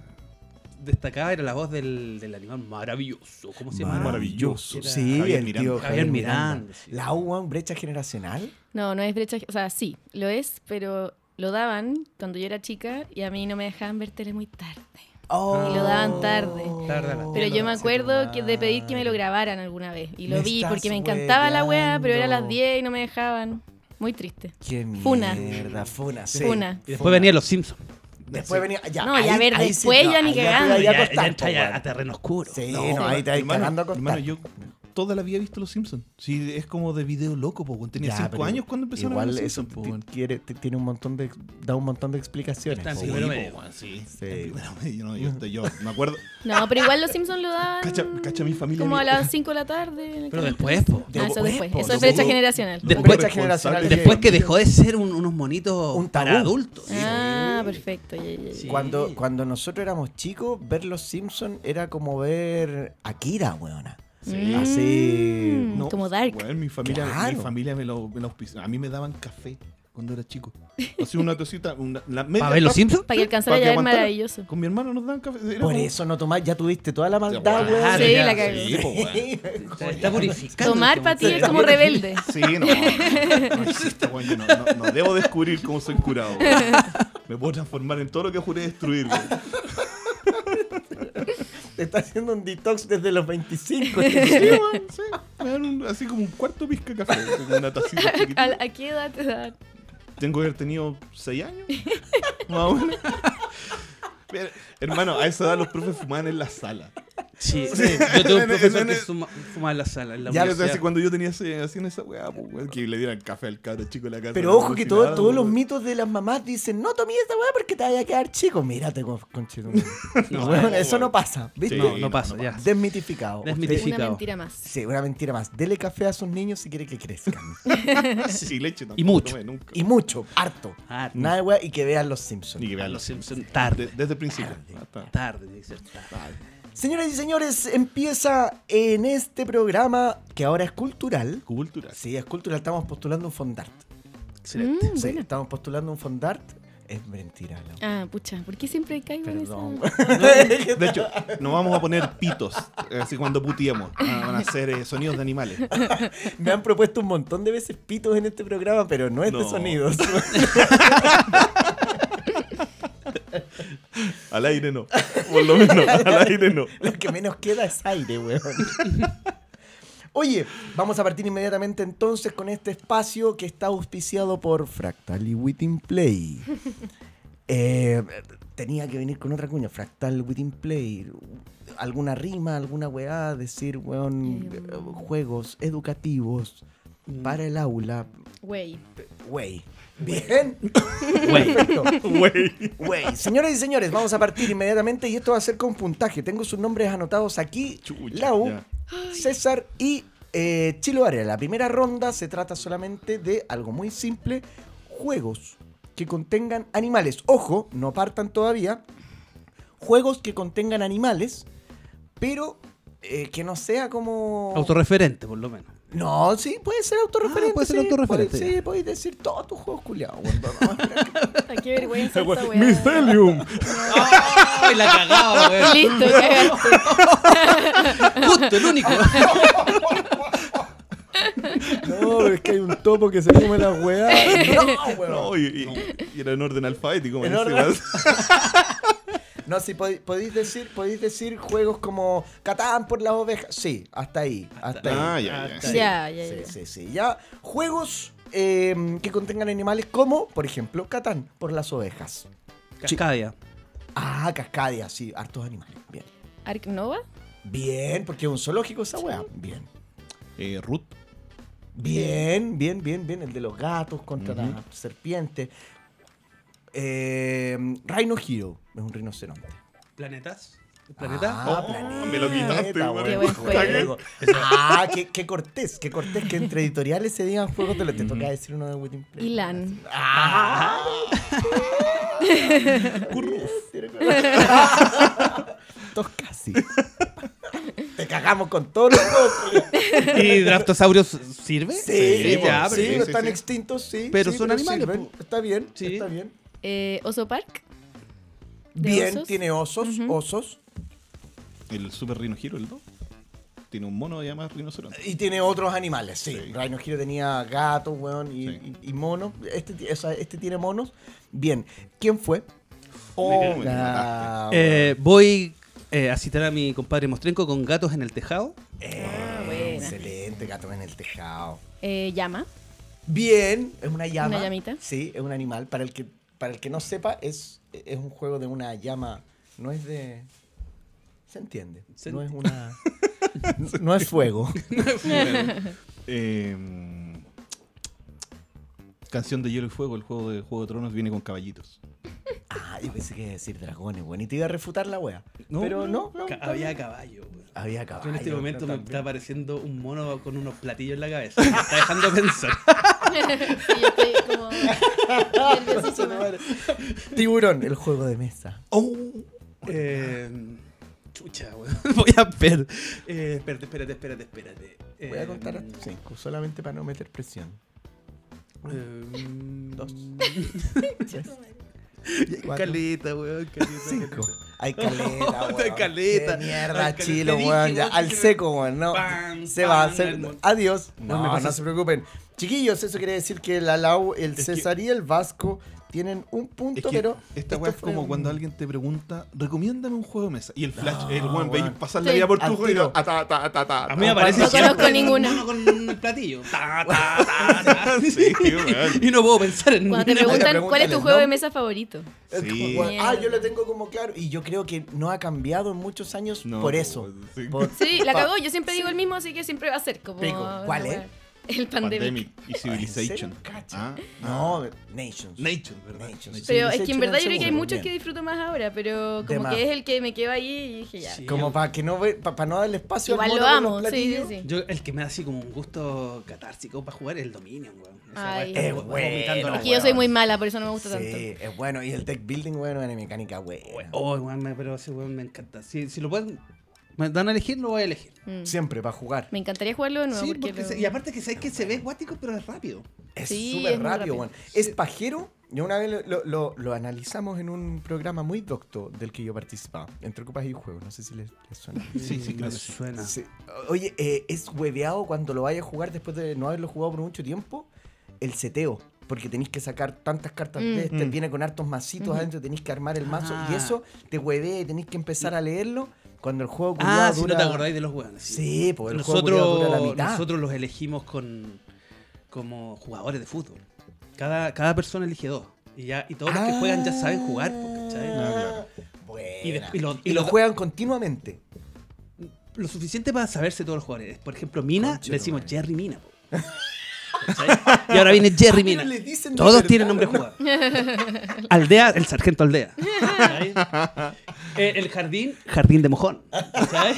Speaker 1: destacaba era la voz del, del animal maravilloso. ¿Cómo se llama?
Speaker 4: Maravilloso.
Speaker 1: Era-
Speaker 2: Sí,
Speaker 4: Javier
Speaker 2: el
Speaker 4: Miranda.
Speaker 2: tío
Speaker 1: Javier Miranda, sí.
Speaker 2: La U, weón, brecha generacional.
Speaker 3: *laughs* No, no es brecha. O sea, sí, lo es, pero lo daban cuando yo era chica y a mí no me dejaban ver tele muy tarde.
Speaker 2: Oh.
Speaker 3: Y lo daban tarde.
Speaker 1: Tarde pues, a la
Speaker 3: Pero yo me
Speaker 2: pues,
Speaker 3: acuerdo que de pedir que me lo grabaran alguna vez. Y lo vi porque me encantaba la weá, pero era a las
Speaker 2: hueveando.
Speaker 3: 10 y no me dejaban. Muy triste.
Speaker 2: Qué
Speaker 3: Funa.
Speaker 2: mierda, funa, sí.
Speaker 3: Funa.
Speaker 1: Y después
Speaker 2: Funa.
Speaker 1: venían los Simpsons.
Speaker 2: Después venía. Ya,
Speaker 3: No, ya ver, después ya ni cagando.
Speaker 2: Ahí
Speaker 3: Ya-
Speaker 2: a
Speaker 1: ya,
Speaker 2: acostar,
Speaker 1: entra
Speaker 2: po,
Speaker 1: ya
Speaker 2: weón.
Speaker 1: a terreno oscuro.
Speaker 2: Sí,
Speaker 4: No,
Speaker 2: no, ahí te ahí
Speaker 4: hermano,
Speaker 2: cagando a acostar.
Speaker 4: hermano, yo toda la vida he visto Los Simpsons. Sí, es como de video loco, po, weón. Tenía
Speaker 2: Ya,
Speaker 4: 5
Speaker 2: pero
Speaker 4: años cuando empezaron a
Speaker 2: Igual
Speaker 4: ver Los
Speaker 2: eso
Speaker 4: Simpsons, po,
Speaker 2: ti-
Speaker 4: weón.
Speaker 2: quiere- ti- tiene un montón de da un montón de explicaciones.
Speaker 1: Está en
Speaker 2: po,
Speaker 1: primero
Speaker 2: weón.
Speaker 1: medio.
Speaker 4: Sí,
Speaker 2: Sí.
Speaker 4: en primero medio, yo no, yo, estoy- yo me
Speaker 3: *laughs*
Speaker 4: acuerdo.
Speaker 3: No, pero igual los Simpsons lo daban.
Speaker 4: Cacha, cacha mi familia.
Speaker 3: Como a
Speaker 4: mi-
Speaker 3: las 5 de la tarde. en el
Speaker 1: Pero
Speaker 3: canal
Speaker 1: después,
Speaker 3: 13.
Speaker 1: po.
Speaker 3: Ah, eso
Speaker 2: Después,
Speaker 3: después.
Speaker 2: po.
Speaker 3: Eso es
Speaker 4: Lo-
Speaker 3: brecha
Speaker 4: lo-
Speaker 3: generacional.
Speaker 4: lo-
Speaker 1: Después-
Speaker 4: lo-
Speaker 2: generacional.
Speaker 1: Después que dejó de ser un- unos monitos
Speaker 2: Un
Speaker 1: para
Speaker 2: tabú.
Speaker 1: adultos.
Speaker 3: Ah, perfecto. ya, ya, ya.
Speaker 1: Sí.
Speaker 2: Cuando, cuando nosotros éramos chicos, ver Los Simpsons era como ver Akira, weona.
Speaker 3: Mm,
Speaker 2: Así.
Speaker 4: No,
Speaker 3: como Dark.
Speaker 4: weón, mi familia,
Speaker 2: Claro.
Speaker 4: mi familia me lo, me lo auspicia- A mí me daban café cuando era chico. Así una tacita, una, la media
Speaker 1: ¿Para ver los
Speaker 4: taza,
Speaker 1: Simpsons?
Speaker 3: Para que alcanzara
Speaker 4: para
Speaker 3: ya
Speaker 4: que
Speaker 3: es
Speaker 4: aguantara.
Speaker 3: maravilloso.
Speaker 4: Con mi hermano nos daban café. Era
Speaker 2: Por
Speaker 4: como-
Speaker 2: eso no tomás, ya tuviste toda la maldad,
Speaker 4: Claro,
Speaker 2: weón.
Speaker 3: Sí,
Speaker 1: ya,
Speaker 3: la cagó.
Speaker 4: Sí, po, weón.
Speaker 1: Está purificando.
Speaker 3: Tomar
Speaker 1: este
Speaker 3: para ti
Speaker 1: momento.
Speaker 3: es como rebelde.
Speaker 4: Sí, no. No existe, weón. Yo no, no, no debo descubrir cómo soy curado. weón. Me puedo transformar en todo lo que juré destruir. weón.
Speaker 2: *laughs* Te está haciendo un detox desde los
Speaker 3: *laughs*
Speaker 2: 25.
Speaker 4: Sí, weón, sí. Me dan un- así como un cuarto pizca de café. como Una tacita
Speaker 3: ¿A,
Speaker 4: chiquitita.
Speaker 3: a qué edad te dan?
Speaker 4: Tengo que haber tenido 6 años. Más o menos. Pero, hermano, a esa edad los profes fumaban en la sala.
Speaker 1: Sí, yo tuve un profesor
Speaker 4: En-
Speaker 1: que
Speaker 4: en-
Speaker 1: suma- fumaba en la sala. En la
Speaker 4: Ya, o sea,
Speaker 1: universidad.
Speaker 4: así cuando yo tenía ese- así en esa weá, pues, weón, que le dieran café al cabro chico de la casa.
Speaker 2: Pero ojo que todo-
Speaker 4: alucinado,
Speaker 2: todos los
Speaker 4: weón.
Speaker 2: mitos de las mamás dicen, no tomí esa weá porque te vaya a quedar chico. Mírate con, con
Speaker 1: *laughs* No,
Speaker 2: eso no pasa, ¿viste?
Speaker 4: Sí.
Speaker 1: No, no pasa, ya.
Speaker 2: Desmitificado.
Speaker 1: Desmitificado.
Speaker 3: Una
Speaker 1: Picado.
Speaker 3: mentira más.
Speaker 2: Sí, una mentira más. Dele café a sus niños si quiere que crezcan.
Speaker 4: Sí, leche tampoco
Speaker 1: Y mucho.
Speaker 4: tomé nunca.
Speaker 2: y mucho, harto.
Speaker 1: Harto.
Speaker 2: Nada de weá, y que vean los Simpsons.
Speaker 4: Ni que
Speaker 1: A
Speaker 4: vean
Speaker 1: los
Speaker 4: los
Speaker 1: Simpsons
Speaker 4: De-
Speaker 1: tarde.
Speaker 4: desde el principio. Ah, está.
Speaker 1: Tarde, tiene que ser tarde.
Speaker 2: Señoras y señores, empieza en este programa que ahora es cultural.
Speaker 4: Cultura.
Speaker 2: Sí, es cultural. Estamos postulando un fondart.
Speaker 1: Excelente.
Speaker 3: Mm,
Speaker 2: Sí,
Speaker 3: bueno.
Speaker 2: estamos postulando un fondart. Es mentira, la
Speaker 3: Ah, pucha, ¿por qué siempre caigo en esa?
Speaker 1: *laughs*
Speaker 2: *laughs* Perdón.
Speaker 4: De hecho, nos vamos a poner pitos. Así cuando puteemos. Van a- van a hacer eh, sonidos de animales.
Speaker 2: Me han propuesto un montón de veces pitos en este programa, pero no es de
Speaker 4: No.
Speaker 2: sonidos. *laughs*
Speaker 4: Al aire no. Por lo menos, al aire no.
Speaker 2: Lo que menos queda es aire, weón. Oye, vamos a partir inmediatamente entonces con este espacio que está auspiciado por Fractal y Within Play. Eh, tenía que venir con otra cuña, Fractal Within Play. Alguna rima, alguna weá, decir, weón,
Speaker 3: Eh,
Speaker 2: eh, juegos educativos para el aula.
Speaker 3: Güey.
Speaker 2: Wey. Bien. *coughs*
Speaker 1: Güey.
Speaker 2: Perfecto.
Speaker 4: Güey.
Speaker 2: Wey, señores y señores, vamos a partir inmediatamente y esto va a ser con puntaje. Tengo sus nombres anotados aquí.
Speaker 4: Chucha,
Speaker 2: Lau,
Speaker 4: ya.
Speaker 2: César y eh, Chilo Area. La primera ronda se trata solamente de algo muy simple. Juegos que contengan animales. Ojo, no partan todavía. Juegos que contengan animales, pero eh, que no sea como...
Speaker 1: Autorreferente, por lo
Speaker 2: *laughs*
Speaker 1: menos.
Speaker 2: No, sí, puede ser autorreferente.
Speaker 1: Ah, puede ser
Speaker 2: sí,
Speaker 1: autorreferente,
Speaker 2: puede-
Speaker 1: ya.
Speaker 2: sí, podéis decir todos tus juegos culiados.
Speaker 3: Ay, qué vergüenza *laughs* esta weá.
Speaker 4: Mycelium.
Speaker 1: ¡Ay, la cagaba, güey!
Speaker 3: Listo, cagaste.
Speaker 1: Justo, el *laughs* único.
Speaker 2: No, es que hay un topo que se come las weas.
Speaker 3: *laughs*
Speaker 2: No, weón.
Speaker 4: No, y, y- y era en orden alfabético. me
Speaker 2: En
Speaker 4: dice,
Speaker 2: orden-
Speaker 4: más.
Speaker 2: No, sí, pod- podéis decir, podéis decir juegos como Catán por las ovejas. Sí, hasta ahí. Hasta
Speaker 4: *laughs* Ah,
Speaker 2: ahí.
Speaker 4: ya, ya.
Speaker 2: Sí,
Speaker 3: Ya, ya, ya.
Speaker 2: Sí, sí, sí. Ya, juegos eh, que contengan animales como, por ejemplo, Catán por las ovejas.
Speaker 1: Cascadia.
Speaker 2: Ah, Cascadia, sí, hartos animales. Bien.
Speaker 3: Ark Nova.
Speaker 2: Bien, porque es un zoológico esa wea. Bien.
Speaker 4: Eh, Ruth.
Speaker 2: Bien, bien, bien, bien. El de los gatos contra las serpientes. Eh, Rhino Hero es un rinoceronte.
Speaker 1: ¿Planetas? ¿Planeta?
Speaker 2: Ah,
Speaker 1: Oh,
Speaker 2: planeta,
Speaker 4: me lo quitaste,
Speaker 2: weón.
Speaker 3: Qué buen juego.
Speaker 2: Ah, qué, qué cortés, qué cortés que entre editoriales se digan juegos de los. Te toca decir uno de Within Play.
Speaker 3: Ilan.
Speaker 2: Ah, *laughs* todos casi. Te cagamos con todos los juegos. culiao.
Speaker 1: ¿Y Draftosaurus sirve?
Speaker 2: Sí,
Speaker 1: ya,
Speaker 2: sí, Ah,
Speaker 1: pero-
Speaker 4: sí,
Speaker 2: no
Speaker 4: sí,
Speaker 2: están
Speaker 4: sí.
Speaker 2: extintos, sí.
Speaker 1: Pero
Speaker 2: sí,
Speaker 1: son animales,
Speaker 2: sirven.
Speaker 1: po.
Speaker 2: Está bien,
Speaker 1: Sí.
Speaker 2: está bien.
Speaker 3: Eh, Oso Park. ¿De
Speaker 2: Bien,
Speaker 3: osos?
Speaker 2: tiene osos,
Speaker 3: Ujú.
Speaker 2: osos.
Speaker 4: El Super Rino Hero, el 2. Tiene un mono llamado rinoceronte.
Speaker 2: Y tiene otros animales, sí.
Speaker 4: Sí.
Speaker 2: Rhino Hero tenía gatos, weón, y,
Speaker 4: Sí.
Speaker 2: y- y monos. Este, ti- o sea, este tiene monos. Bien, ¿quién fue?
Speaker 4: Oh, me
Speaker 2: Ah,
Speaker 1: Eh, voy eh, a citar a mi compadre Mostrenco con gatos en el tejado.
Speaker 2: weón.
Speaker 3: Ah, buena.
Speaker 2: Excelente, gato en el tejado.
Speaker 3: *laughs* Eh, llama.
Speaker 2: Bien, es una llama.
Speaker 3: Una llamita.
Speaker 2: Sí, es un animal. Para el que, para el que no sepa, es, es un juego de una llama. No es de. Se entiende.
Speaker 1: Se
Speaker 2: no es una. no- no es fuego. *laughs*
Speaker 4: Eh, Canción de Hielo y Fuego, el juego de Juego de Tronos viene con caballitos.
Speaker 2: Ah, yo pensé que iba a decir dragones, bueno. Y te iba a refutar la wea.
Speaker 1: No,
Speaker 2: Pero no, no.
Speaker 1: Ca-
Speaker 2: está bien.
Speaker 1: Había caballo, güey.
Speaker 2: Había
Speaker 1: Yo
Speaker 2: caballo.
Speaker 1: en este momento me
Speaker 2: también.
Speaker 1: está apareciendo un mono con unos platillos en la cabeza. Me está dejando *laughs* pensar.
Speaker 3: Sí, yo estoy como nerviosísima.
Speaker 2: Tiburón, el juego de mesa.
Speaker 1: Eh, Oh, chucha, weón. *laughs* Voy a perder. Eh, espérate, espérate, espérate, espérate. Em,
Speaker 2: Voy a contar hasta cinco, solamente para no meter presión.
Speaker 1: *laughs* Dos.
Speaker 2: Dos. Tres, cuatro,
Speaker 1: Caleta, weón. Caleta.
Speaker 2: Cinco. Ay, caleta,
Speaker 1: Puta,
Speaker 2: weón.
Speaker 1: caleta.
Speaker 2: Qué mierda,
Speaker 1: Al cal-
Speaker 2: chilo,
Speaker 1: te dije,
Speaker 2: weón. ya,
Speaker 1: weón,
Speaker 2: al
Speaker 1: que-
Speaker 2: seco, weón. No,
Speaker 1: Pam,
Speaker 2: se va a
Speaker 1: pam,
Speaker 2: hacer.
Speaker 1: Edmund.
Speaker 2: Adiós.
Speaker 1: No,
Speaker 2: No,
Speaker 1: me
Speaker 2: no,
Speaker 1: pasa-
Speaker 2: se preocupen. Chiquillos, eso quiere decir que el Alau, el
Speaker 4: que-
Speaker 2: César y el Vasco tienen un punto, pero.
Speaker 4: esta
Speaker 2: esto
Speaker 4: weá es
Speaker 2: fue
Speaker 4: como
Speaker 2: un-
Speaker 4: cuando alguien te pregunta, recomiéndame un juego de mesa. Y el flash, el weón, ve y
Speaker 2: weón.
Speaker 4: pasar la
Speaker 3: Sí.
Speaker 4: vida por
Speaker 2: Al
Speaker 4: tu juego y
Speaker 2: tiro.
Speaker 4: lo- ah, ta, ta, ta, ta,
Speaker 1: A
Speaker 4: ta.
Speaker 1: mí me aparece
Speaker 3: No conozco
Speaker 1: *laughs* siempre
Speaker 3: ninguno.
Speaker 1: un mono con un platillo. Ta, ta, ta, *laughs* ta.
Speaker 4: Sí, weón.
Speaker 1: Y no puedo pensar en
Speaker 3: Cuando te
Speaker 1: nada.
Speaker 3: preguntan cuál es tu
Speaker 2: pregúntale,
Speaker 3: juego de
Speaker 2: ¿no?
Speaker 3: mesa favorito.
Speaker 2: Es como,
Speaker 4: Sí.
Speaker 2: weón, ah, yo
Speaker 3: Mierda.
Speaker 2: lo tengo como claro. Y yo creo que no ha cambiado en muchos años
Speaker 4: No,
Speaker 2: por eso.
Speaker 4: sí.
Speaker 2: Por-
Speaker 3: Sí, la
Speaker 2: pa-
Speaker 3: cagó. Yo siempre digo el mismo, así que siempre va a ser como.
Speaker 2: Pico. ¿Cuál
Speaker 3: la
Speaker 2: es?
Speaker 3: wea. El pandemic.
Speaker 4: Pandemic y Civilization.
Speaker 2: ¿En serio? Cacha.
Speaker 4: Ah,
Speaker 2: No, Nations.
Speaker 4: Nation, ¿verdad?
Speaker 2: Nation.
Speaker 4: Nation.
Speaker 3: Pero
Speaker 2: Sí,
Speaker 3: es que
Speaker 2: Civilization
Speaker 3: en verdad
Speaker 2: era
Speaker 3: yo creo que hay
Speaker 2: seguro,
Speaker 3: muchos
Speaker 2: bien.
Speaker 3: que disfruto más ahora, pero
Speaker 2: De
Speaker 3: como
Speaker 2: más.
Speaker 3: que es el que me quedo ahí y dije ya.
Speaker 1: Sí.
Speaker 2: Como para que no ve, para no darle espacio
Speaker 3: Igual
Speaker 2: al
Speaker 3: lo
Speaker 2: mono con los
Speaker 3: amo, sí, sí,
Speaker 2: platillos.
Speaker 3: sí.
Speaker 1: Yo, el que me da así como un gusto catártico para jugar es el Dominion, weón. Esa
Speaker 3: Ay.
Speaker 1: weá,
Speaker 3: Es
Speaker 1: vomitando
Speaker 2: bueno,
Speaker 1: la
Speaker 3: Es que yo soy
Speaker 1: weá.
Speaker 3: muy mala, por eso no me gusta
Speaker 2: Sí, es bueno. Y el deck building, bueno, es mecánica, güey.
Speaker 1: Oh, weón, me- pero ese weón me encanta. Si, si lo pueden, me dan a elegir, lo voy a elegir.
Speaker 3: tanto. Mm.
Speaker 2: Siempre para jugar.
Speaker 3: Me encantaría jugarlo de nuevo.
Speaker 1: sí,
Speaker 3: porque
Speaker 1: porque
Speaker 3: lo-
Speaker 1: se- y aparte que sabes que se ve guático, pero es rápido.
Speaker 2: Es
Speaker 3: Sí,
Speaker 2: súper
Speaker 3: es muy
Speaker 2: rápido,
Speaker 3: rápido.
Speaker 2: bueno. Es pajero. Yo una vez lo, lo- lo- lo analizamos en un programa muy docto del que yo participaba. Entre copas y juegos, no sé si les, les suena.
Speaker 4: Sí, sí,
Speaker 1: Mm,
Speaker 4: claro
Speaker 1: me
Speaker 4: que sí.
Speaker 1: suena.
Speaker 2: Sí. Oye, eh, es hueveado cuando lo vayas a jugar después de no haberlo jugado por mucho tiempo, el seteo. Porque tenéis que sacar tantas cartas
Speaker 3: Mm.
Speaker 2: de este,
Speaker 4: Mm.
Speaker 2: viene con hartos macitos
Speaker 3: Ujú.
Speaker 2: adentro, tenéis que armar el mazo.
Speaker 1: Ah.
Speaker 2: Y eso te huevea y tenéis que empezar a leerlo cuando el juego culiao
Speaker 1: Ah, si no
Speaker 2: dura-
Speaker 1: te acordáis de los weones.
Speaker 2: Sí, porque el juego culiao dura la
Speaker 1: nosotros,
Speaker 2: mitad.
Speaker 1: nosotros los elegimos con como jugadores de fútbol. Cada, cada persona elige dos. Y, ya, y todos los que juegan ya saben jugar. po, ¿cachai?
Speaker 2: Ah,
Speaker 1: Y
Speaker 2: Buena.
Speaker 1: des-
Speaker 2: Y,
Speaker 1: y lo- y
Speaker 2: lo
Speaker 1: lo-
Speaker 2: juegan continuamente.
Speaker 1: Lo suficiente para saberse todos los jugadores. Por ejemplo, Mina,
Speaker 2: Concha
Speaker 1: le decimos
Speaker 2: tu madre.
Speaker 1: Jerry Mina. po. ¿Cachai? Y ahora viene
Speaker 2: *laughs*
Speaker 1: Jerry
Speaker 2: Ah,
Speaker 1: Mina.
Speaker 2: pero le dicen de
Speaker 1: Todos
Speaker 2: verdad,
Speaker 1: tienen nombre de jugador. *laughs* Aldea, el sargento Aldea. ¿Cachai? Eh, el jardín, jardín de mojón.
Speaker 2: *laughs*
Speaker 1: ¿Cachai?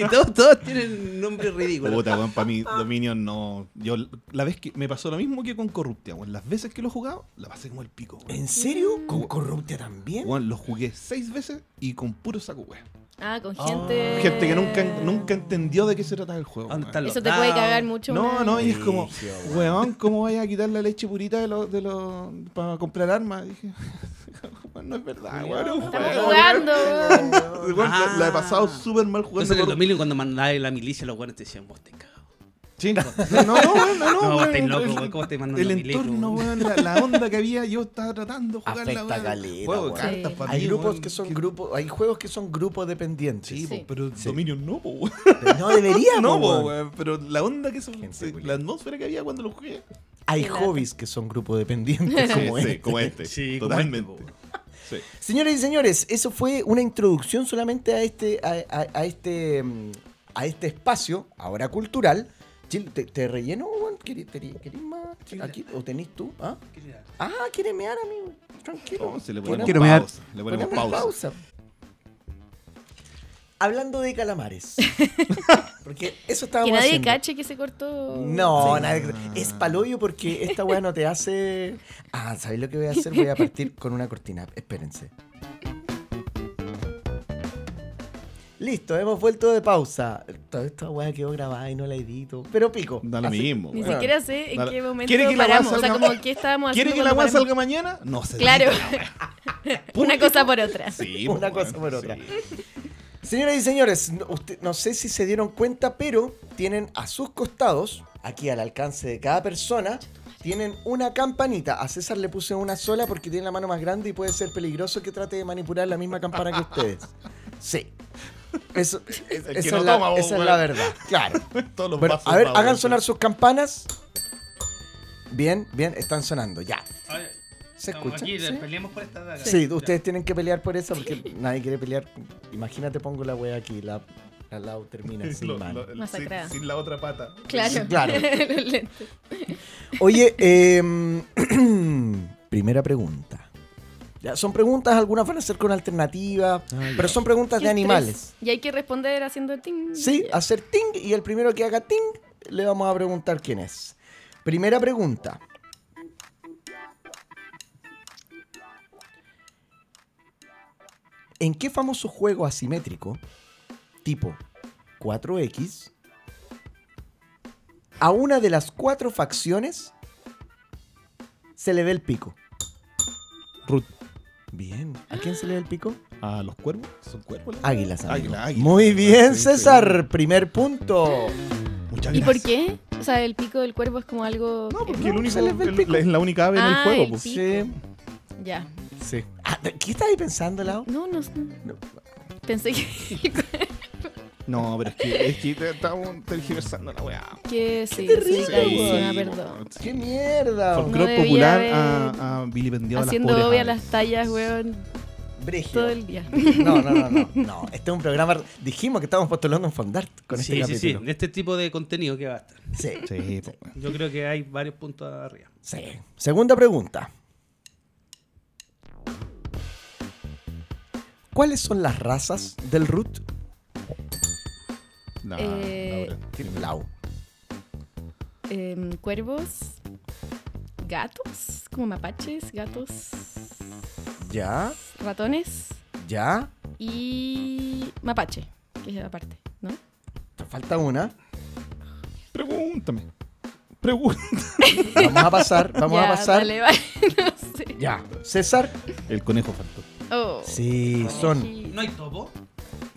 Speaker 1: Y todos, todos tienen nombres ridículos.
Speaker 4: Puta, weón, para mí Dominion no. Yo la vez que me pasó lo mismo que con Corruptia, weón. Las veces que lo he jugado, la pasé como el pico, weón.
Speaker 2: ¿En serio? ¿Con Corruptia también?
Speaker 4: Weón, lo jugué seis veces y con puro saco, weón.
Speaker 3: Ah, con gente.
Speaker 4: Gente que nunca, nunca entendió de qué se trataba el juego.
Speaker 1: ¿Dónde
Speaker 4: weón.
Speaker 1: están los
Speaker 3: Eso te puede
Speaker 1: dados?
Speaker 3: cagar mucho.
Speaker 4: No,
Speaker 3: una-
Speaker 4: no, y es como,
Speaker 2: Brigio, weón.
Speaker 4: weón, ¿cómo vayas a quitar la leche purita de los. De los para comprar armas? Dije, *laughs* weón, no es verdad, weón. es un
Speaker 3: Estamos
Speaker 4: juego,
Speaker 3: jugando.
Speaker 4: weón. Weón, la, la he pasado súper mal jugando.
Speaker 1: Entonces en el
Speaker 4: Corruptia.
Speaker 1: 2000 cuando mandaba la milicia, los guardias te decían, vos te cago.
Speaker 4: Sí, No, no, no, weón, no, no,
Speaker 1: No, vos
Speaker 4: weón,
Speaker 1: estáis loco,
Speaker 4: el-
Speaker 1: weón, ¿cómo estáis mandando
Speaker 4: El
Speaker 1: miles,
Speaker 4: entorno,
Speaker 1: weón?
Speaker 4: weón, la, la onda que había, yo estaba tratando de jugarla,
Speaker 2: Afecta
Speaker 4: weón.
Speaker 2: caleta,
Speaker 4: Juego de
Speaker 2: weón.
Speaker 4: cartas,
Speaker 3: Sí.
Speaker 4: pa'
Speaker 2: Hay
Speaker 4: mí,
Speaker 2: grupos
Speaker 4: weón,
Speaker 2: que son grupos, hay juegos que son grupos dependientes.
Speaker 4: Sí, po,
Speaker 3: Sí.
Speaker 4: pero Dominion no, po, weón.
Speaker 2: No debería,
Speaker 4: *laughs* No,
Speaker 2: no,
Speaker 4: po, weón, pero la onda que son,
Speaker 2: Gente,
Speaker 4: sí,
Speaker 2: weón.
Speaker 4: la atmósfera que había cuando lo jugué.
Speaker 2: Hay
Speaker 3: Qué lata.
Speaker 2: hobbies que son grupos dependientes como
Speaker 4: *laughs* Sí, sí,
Speaker 2: este.
Speaker 4: como este.
Speaker 1: Sí, como
Speaker 4: totalmente.
Speaker 1: este, po, weón.
Speaker 4: Sí.
Speaker 2: Señores y señores, eso fue una introducción solamente a este, a, a- a este, mm, a este espacio, ahora cultural. Chil, ¿Te, te relleno, weón? ¿Querí- teri- ¿Querís más? ¿Aquí? ¿O tenés tú? ¿Ah? Ah, quiere mear, amigo. Tranquilo.
Speaker 4: Entonces Oh, le
Speaker 2: Ponemos-
Speaker 4: ponemos
Speaker 1: Quiero mirar.
Speaker 4: pausa. Le ponemos
Speaker 2: ponemos
Speaker 4: pausa.
Speaker 2: Hablando de
Speaker 4: *laughs*
Speaker 2: calamares. Porque eso estábamos
Speaker 3: Que nadie
Speaker 2: haciendo.
Speaker 3: cache que se cortó.
Speaker 2: No,
Speaker 3: Sí.
Speaker 2: nadie- es palollo porque esta weá no te
Speaker 4: *laughs*
Speaker 2: hace. Ah, ¿sabéis lo que voy a hacer? Voy a partir con una cortina. Espérense. Listo, hemos vuelto de pausa. Toda esta weá quedó grabada y no la edito. Pero pico.
Speaker 4: Da lo
Speaker 2: Así-
Speaker 4: mismo,
Speaker 3: Ni
Speaker 4: weón.
Speaker 2: Bueno,
Speaker 3: siquiera sé en
Speaker 4: dale.
Speaker 3: qué momento
Speaker 4: ¿Quiere que la
Speaker 3: paramos.
Speaker 4: guasa
Speaker 3: o sea,
Speaker 4: salga-
Speaker 3: como que estábamos haciendo.
Speaker 4: ¿Quiere que la
Speaker 3: cuando
Speaker 4: weá
Speaker 3: paramos?
Speaker 4: salga mañana? No se
Speaker 3: Claro.
Speaker 4: edita la weá.
Speaker 3: *laughs* Una cosa por otra.
Speaker 4: *laughs* Sí,
Speaker 2: Una
Speaker 4: po,
Speaker 2: cosa
Speaker 4: weón,
Speaker 2: por otra.
Speaker 4: sí. *laughs*
Speaker 2: Señoras y señores, no, usted- no sé si se dieron cuenta, pero tienen a sus costados, aquí al alcance de cada persona, tienen una campanita. A César le puse una sola porque tiene la mano más grande y puede ser peligroso que trate de manipular la misma campana que ustedes. Sí.
Speaker 4: *laughs*
Speaker 2: Eso, es-
Speaker 4: que
Speaker 2: esa
Speaker 4: no
Speaker 2: es la,
Speaker 4: toma, vos,
Speaker 2: esa es
Speaker 4: weón. *laughs*
Speaker 2: la verdad. Claro.
Speaker 4: Todos los
Speaker 2: Bueno,
Speaker 4: vasos *laughs*
Speaker 2: a ver,
Speaker 4: pa'
Speaker 2: hagan
Speaker 4: vuelta.
Speaker 2: sonar sus campanas. Bien, bien, están sonando, ya. ¿Se
Speaker 1: Estamos
Speaker 2: escucha?
Speaker 1: aquí,
Speaker 2: ¿Sí?
Speaker 1: peleemos por esta daga.
Speaker 2: Sí,
Speaker 1: Ya.
Speaker 2: ustedes tienen que pelear por eso porque nadie quiere pelear. Imagínate, pongo la wea aquí, la, la Lau
Speaker 4: *laughs*
Speaker 2: termina sin
Speaker 4: Lo-
Speaker 2: mano.
Speaker 4: lo- sin-
Speaker 3: Masacrada.
Speaker 4: sin la otra pata.
Speaker 3: Claro.
Speaker 2: claro.
Speaker 3: *laughs* Los lentes.
Speaker 2: Oye, em, *clears throat* primera pregunta. Ya, son preguntas, algunas van a ser con alternativas, pero son preguntas
Speaker 3: Qué
Speaker 2: de animales.
Speaker 3: estrés. Y hay que responder haciendo el ting.
Speaker 2: Sí, hacer ting y el primero que haga ting le vamos a preguntar quién es. Primera pregunta. ¿En qué famoso juego asimétrico tipo 4X a una de las cuatro facciones se le ve el pico?
Speaker 4: Ruth.
Speaker 2: Bien. ¿A quién se le ve el pico?
Speaker 4: ¿A Ah, los cuervos? ¿Son cuervos? las-
Speaker 2: Águilas. amigo.
Speaker 4: Águila, águila. Ah,
Speaker 2: Muy bien,
Speaker 4: Sí, sí.
Speaker 2: César. Primer punto.
Speaker 4: Muchas
Speaker 3: ¿Y por qué?
Speaker 4: gracias.
Speaker 3: O sea, el pico del cuervo es como algo.
Speaker 4: No, porque
Speaker 3: que-
Speaker 4: el único,
Speaker 2: se les ve el
Speaker 4: el-
Speaker 2: pico.
Speaker 4: es la única ave en el
Speaker 3: Ah,
Speaker 4: juego.
Speaker 3: el
Speaker 4: pues.
Speaker 3: pico.
Speaker 2: Sí.
Speaker 3: Ya.
Speaker 2: Sí. Ah, ¿Qué estás ahí pensando, Lau?
Speaker 3: No, no, no. Pensé que,
Speaker 4: No, pero es que, es que te- estamos tergiversando la weá.
Speaker 3: que sí.
Speaker 2: terrible,
Speaker 3: soy carísima,
Speaker 4: Sí,
Speaker 3: perdón.
Speaker 4: sí.
Speaker 2: ¡Qué mierda!
Speaker 4: Folclore
Speaker 3: No debía
Speaker 4: popular
Speaker 3: haber-
Speaker 4: a, a vilipendiado a las
Speaker 3: Haciendo
Speaker 4: pobres
Speaker 3: obvia
Speaker 4: aves.
Speaker 3: las tallas, weón,
Speaker 2: Brígido.
Speaker 3: todo el día.
Speaker 2: No, no, no, no, no. Este es un programa. Dijimos que estábamos postulando en Fondart con este
Speaker 1: Sí, sí, sí.
Speaker 2: capítulo.
Speaker 1: Este tipo de contenido que basta.
Speaker 2: Sí, sí,
Speaker 4: Sí, pues. po, weón.
Speaker 1: Yo creo que hay varios puntos arriba.
Speaker 2: Segunda pregunta. ¿Cuáles son las razas del root?
Speaker 4: La-
Speaker 3: Eh,
Speaker 4: la verdad.
Speaker 2: Lau.
Speaker 3: Em, cuervos, gatos, como mapaches, gatos,
Speaker 2: Ya,
Speaker 3: ratones
Speaker 2: ya.
Speaker 3: y mapache, que es aparte, ¿no?
Speaker 2: Te falta una.
Speaker 4: Pregúntame. *laughs* Pregúntame.
Speaker 2: Vamos a pasar, vamos
Speaker 3: *laughs* Ya,
Speaker 2: a pasar.
Speaker 3: Vale, vale, no sé.
Speaker 2: Ya. César.
Speaker 4: El conejo faltó.
Speaker 3: Oh,
Speaker 2: Sí, son.
Speaker 3: sí.
Speaker 1: ¿No hay topo?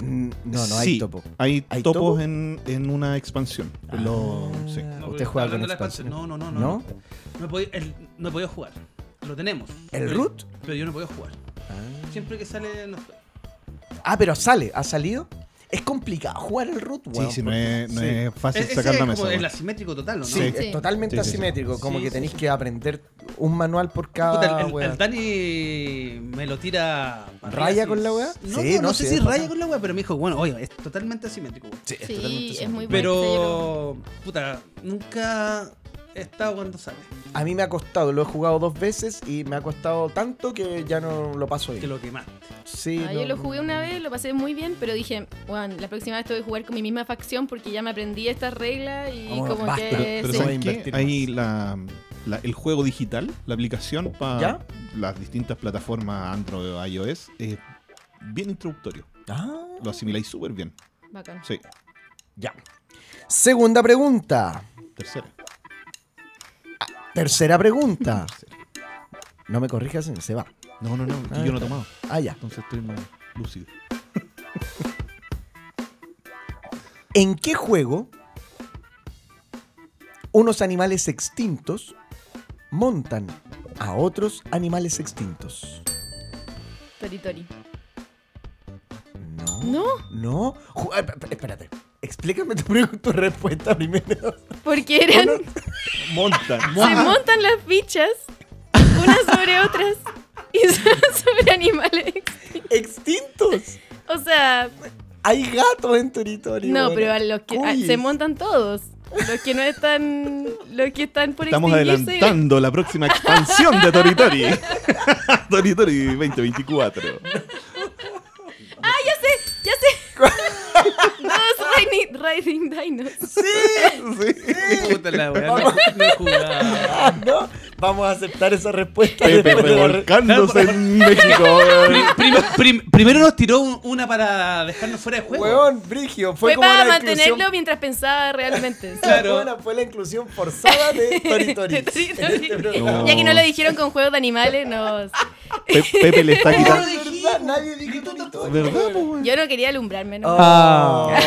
Speaker 2: Mm, No, no hay
Speaker 4: Sí,
Speaker 2: topo.
Speaker 4: Hay,
Speaker 2: ¿Hay
Speaker 4: topos
Speaker 2: topo?
Speaker 4: en, en una expansión. Lo-
Speaker 2: Ah.
Speaker 4: sí.
Speaker 2: No,
Speaker 1: porque
Speaker 2: Usted
Speaker 1: está
Speaker 2: juega con
Speaker 1: hablando de la
Speaker 2: expansión.
Speaker 1: expansión. No, no, no.
Speaker 2: ¿No?
Speaker 1: No, no. he podido, el- no he podido jugar. Lo tenemos.
Speaker 2: ¿El
Speaker 1: Pero-
Speaker 2: root?
Speaker 1: Pero yo no he podido jugar.
Speaker 2: Ah.
Speaker 1: Siempre que sale. No,
Speaker 2: Ah, pero sale, ha salido. Es complicado jugar el root,
Speaker 4: Sí,
Speaker 2: weón.
Speaker 4: pues, sí, no es, no
Speaker 2: Sí.
Speaker 4: es fácil
Speaker 1: E-, Ese
Speaker 4: sacar la
Speaker 1: es
Speaker 4: mesa.
Speaker 1: como
Speaker 4: weón.
Speaker 1: el asimétrico total, ¿o ¿no?
Speaker 2: Sí,
Speaker 4: Sí.
Speaker 2: es totalmente
Speaker 4: Sí, sí, sí.
Speaker 2: asimétrico, como
Speaker 1: Sí,
Speaker 2: que
Speaker 1: sí,
Speaker 2: tenéis
Speaker 1: sí.
Speaker 2: que aprender un manual por
Speaker 1: Puta,
Speaker 2: cada
Speaker 1: el- el,
Speaker 2: weá.
Speaker 1: el Dani me lo tira. para arriba,
Speaker 2: ¿Raya
Speaker 1: así.
Speaker 2: con la weá?
Speaker 1: No, no,
Speaker 2: Sí,
Speaker 1: no
Speaker 2: no,
Speaker 1: sé
Speaker 2: sí,
Speaker 1: si
Speaker 2: es
Speaker 1: raya
Speaker 2: bacán.
Speaker 1: con la weá, pero me dijo, bueno, oye, es totalmente asimétrico. weón.
Speaker 2: Sí, es
Speaker 3: Sí,
Speaker 2: totalmente
Speaker 3: es
Speaker 2: asimétrico.
Speaker 3: muy bueno.
Speaker 1: Pero, puta, nunca he estado cuando sale.
Speaker 2: A mí me ha costado, lo he jugado dos veces y me ha costado tanto que ya no lo paso
Speaker 1: Que
Speaker 2: bien.
Speaker 1: lo quemaste.
Speaker 2: Sí,
Speaker 3: Ah,
Speaker 2: no-
Speaker 3: yo lo jugué una vez, lo pasé muy bien, pero dije, bueno, la próxima vez tengo que jugar con mi misma facción porque ya me aprendí estas reglas y
Speaker 2: Oh,
Speaker 3: como
Speaker 2: basta.
Speaker 4: Pero,
Speaker 3: que...
Speaker 4: pero
Speaker 3: sí.
Speaker 2: son- Voy
Speaker 4: ¿sabes
Speaker 2: a
Speaker 4: qué?
Speaker 2: invertir
Speaker 4: Eh, Hay la, la- el juego digital, la aplicación para
Speaker 2: ¿Ya?
Speaker 4: las distintas plataformas Android o iOS, es bien introductorio.
Speaker 2: Ah,
Speaker 4: Lo asimiláis súper bien.
Speaker 3: Bacán.
Speaker 4: Sí,
Speaker 2: ya. Segunda pregunta.
Speaker 4: tercera.
Speaker 2: Tercera
Speaker 4: *laughs*
Speaker 2: pregunta. No me corrijas, se va.
Speaker 4: No, no, no,
Speaker 2: Ah,
Speaker 4: yo no he
Speaker 2: está.
Speaker 4: tomado.
Speaker 2: Ah, ya.
Speaker 4: Entonces estoy más lúcido.
Speaker 2: ¿En qué juego unos animales extintos montan a otros animales extintos?
Speaker 3: Tori Tori.
Speaker 2: No.
Speaker 3: No,
Speaker 2: No. Ju- ah, p- p- Espérate. Explícame tu, pre- tu respuesta
Speaker 3: *laughs*
Speaker 2: primero.
Speaker 3: porque eran...
Speaker 4: Monta.
Speaker 3: Se montan las fichas unas sobre otras y *laughs* son sobre animales.
Speaker 2: ¡Extintos!
Speaker 3: O sea,
Speaker 2: Hay gatos en territorio.
Speaker 3: no, pero a los que a-
Speaker 2: Uy.
Speaker 3: se montan todos. Los que no están, los que están por
Speaker 4: Estamos
Speaker 3: extinguirse.
Speaker 4: adelantando la próxima expansión de Toritori. *laughs* Toritori *laughs* 2024.
Speaker 3: Ah, Ya sé. *laughs* no, es Riding, Riding Dinos. *laughs*
Speaker 1: Puta la weá, *laughs* no- no he jugado.
Speaker 2: Ah, no. Vamos a aceptar esa respuesta. *laughs*
Speaker 4: Pepe
Speaker 2: después de la re-
Speaker 4: revolcándose en México. weón.
Speaker 1: Prim- prim- primero nos tiró un- una para dejarnos fuera de juego.
Speaker 2: Weón, Brigio. Fue,
Speaker 3: Fue,
Speaker 2: como
Speaker 3: para
Speaker 2: la
Speaker 3: mantenerlo
Speaker 2: inclusión.
Speaker 3: mientras pensaba realmente. sí.
Speaker 1: Claro.
Speaker 2: Bueno, fue la inclusión
Speaker 3: *laughs*
Speaker 2: forzada de Tori Tori.
Speaker 3: Tori,
Speaker 2: En este
Speaker 3: Tori.
Speaker 2: programa.
Speaker 3: Ya que no lo dijeron con juegos de animales, no.
Speaker 5: Pe- Pepe le está quitando.
Speaker 2: ¿Verdad? Nadie dijo todo.
Speaker 4: ¿Verdad, po, weón?
Speaker 3: Yo no quería alumbrarme, ¿no?
Speaker 2: Ah.
Speaker 3: Ah.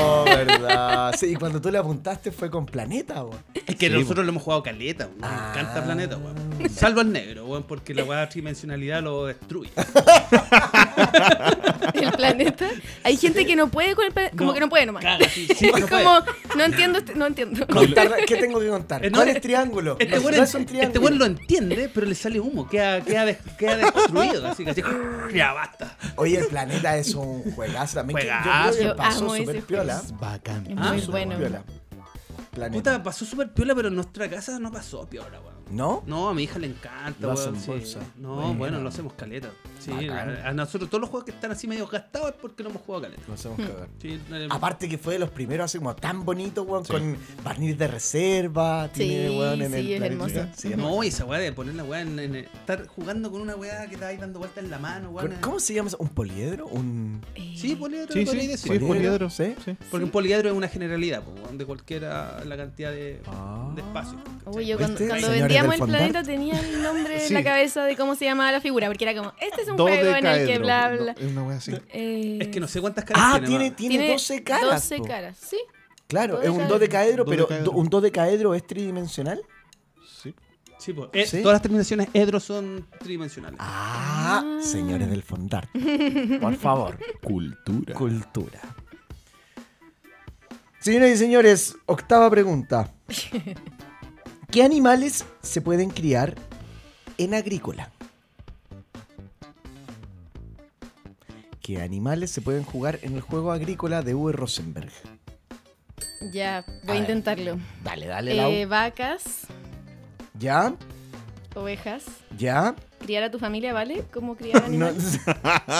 Speaker 2: Oh, verdad. Sí, y cuando tú le apuntaste fue con Planeta, weón.
Speaker 1: Es que
Speaker 4: Sí,
Speaker 1: nosotros lo hemos jugado caleta, weón. Me encanta
Speaker 2: Ah.
Speaker 1: Planeta, weón. Salvo al negro, weón, porque la weá de tridimensionalidad lo destruye.
Speaker 3: *laughs* El planeta. Hay gente que no puede con el planeta. Como
Speaker 1: No,
Speaker 3: que no puede nomás. *laughs*
Speaker 1: Caga, sí, sí,
Speaker 3: es
Speaker 1: no puede.
Speaker 3: como, no entiendo, este- no entiendo.
Speaker 2: Contar- ¿Qué tengo que contar?
Speaker 1: Eh, no,
Speaker 2: ¿Cuál
Speaker 1: eh,
Speaker 2: es triángulo?
Speaker 1: Este
Speaker 2: No,
Speaker 1: weón
Speaker 2: no es un
Speaker 1: este
Speaker 2: triángulo.
Speaker 1: weón lo entiende, pero le sale humo, queda, queda, de- queda destruido. Así que así, *laughs* ya basta.
Speaker 2: Oye, el planeta es un juegazo también. que yo creo que
Speaker 1: Juegazo.
Speaker 3: Yo
Speaker 2: pasó
Speaker 3: amo ese
Speaker 2: súper
Speaker 3: juego.
Speaker 2: piola.
Speaker 3: Es
Speaker 1: Ah,
Speaker 3: muy
Speaker 1: sí,
Speaker 3: bueno.
Speaker 2: Piola. Planeta.
Speaker 1: Puta, pasó súper piola, pero en nuestra casa no pasó piola, weón.
Speaker 2: ¿No?
Speaker 1: No, a mi hija le encanta,
Speaker 2: Lo
Speaker 1: weón,
Speaker 2: hacen
Speaker 1: sí.
Speaker 2: bolsa.
Speaker 1: No,
Speaker 2: Bueno.
Speaker 1: bueno, lo hacemos caleta. Sí,
Speaker 2: Bacán.
Speaker 1: a, a nosotros todos los juegos que están así medio gastados es porque no hemos jugado caleta.
Speaker 2: No hacemos cagar.
Speaker 1: Sí, no eh,
Speaker 3: Hmm.
Speaker 1: le-
Speaker 2: Aparte que fue de los primeros así como tan bonito, weón, con barniz de reserva,
Speaker 3: Sí,
Speaker 2: tiene, weón, en el
Speaker 3: sí, es
Speaker 2: planeta.
Speaker 3: hermoso.
Speaker 2: Sí, hermoso.
Speaker 1: no, esa weá de poner la weá en, en- Estar jugando con una weá que te va ahí dando vueltas en la mano, weón. eh.
Speaker 2: ¿Cómo- ¿Cómo se llama eso? ¿Un poliedro? ¿Un
Speaker 3: Eh,
Speaker 1: Sí, poliedro,
Speaker 4: Sí,
Speaker 1: lo podría
Speaker 4: sí, sí,
Speaker 1: decir.
Speaker 4: es poliedro.
Speaker 2: ¿Sí?
Speaker 4: Sí.
Speaker 1: Porque un poliedro es una generalidad, po, weón, de cualquiera la cantidad de,
Speaker 2: Ah.
Speaker 1: de espacio. ¿cachai?
Speaker 3: Uy, yo cuando,
Speaker 2: ¿Viste?
Speaker 3: cuando
Speaker 2: Señores Este
Speaker 3: vendíamos
Speaker 2: del
Speaker 3: el
Speaker 2: Fondart.
Speaker 3: planeta tenía el nombre en
Speaker 4: Sí.
Speaker 3: la cabeza de cómo se llamaba la figura, porque era como, este es un
Speaker 4: Dos
Speaker 3: juego en el que
Speaker 4: decaedros.
Speaker 3: bla bla.
Speaker 4: No, es una wea así.
Speaker 3: Eh,
Speaker 1: Es que no sé cuántas caras
Speaker 2: Ah,
Speaker 1: tiene.
Speaker 2: tiene,
Speaker 1: ma.
Speaker 2: tiene, 12 caras.
Speaker 3: 12
Speaker 2: po.
Speaker 3: caras, sí.
Speaker 2: Claro, es un
Speaker 3: Dodecaedro.
Speaker 2: dodecaedro, pero
Speaker 4: Dodecaedro.
Speaker 2: do- un dodecaedro es tridimensional.
Speaker 4: Sí.
Speaker 1: Sí, po. Eh,
Speaker 2: Sí.
Speaker 1: Todas las terminaciones edro son tridimensionales.
Speaker 2: Ah,
Speaker 3: Ah.
Speaker 2: señores del *laughs* Fondart. Por favor,
Speaker 4: Cultura. *laughs*
Speaker 2: cultura. Señoras y señores, octava *laughs* pregunta. ¿Qué animales se pueden criar en agrícola? ¿Qué animales se pueden jugar en el juego agrícola de V. Rosenberg?
Speaker 3: Ya,
Speaker 2: A
Speaker 3: voy a
Speaker 2: ver.
Speaker 3: intentarlo.
Speaker 2: Dale, dale, Lau.
Speaker 3: Eh, vacas,
Speaker 2: ¿Ya?
Speaker 3: ovejas,
Speaker 2: ¿Ya?
Speaker 3: criar a tu familia, ¿vale? ¿Cómo criar
Speaker 2: No, *laughs*
Speaker 3: animales?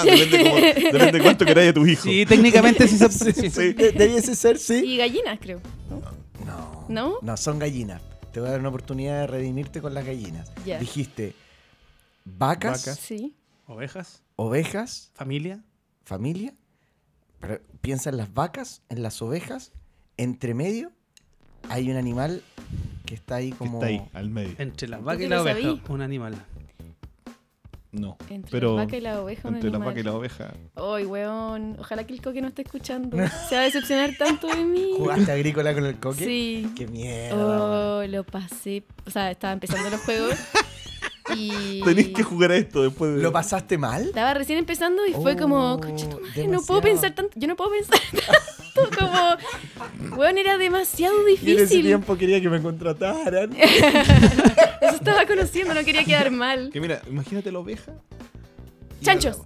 Speaker 5: depende, cómo- depende cuánto queráis a tu hijo.
Speaker 1: Sí, técnicamente sí
Speaker 2: *laughs*
Speaker 1: se sí, sí.
Speaker 2: de- debiese ser, sí.
Speaker 3: Y gallinas, creo.
Speaker 2: No.
Speaker 3: ¿No?
Speaker 2: No, son gallinas. Te voy a dar una oportunidad de redimirte con las gallinas.
Speaker 3: Ya.
Speaker 2: Dijiste vacas,
Speaker 3: Sí.
Speaker 1: Ovejas,
Speaker 2: ovejas,
Speaker 1: familia.
Speaker 2: familia. Pero piensa en las vacas, en las ovejas. Entre medio hay un animal que está ahí
Speaker 5: Que
Speaker 2: como.
Speaker 5: Está ahí, al medio.
Speaker 1: Entre las vacas
Speaker 3: qué
Speaker 1: y la
Speaker 3: lo
Speaker 1: oveja,
Speaker 3: sabí?
Speaker 1: un animal.
Speaker 4: No.
Speaker 3: Entre
Speaker 4: pero
Speaker 3: la vaca y la oveja. un
Speaker 4: entre la
Speaker 3: animal.
Speaker 4: vaca y la oveja.
Speaker 3: Ay, weón. Ojalá que el coque no esté escuchando. Se va a decepcionar tanto
Speaker 2: *laughs*
Speaker 3: de mí.
Speaker 2: ¿Jugaste agrícola con el coque?
Speaker 3: Sí.
Speaker 2: Qué mierda.
Speaker 3: Oh, lo pasé. O sea, estaba empezando
Speaker 2: *laughs*
Speaker 3: los juegos. Y.
Speaker 5: Tenéis que jugar a esto después de.
Speaker 2: ¿Lo pasaste mal?
Speaker 3: Estaba recién empezando y fue
Speaker 2: Oh,
Speaker 3: como, "Concha tu madre, no
Speaker 2: demasiado.
Speaker 3: puedo pensar tanto. Yo no puedo pensar *laughs* tanto. Como, weón, era demasiado
Speaker 2: Y en ese
Speaker 3: difícil.
Speaker 2: tiempo quería que me
Speaker 3: *laughs*
Speaker 2: contrataran.
Speaker 3: Eso estaba conociendo, no quería quedar mal.
Speaker 4: Que mira, imagínate la oveja. y
Speaker 3: Chanchos.
Speaker 4: la-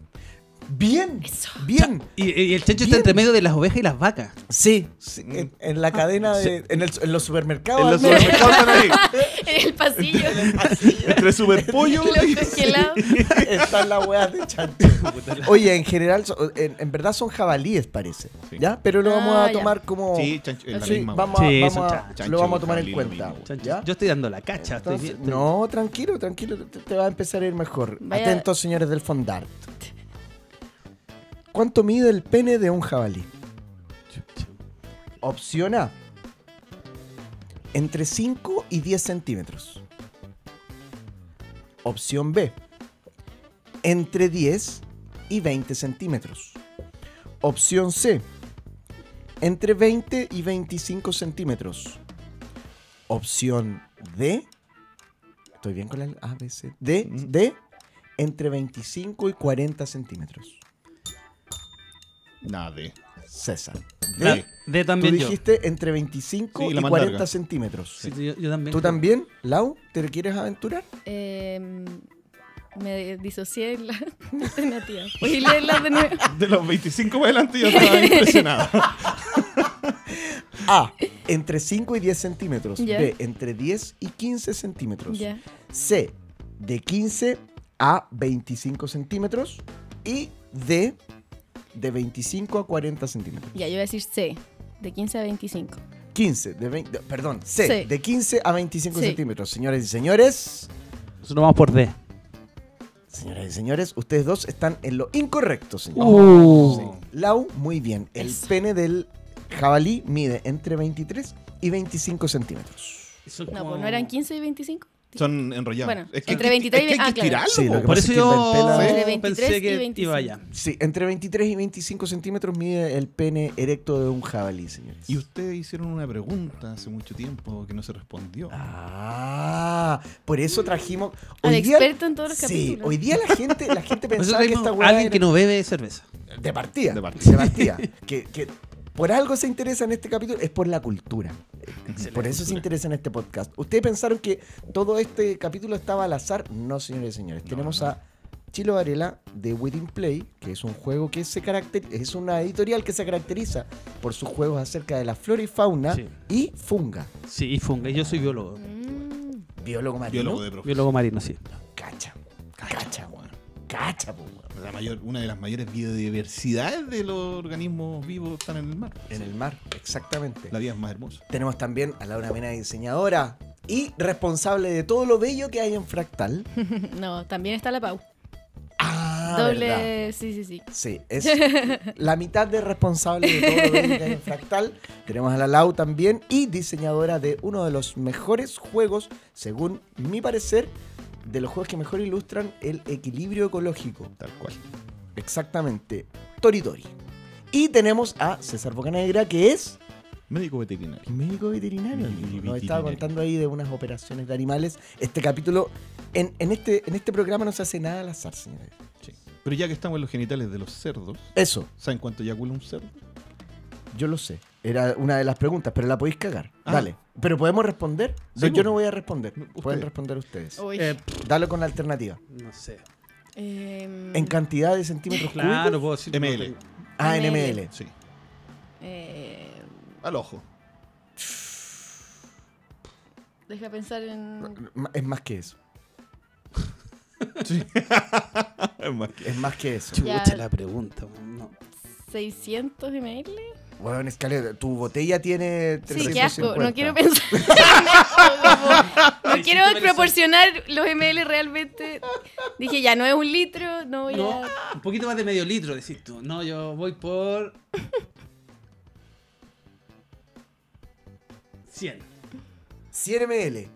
Speaker 2: Bien,
Speaker 3: Eso.
Speaker 2: bien.
Speaker 1: Y, y el chancho
Speaker 2: Bien.
Speaker 1: está entre medio de las ovejas y las vacas.
Speaker 2: Sí, sí, en, en la cadena de. En, el, en los supermercados.
Speaker 4: Mm. En los
Speaker 2: al menos. *laughs*
Speaker 4: supermercados están ahí.
Speaker 3: En el pasillo.
Speaker 4: Entre
Speaker 3: *laughs*
Speaker 4: superpollo
Speaker 3: Lo congelado.
Speaker 2: Están las weas de
Speaker 4: *laughs*
Speaker 2: chancho. Oye, en general, so- en, en verdad son jabalíes, parece.
Speaker 4: Sí.
Speaker 2: ¿Ya? Pero lo vamos
Speaker 3: Ah,
Speaker 2: a
Speaker 3: ya.
Speaker 2: tomar como.
Speaker 4: Sí, chancho. es la
Speaker 2: Sí,
Speaker 4: misma
Speaker 2: vamos,
Speaker 4: wea.
Speaker 2: a-
Speaker 1: Sí,
Speaker 2: vamos
Speaker 1: son
Speaker 2: a-
Speaker 1: chancho,
Speaker 2: lo vamos a tomar en
Speaker 4: jabalí, lo
Speaker 2: cuenta.
Speaker 4: mismo.
Speaker 1: Chancho,
Speaker 2: ¿ya?
Speaker 1: Yo estoy dando la cacha. estoy
Speaker 2: Entonces,
Speaker 1: bien, estoy-
Speaker 2: no, tranquilo, tranquilo, te, te va a empezar a ir mejor.
Speaker 3: Vaya-
Speaker 2: Atentos, señores del Fondart. ¿Cuánto mide el pene de un jabalí? Opción A. Entre 5 y 10 centímetros. Opción B. Entre 10 y 20 centímetros. Opción C. Entre 20 y 25 centímetros. Opción D. Estoy bien con la A, B, C. D.
Speaker 4: Mm.
Speaker 2: D. Entre 25 y 40 centímetros.
Speaker 4: Nada de.
Speaker 2: César. D.
Speaker 1: La- de también
Speaker 2: Tú
Speaker 1: yo.
Speaker 2: dijiste entre 25
Speaker 4: Sí, la
Speaker 2: y
Speaker 4: más
Speaker 2: 40
Speaker 4: larga.
Speaker 2: centímetros.
Speaker 1: Sí, yo. yo también.
Speaker 2: ¿Tú también, Lau? ¿Te quieres aventurar?
Speaker 3: Em, me disocié en la *laughs* alternativa. Voy a leerla
Speaker 2: *laughs*
Speaker 3: de nuevo.
Speaker 4: De los 25 para adelante yo estaba impresionado.
Speaker 3: *laughs*
Speaker 2: A. Entre 5 y 10 centímetros.
Speaker 3: Ya.
Speaker 2: B. Entre 10 y 15 centímetros.
Speaker 3: Ya.
Speaker 2: C. De 15 a 25 centímetros. Y D. De 25 a 40 centímetros.
Speaker 3: Ya, yo voy a decir C, de 15 a 25.
Speaker 2: 15, de 20, perdón, C,
Speaker 3: Sí.
Speaker 2: de 15 a 25
Speaker 3: Sí.
Speaker 2: centímetros. Señores y señores,
Speaker 1: Nosotros vamos por D.
Speaker 2: señoras y señores, ustedes dos están en lo incorrecto, señor.
Speaker 1: Uh.
Speaker 2: Sí. Lau, muy bien. El
Speaker 3: Eso.
Speaker 2: pene del jabalí mide entre 23 y 25 centímetros.
Speaker 1: Son
Speaker 3: No,
Speaker 1: como-
Speaker 2: Oh.
Speaker 3: pues no eran 15 y 25.
Speaker 4: Son enrollados.
Speaker 3: Bueno,
Speaker 4: Es que
Speaker 3: entre
Speaker 4: hay que-
Speaker 3: 23 y
Speaker 4: es que hay que
Speaker 3: 20 ah, claro.
Speaker 4: estirarlo,
Speaker 2: Sí,
Speaker 4: po.
Speaker 2: lo que
Speaker 1: Por eso
Speaker 2: pasa es que el pelo-
Speaker 3: Entre
Speaker 1: yo
Speaker 3: 23
Speaker 1: pensé
Speaker 3: y
Speaker 1: que
Speaker 3: 25.
Speaker 1: iba allá.
Speaker 2: Sí, entre 23 y 25 centímetros mide el pene erecto de un jabalí, señores.
Speaker 4: Y ustedes hicieron una pregunta hace mucho tiempo que no se respondió.
Speaker 2: Ah, por eso trajimos.
Speaker 3: Al
Speaker 2: hoy día-
Speaker 3: experto en todos los
Speaker 2: Sí,
Speaker 3: capítulos.
Speaker 2: hoy día la gente,
Speaker 1: *laughs*
Speaker 2: la gente
Speaker 1: Nosotros
Speaker 2: pensaba que
Speaker 1: vimos
Speaker 2: esta
Speaker 1: a
Speaker 2: weá
Speaker 1: alguien
Speaker 2: era-
Speaker 1: que no bebe cerveza.
Speaker 2: De partida.
Speaker 4: De partida.
Speaker 2: De
Speaker 4: *laughs*
Speaker 2: partida. que, que por algo se interesa en este capítulo, es por la cultura. Por eso se interesa en este podcast. Ustedes pensaron que todo este capítulo estaba al azar. No, señores y señores. Tenemos
Speaker 4: no.
Speaker 2: a Chilo Varela de Within Play, que es un juego que se caracteriza, es una editorial que se caracteriza por sus juegos acerca de la flora y fauna
Speaker 1: Sí.
Speaker 2: y funga.
Speaker 1: Sí, y funga. Yo soy biólogo.
Speaker 3: Mm.
Speaker 2: Biólogo marino.
Speaker 4: Biólogo de profesión.
Speaker 1: Biólogo marino, sí.
Speaker 2: Cacha. Cacha, weón. Cacha, po, weón.
Speaker 4: La mayor, una de las mayores biodiversidades de los organismos vivos están en el mar.
Speaker 2: En el mar, exactamente.
Speaker 4: La vida es más hermosa.
Speaker 2: Tenemos también a Laura Mena, diseñadora y responsable de todo lo bello que hay en Fractal.
Speaker 3: No, también está la Pau.
Speaker 2: Ah,
Speaker 3: Doble.
Speaker 2: ¿verdad?
Speaker 3: Sí, sí, sí.
Speaker 2: Sí, es la mitad de responsable de todo lo bello que hay en Fractal. Tenemos a la Lau también y diseñadora de uno de los mejores juegos, según mi parecer, de los juegos que mejor ilustran el equilibrio ecológico.
Speaker 4: Tal cual.
Speaker 2: Exactamente, Toritori. Y tenemos a César Bocanegra, que es
Speaker 4: Médico veterinario.
Speaker 2: Médico veterinario.
Speaker 4: Médico
Speaker 2: amigo. Nos
Speaker 4: veterinario.
Speaker 2: estaba contando ahí de unas operaciones de animales. Este capítulo, en, en este, en este programa no se hace nada al azar, señores.
Speaker 4: Sí. Pero ya que estamos en los genitales de los cerdos,
Speaker 2: Eso,
Speaker 4: ¿saben cuánto eyacula un cerdo?
Speaker 2: yo lo sé. Era una de las preguntas, pero la podéis cagar.
Speaker 4: Ah.
Speaker 2: Dale. Pero podemos responder.
Speaker 4: Sí,
Speaker 2: yo
Speaker 4: pues.
Speaker 2: no voy a responder. Pueden
Speaker 4: Ustedes.
Speaker 2: responder ustedes.
Speaker 3: Uy.
Speaker 1: Eh,
Speaker 2: Dalo con la alternativa.
Speaker 1: no sé.
Speaker 3: Em,
Speaker 2: En cantidad de centímetros
Speaker 1: Claro,
Speaker 2: cúbicos.
Speaker 1: puedo decir.
Speaker 4: ML.
Speaker 2: Ah, en
Speaker 3: ML.
Speaker 2: ml.
Speaker 4: Sí.
Speaker 3: eh,
Speaker 4: Al ojo.
Speaker 3: deja pensar en.
Speaker 2: Ma- Es más que eso.
Speaker 4: Es más
Speaker 2: *laughs*
Speaker 4: que-
Speaker 2: Es más que eso.
Speaker 1: Chucha
Speaker 3: Ya.
Speaker 1: la pregunta. No.
Speaker 3: 600 ml.
Speaker 2: Bueno, escalera, tu botella tiene
Speaker 3: Sí,
Speaker 2: 350.
Speaker 3: qué asco. No quiero pensar. en *laughs* eso, como- no quiero desproporcionar los ml realmente. Dije, ya no es un litro, no voy
Speaker 1: No,
Speaker 3: a.
Speaker 1: un poquito más de medio litro, decís tú. No, yo voy por. 100.
Speaker 2: 100 ml.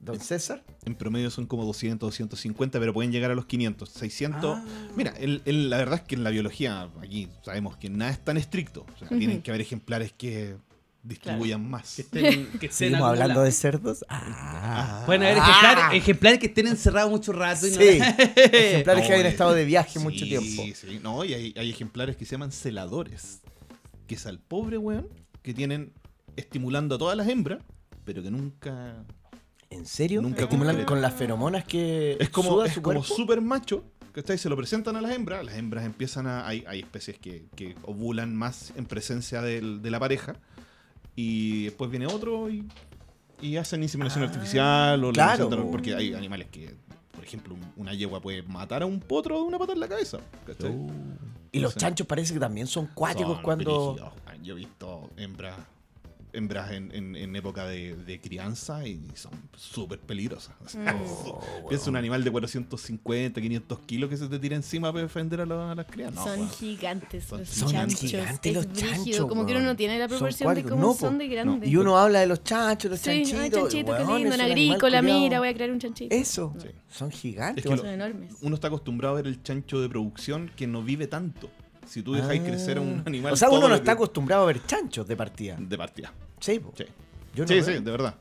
Speaker 2: Don César.
Speaker 4: En promedio son como 200, 250, pero pueden llegar a los 500. 600.
Speaker 1: Ah.
Speaker 4: Mira, el- el- la verdad es que en la biología, aquí sabemos que nada es tan estricto. O sea, tienen que haber ejemplares que distribuyan más.
Speaker 1: Que estén, que estén
Speaker 2: Seguimos
Speaker 1: acumulados.
Speaker 2: hablando de cerdos. Ah.
Speaker 1: Pueden haber ejemplares, ejemplares que estén encerrados mucho rato y no-
Speaker 2: Sí. Ejemplares que
Speaker 4: No,
Speaker 2: hayan
Speaker 4: eh,
Speaker 2: estado de viaje
Speaker 4: Sí,
Speaker 2: mucho tiempo.
Speaker 4: sí. No, y hay, hay ejemplares que se llaman celadores. Que es al pobre weón que tienen estimulando a todas las hembras, pero que nunca.
Speaker 2: ¿En serio?
Speaker 4: Nunca
Speaker 2: acumulan
Speaker 4: concreto.
Speaker 2: con las feromonas que
Speaker 4: Es como,
Speaker 2: suda
Speaker 4: es
Speaker 2: su
Speaker 4: como
Speaker 2: cuerpo?
Speaker 4: super macho. ¿Cachai? Se lo presentan a las hembras. Las hembras empiezan a. Hay, hay especies que, que ovulan más en presencia del- de la pareja. Y después viene otro y, y hacen inseminación artificial. O la
Speaker 2: Ah, claro.
Speaker 4: inseminación- porque hay animales que, por ejemplo, un- una yegua puede matar a un potro de una pata en la cabeza. ¿Cachai?
Speaker 2: Oh. Y los
Speaker 4: Sí.
Speaker 2: chanchos parece que también son cuáticos
Speaker 4: Son
Speaker 2: cuando...
Speaker 4: brígidos. Yo he visto hembras hembras en, en- en época de, de crianza y son súper peligrosas. *laughs* Así
Speaker 3: Mm.
Speaker 4: como su-
Speaker 2: Oh,
Speaker 4: es un animal de 450, 500 kilos que se te tira encima para defender a, la- a las crianzas. No,
Speaker 3: Son
Speaker 4: weón.
Speaker 3: gigantes
Speaker 4: Son
Speaker 3: los
Speaker 4: gigantes.
Speaker 3: chanchos.
Speaker 2: Son gigantes
Speaker 3: es
Speaker 2: los
Speaker 3: brígido,
Speaker 2: chanchos,
Speaker 3: Como que uno
Speaker 2: weón.
Speaker 3: no tiene la
Speaker 2: Son
Speaker 3: proporción de
Speaker 2: cuáticos.
Speaker 3: cómo
Speaker 2: No, po.
Speaker 3: son de grandes.
Speaker 2: Y uno habla de los chanchos, los
Speaker 3: Sí, ay,
Speaker 2: chanchitos.
Speaker 3: chanchito, qué
Speaker 2: weón,
Speaker 3: lindo,
Speaker 2: es
Speaker 3: en
Speaker 2: un animal
Speaker 3: agrícola,
Speaker 2: culiao. Eh,
Speaker 3: mira, voy a crear un chanchito.
Speaker 2: Eso,
Speaker 4: Sí.
Speaker 2: son gigantes.
Speaker 4: Es que
Speaker 2: weón.
Speaker 4: lo-
Speaker 3: Son enormes.
Speaker 4: Uno está acostumbrado a ver el chancho de producción que no vive tanto. Si tú dejáis
Speaker 2: Ah.
Speaker 4: crecer a un animal...
Speaker 2: O sea,
Speaker 4: todo
Speaker 2: uno no
Speaker 4: lo
Speaker 2: está
Speaker 4: que-
Speaker 2: acostumbrado a ver chanchos de partida.
Speaker 4: De partida.
Speaker 2: Sí, po.
Speaker 4: Sí,
Speaker 2: Yo no
Speaker 4: sí,
Speaker 2: veo.
Speaker 4: sí, de verdad.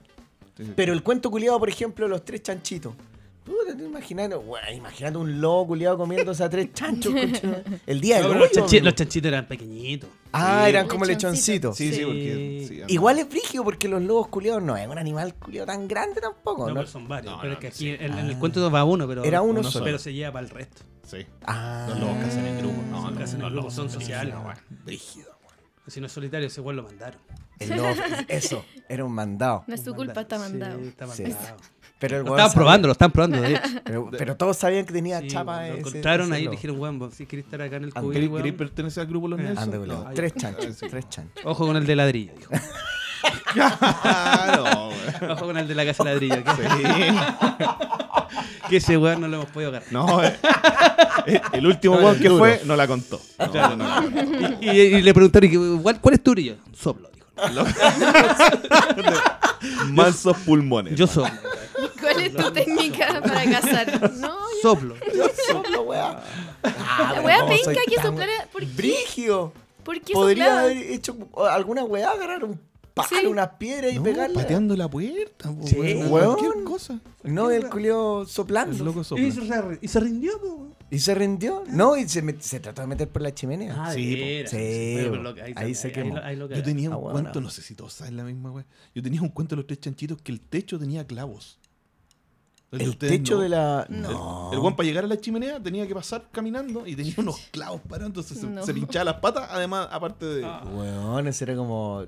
Speaker 4: Sí, sí.
Speaker 2: Pero el cuento culiado, por ejemplo, los tres chanchitos. Puta, te imaginando, weón, imaginando un loco culiado comiéndose a tres
Speaker 3: *laughs*
Speaker 2: chanchos. concha. el
Speaker 1: No,
Speaker 2: día
Speaker 1: pero
Speaker 2: del hoyo,
Speaker 1: los, chanchi-
Speaker 2: amigo.
Speaker 1: los chanchitos eran pequeñitos.
Speaker 2: Ah,
Speaker 4: Sí.
Speaker 2: eran como lechoncitos.
Speaker 3: Lechoncitos.
Speaker 4: sí, sí,
Speaker 1: Sí.
Speaker 4: porque... sí,
Speaker 2: Igual es brígido porque los lobos culiados no es un animal culiado tan grande tampoco.
Speaker 1: No,
Speaker 2: ¿no?
Speaker 1: pero son varios.
Speaker 4: No,
Speaker 1: pero
Speaker 4: no,
Speaker 1: es que aquí
Speaker 4: sí.
Speaker 1: en, en el cuento va uno, pero.
Speaker 2: Era uno
Speaker 4: solo.
Speaker 1: Pero se lleva para el resto.
Speaker 4: Sí,
Speaker 2: Ah.
Speaker 4: los lobos cazan en grupo. No,
Speaker 1: Son
Speaker 4: no,
Speaker 1: cazan en grupo, son sociales.
Speaker 4: no, weón. Brígido, weón.
Speaker 1: Si no es solitario, ese igual lo mandaron.
Speaker 2: El lobo, eso, era un mandado.
Speaker 3: No es tu culpa, está
Speaker 1: Sí,
Speaker 3: mandado.
Speaker 2: *laughs*
Speaker 1: está
Speaker 2: Sí.
Speaker 1: mandado.
Speaker 2: Pero el
Speaker 1: Lo
Speaker 2: weón
Speaker 1: estaban
Speaker 2: sabía-
Speaker 1: probando, lo estaban probando, de hecho.
Speaker 2: Pero, pero todos sabían que tenía
Speaker 1: Sí,
Speaker 2: chapa.
Speaker 1: lo
Speaker 2: ese-
Speaker 1: encontraron
Speaker 2: ese
Speaker 1: ahí y
Speaker 2: lobo.
Speaker 1: dijeron, weón, vos si querés estar acá en el cubil,
Speaker 4: ¿Queréis
Speaker 1: weón,
Speaker 4: queréis pertenecer al grupo Los
Speaker 1: Eh,
Speaker 4: Nelson?
Speaker 2: Ande, culiao,
Speaker 4: No. *laughs*
Speaker 2: Tres chanchos, tres chanchos.
Speaker 1: Ojo con el de ladrillo, dijo.
Speaker 4: Claro, weón.
Speaker 1: Ojo con el de la casa de ladrillo. Que,
Speaker 4: Sí.
Speaker 1: *laughs* que ese weón no lo hemos podido agarrar.
Speaker 4: No, eh, eh, el Ah, último
Speaker 1: No,
Speaker 4: weón
Speaker 1: el
Speaker 4: que
Speaker 1: duro.
Speaker 4: fue no la contó. No, no la contó.
Speaker 1: Y, y le preguntaron, ¿y ¿cuál, cuál es tu brillo? Soplo, dijo.
Speaker 4: Mansos pulmones.
Speaker 1: Yo soplo. *laughs*
Speaker 3: tu técnica para
Speaker 2: *laughs*
Speaker 3: cazar. No, yo-
Speaker 1: Soplo.
Speaker 2: Yo soplo, weá. Ah,
Speaker 3: la
Speaker 2: pero
Speaker 3: wea
Speaker 2: no, soy
Speaker 3: penca que
Speaker 2: tan-
Speaker 3: soplar. ¿Por qué?
Speaker 2: Brigio.
Speaker 3: ¿Por qué
Speaker 2: Podría
Speaker 3: soplaba?
Speaker 2: haber hecho alguna weá, agarrar un palo,
Speaker 3: Sí.
Speaker 2: unas piedras y
Speaker 4: No,
Speaker 2: pegarle.
Speaker 4: pateando la puerta, po,
Speaker 1: Sí,
Speaker 4: weón,
Speaker 2: weón.
Speaker 4: cualquier cosa.
Speaker 2: No, el culio
Speaker 4: El
Speaker 2: soplando.
Speaker 4: loco
Speaker 1: Y,
Speaker 4: sopla.
Speaker 1: se re- y se rindió, po, weón.
Speaker 2: ¿Y se rindió? No, y se, met- se trató de meter por la chimenea.
Speaker 1: Ah,
Speaker 4: Sí, po.
Speaker 1: veras.
Speaker 2: Sí,
Speaker 1: Pero,
Speaker 2: po.
Speaker 1: pero lo-
Speaker 2: Ahí se quemó.
Speaker 1: lo- lo
Speaker 4: Yo tenía
Speaker 2: Ah,
Speaker 4: un
Speaker 2: bueno.
Speaker 4: cuento, no sé si todos saben la misma weá. Yo tenía un cuento de los tres chanchitos que el techo tenía clavos. de
Speaker 2: el
Speaker 4: ustedes
Speaker 2: techo
Speaker 4: no.
Speaker 2: de la.
Speaker 4: El-
Speaker 2: No.
Speaker 4: El guan para llegar a la chimenea tenía que pasar caminando y tenía unos clavos parados, entonces se-
Speaker 3: No.
Speaker 4: se, pinchaba las patas, además, aparte de...
Speaker 2: Ah. Weón, ese era como.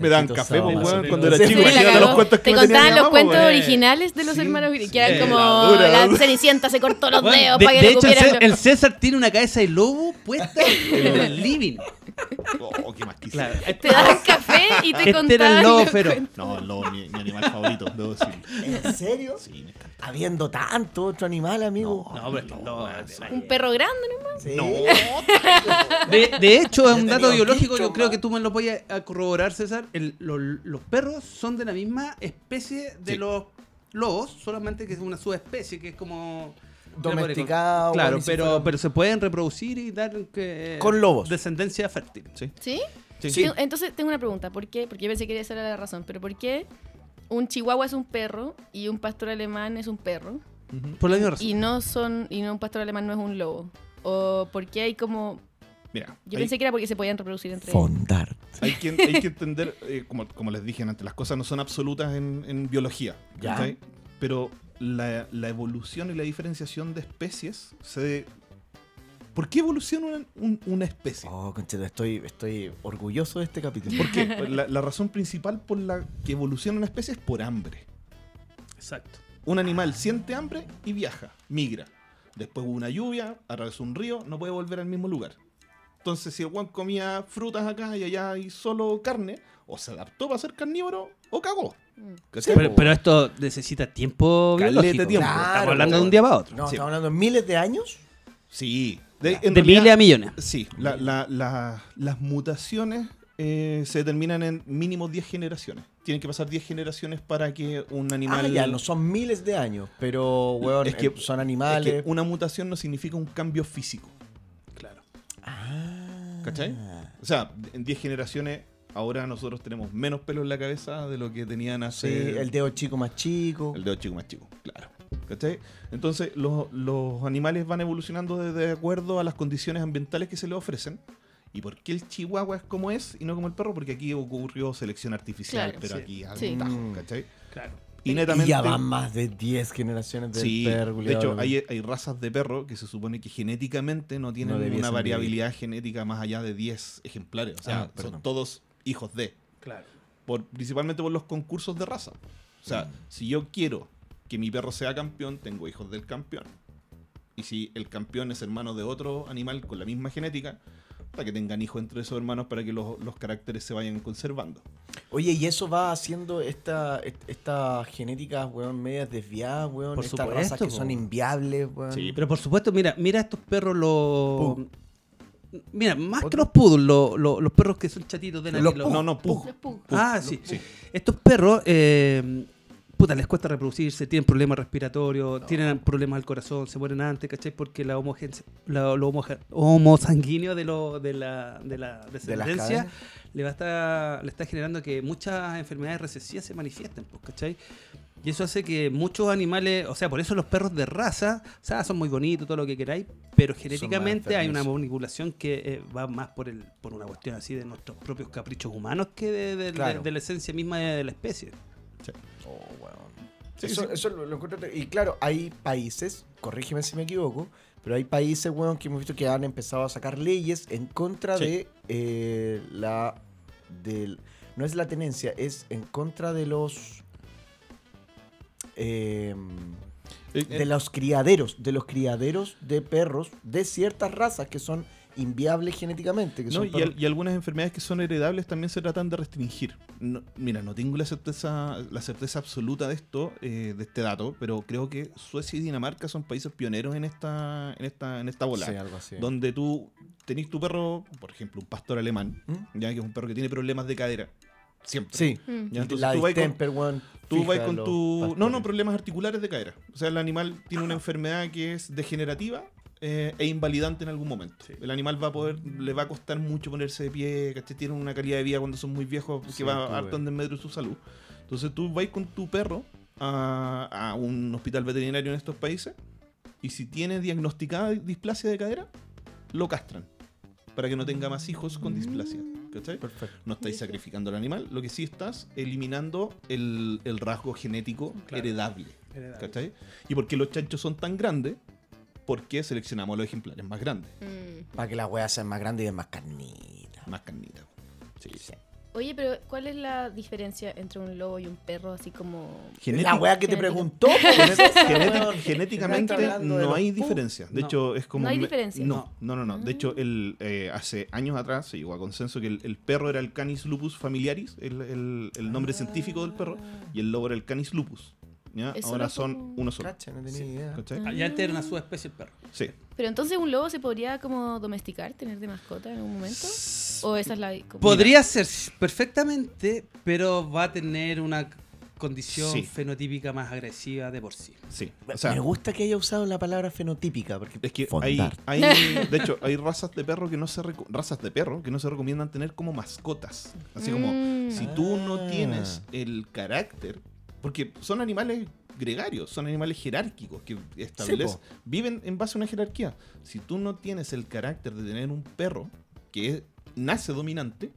Speaker 5: Me dan
Speaker 2: Chanchito
Speaker 5: café,
Speaker 2: Sado,
Speaker 5: pues,
Speaker 1: más o
Speaker 5: weón,
Speaker 1: menos.
Speaker 5: cuando era
Speaker 1: Sí,
Speaker 5: chico.
Speaker 1: la
Speaker 5: Imagínate
Speaker 1: cagó.
Speaker 5: los cuentos que
Speaker 3: Te
Speaker 5: me tenía mi
Speaker 3: contaban los
Speaker 5: mamá, pues,
Speaker 3: cuentos
Speaker 5: weón.
Speaker 3: originales de los
Speaker 4: Sí,
Speaker 3: hermanos Grimm,
Speaker 4: sí,
Speaker 3: que eran
Speaker 1: la
Speaker 3: como
Speaker 5: dura,
Speaker 3: la
Speaker 5: la dura".
Speaker 3: Cenicienta se cortó los
Speaker 1: Bueno,
Speaker 3: dedos
Speaker 1: de,
Speaker 3: para
Speaker 1: de
Speaker 3: que lo
Speaker 1: hecho, el,
Speaker 3: cupieran.
Speaker 1: Cé- el César tiene una cabeza de lobo puesta en
Speaker 3: *laughs*
Speaker 1: el living.
Speaker 4: Oh, qué más quisiera.
Speaker 1: Claro. Este,
Speaker 3: Te daban café y te
Speaker 1: este
Speaker 3: contaban.
Speaker 1: era el
Speaker 3: los
Speaker 1: lobo fero.
Speaker 3: cuentos.
Speaker 4: No, no, mi, mi animal favorito, debo decirlo.
Speaker 2: ¿En serio?
Speaker 4: Sí, me encanta.
Speaker 2: Habiendo tanto otro animal, amigo.
Speaker 1: No, pero es que el lobo-
Speaker 3: Un perro grande, ¿no?
Speaker 2: Sí.
Speaker 1: De, de hecho, es un dato
Speaker 2: tenía
Speaker 1: biológico,
Speaker 2: quincho,
Speaker 1: yo creo
Speaker 2: man.
Speaker 1: que tú me lo voy a, a corroborar, César. El- lo- los perros son de la misma especie de
Speaker 4: Sí.
Speaker 1: los lobos, solamente que es una subespecie, que es como...
Speaker 2: Domesticado,
Speaker 1: Claro,
Speaker 2: bueno, y si
Speaker 1: pero,
Speaker 2: fueron-
Speaker 1: pero se pueden reproducir y dar eh,
Speaker 2: Con lobos.
Speaker 1: descendencia fértil.
Speaker 4: Sí.
Speaker 3: ¿Sí?
Speaker 4: Sí.
Speaker 3: Tengo- Entonces tengo una pregunta. ¿Por qué? Porque yo pensé que esa era la razón. Pero ¿por qué un chihuahua es un perro y un pastor alemán es un perro?
Speaker 1: Por la misma razón.
Speaker 3: Y no son y no un pastor alemán no es un lobo. ¿O por qué hay como...?
Speaker 4: Mira,
Speaker 3: Yo
Speaker 4: ahí-
Speaker 3: pensé que era porque se podían reproducir entre ellos.
Speaker 2: Fondart.
Speaker 4: hay que, hay que entender, eh, como, como les dije antes, las cosas no son absolutas en, en biología.
Speaker 2: Ya.
Speaker 4: ¿cachai? Pero la, la evolución y la diferenciación de especies se... ¿Por qué evoluciona una, un- una especie?
Speaker 2: Oh, conchito, estoy, estoy orgulloso de este capítulo.
Speaker 4: ¿Por
Speaker 2: *laughs*
Speaker 4: qué? Pues La, la razón principal por la que evoluciona una especie es por hambre.
Speaker 1: Exacto.
Speaker 4: Un
Speaker 2: Ah.
Speaker 4: animal siente hambre y viaja, migra. Después hubo una lluvia, atravesó un río, no puede volver al mismo lugar. Entonces, si el guan comía frutas acá y allá y solo carne, o se adaptó para ser carnívoro, o cagó.
Speaker 3: Mm.
Speaker 4: ¿Cachai?
Speaker 1: Pero, pero esto necesita tiempo
Speaker 4: Caleta
Speaker 1: biológico.
Speaker 4: tiempo.
Speaker 1: Estamos
Speaker 2: Claro,
Speaker 1: hablando de
Speaker 2: weón.
Speaker 1: un día para otro.
Speaker 2: No,
Speaker 4: Sí.
Speaker 2: estamos hablando de miles de años.
Speaker 4: Sí. De, en
Speaker 1: De
Speaker 4: realidad-
Speaker 1: miles a millones.
Speaker 4: Sí, la- la- la- las mutaciones eh, se determinan en mínimo 10 generaciones. Tienen que pasar 10 generaciones para que un animal...
Speaker 2: Ah, ya, no son miles de años, pero, weón,
Speaker 4: Es que-
Speaker 2: eh, son
Speaker 4: Es
Speaker 2: animales.
Speaker 4: que una mutación no significa un cambio físico. Claro.
Speaker 2: Ah.
Speaker 4: ¿Cachai? O sea, en 10 generaciones ahora nosotros tenemos menos pelo en la cabeza de lo que tenían
Speaker 2: Sí,
Speaker 4: hace...
Speaker 2: el dedo chico más chico.
Speaker 4: El dedo chico más chico, claro. ¿Cachai? Entonces, los, los animales van evolucionando de, de acuerdo a las condiciones ambientales que se les ofrecen. ¿Y por qué el chihuahua es como es y no como el perro? Porque aquí ocurrió selección artificial,
Speaker 3: Claro,
Speaker 4: pero
Speaker 1: sí.
Speaker 4: aquí
Speaker 3: Sí.
Speaker 4: hay un tajo, ¿cachai?
Speaker 1: Claro.
Speaker 4: Y
Speaker 2: Y
Speaker 4: netamente.
Speaker 2: ya van más de 10 generaciones del
Speaker 4: Sí,
Speaker 2: perro,
Speaker 4: de
Speaker 2: culiao,
Speaker 4: hecho,
Speaker 2: weón.
Speaker 4: hay, hay razas de perro que se supone que genéticamente no
Speaker 2: No
Speaker 4: tienen
Speaker 2: debiesen
Speaker 4: una
Speaker 2: vivir.
Speaker 4: variabilidad genética más allá de 10 ejemplares. O sea,
Speaker 2: Ah, perdón.
Speaker 4: son todos hijos de.
Speaker 1: Claro.
Speaker 4: por, principalmente por los concursos de raza. O sea,
Speaker 2: Mm.
Speaker 4: si yo quiero que mi perro sea campeón, tengo hijos del campeón. Y si el campeón es hermano de otro animal con la misma genética, para que tengan hijos entre esos hermanos para que los, los caracteres se vayan conservando.
Speaker 2: Oye, y eso va haciendo esta, est- estas genéticas, weón, medias desviadas, weón.
Speaker 1: Por
Speaker 2: estas
Speaker 1: supuesto,
Speaker 2: razas que
Speaker 1: po.
Speaker 2: son inviables, weón.
Speaker 4: Sí,
Speaker 1: Pero por supuesto, mira, mira estos perros, los.
Speaker 2: Pug.
Speaker 1: Mira, más que
Speaker 2: ¿Otro?
Speaker 1: los poodles, lo- lo- los perros que son chatitos de la
Speaker 2: Los
Speaker 1: que
Speaker 2: pug.
Speaker 4: No, no, pug.
Speaker 3: Los pug.
Speaker 1: Ah, sí.
Speaker 4: Sí.
Speaker 1: Estos perros, eh, puta, les cuesta reproducirse, tienen problemas respiratorios, tienen problemas al corazón, se mueren antes, ¿cachai? Porque la, homogen la lo homoge- homosanguíneo de, lo, de, la, de la descendencia
Speaker 2: cadenas.
Speaker 1: le, va a estar- le está generando que muchas enfermedades recesivas se manifiesten, pues, ¿cachai? Y eso hace que muchos animales, o sea, por eso los perros de raza, o sea, son muy bonitos, todo lo que queráis, pero genéticamente hay una
Speaker 2: enfermizos.
Speaker 1: manipulación que eh, va más por el por una cuestión así de nuestros propios caprichos humanos que de, de- de-
Speaker 2: Claro.
Speaker 1: de la esencia misma de, de la especie.
Speaker 2: Oh, weón.
Speaker 4: Sí,
Speaker 2: eso
Speaker 4: sí.
Speaker 2: eso lo, lo encuentro. Y claro, hay países, corrígeme si me equivoco, pero hay países, weón, que hemos visto que han empezado a sacar leyes en contra
Speaker 4: Sí.
Speaker 2: de eh, la. Del, no es la tenencia, es en contra de los. em,
Speaker 4: Eh, eh,
Speaker 2: de los criaderos, de los criaderos de perros de ciertas razas que son inviables genéticamente. Que
Speaker 4: no,
Speaker 2: son
Speaker 4: y,
Speaker 2: perros-
Speaker 4: al- y algunas enfermedades que son heredables también se tratan de restringir. No- mira, no tengo la certeza, la certeza absoluta de esto, eh, de este dato, pero creo que Suecia y Dinamarca son países pioneros en esta, en esta, en esta bola.
Speaker 2: Sí, algo así.
Speaker 4: donde tú tenés tu perro, por ejemplo, un pastor alemán,
Speaker 2: ¿Mm?
Speaker 4: ya que es un perro que tiene problemas de cadera, siempre.
Speaker 2: Sí.
Speaker 3: Mm.
Speaker 4: Ya, entonces
Speaker 2: la
Speaker 4: tú vas con-
Speaker 2: distemper, weón,
Speaker 4: Tú vas con
Speaker 1: Fíjalo,
Speaker 4: tu. No,
Speaker 1: pastores.
Speaker 4: no, problemas articulares de cadera. O sea, el animal tiene una enfermedad que es degenerativa eh, e invalidante en algún momento. El animal va a poder, le va a costar mucho ponerse de pie, ¿cachai? Tienen una calidad de vida cuando son muy viejos que
Speaker 1: Sí,
Speaker 4: va
Speaker 1: tú,
Speaker 4: harto
Speaker 1: güey.
Speaker 4: en desmedro de su salud. Entonces tú vas con tu perro a, a un hospital veterinario en estos países y si tiene diagnosticada displasia de cadera, lo castran para que no tenga más hijos con displasia. ¿Cachai?
Speaker 1: Mm. Perfecto.
Speaker 4: No estáis sacrificando al animal, lo que sí estás eliminando el, el rasgo genético
Speaker 1: Claro.
Speaker 4: heredable. *laughs* ¿Cachai? ¿Y por qué los chanchos son tan grandes? Porque seleccionamos los ejemplares más grandes,
Speaker 3: Mm.
Speaker 2: Para que las weas sean más grandes y den más carnita.
Speaker 4: más carnitas. Sí.
Speaker 3: Oye, pero ¿cuál es la diferencia entre un lobo y un perro? Así como.
Speaker 2: La wea que te
Speaker 3: Genética.
Speaker 2: preguntó.
Speaker 1: *laughs*
Speaker 2: pues, esa,
Speaker 4: Genéti-
Speaker 2: weón. Estás
Speaker 4: genéticamente
Speaker 2: hablando de
Speaker 4: no
Speaker 2: los
Speaker 4: hay
Speaker 2: pu-
Speaker 4: diferencia. De
Speaker 2: No.
Speaker 4: hecho, es como.
Speaker 3: No hay
Speaker 4: me-
Speaker 3: diferencia. Mm.
Speaker 4: No, no, no. no. De hecho, el, eh, hace años atrás se llegó a consenso que el, el perro era el Canis lupus familiaris, el, el- el nombre
Speaker 3: Ah.
Speaker 4: científico del perro, y el lobo era el Canis lupus. ¿ya?
Speaker 3: Es
Speaker 4: Ahora
Speaker 3: solo
Speaker 4: son
Speaker 3: como- Ah.
Speaker 4: uno solo.
Speaker 2: Cacha, no tenía idea.
Speaker 4: ¿Cachai?
Speaker 1: Ya antes era una subespecie el perro.
Speaker 4: Sí.
Speaker 3: Pero entonces un lobo se podría como domesticar, tener de mascota en algún momento. O esa es la. como-
Speaker 1: Podría ser perfectamente, pero va a tener una condición
Speaker 4: Sí.
Speaker 1: fenotípica más agresiva de por sí.
Speaker 4: Sí.
Speaker 2: Me-
Speaker 4: O sea,
Speaker 2: me gusta que haya usado la palabra fenotípica, porque
Speaker 4: es que hay,
Speaker 2: fondar.
Speaker 3: *laughs*
Speaker 4: hay- de hecho, hay razas de perro que no se reco- razas de perro que no se recomiendan tener como mascotas. Así como
Speaker 3: Mm.
Speaker 4: si tú no
Speaker 2: Ah.
Speaker 4: tienes el carácter, porque son animales gregarios, son animales jerárquicos que establecen, viven en base a una jerarquía. Si tú no tienes el carácter de tener un perro que es- nace dominante,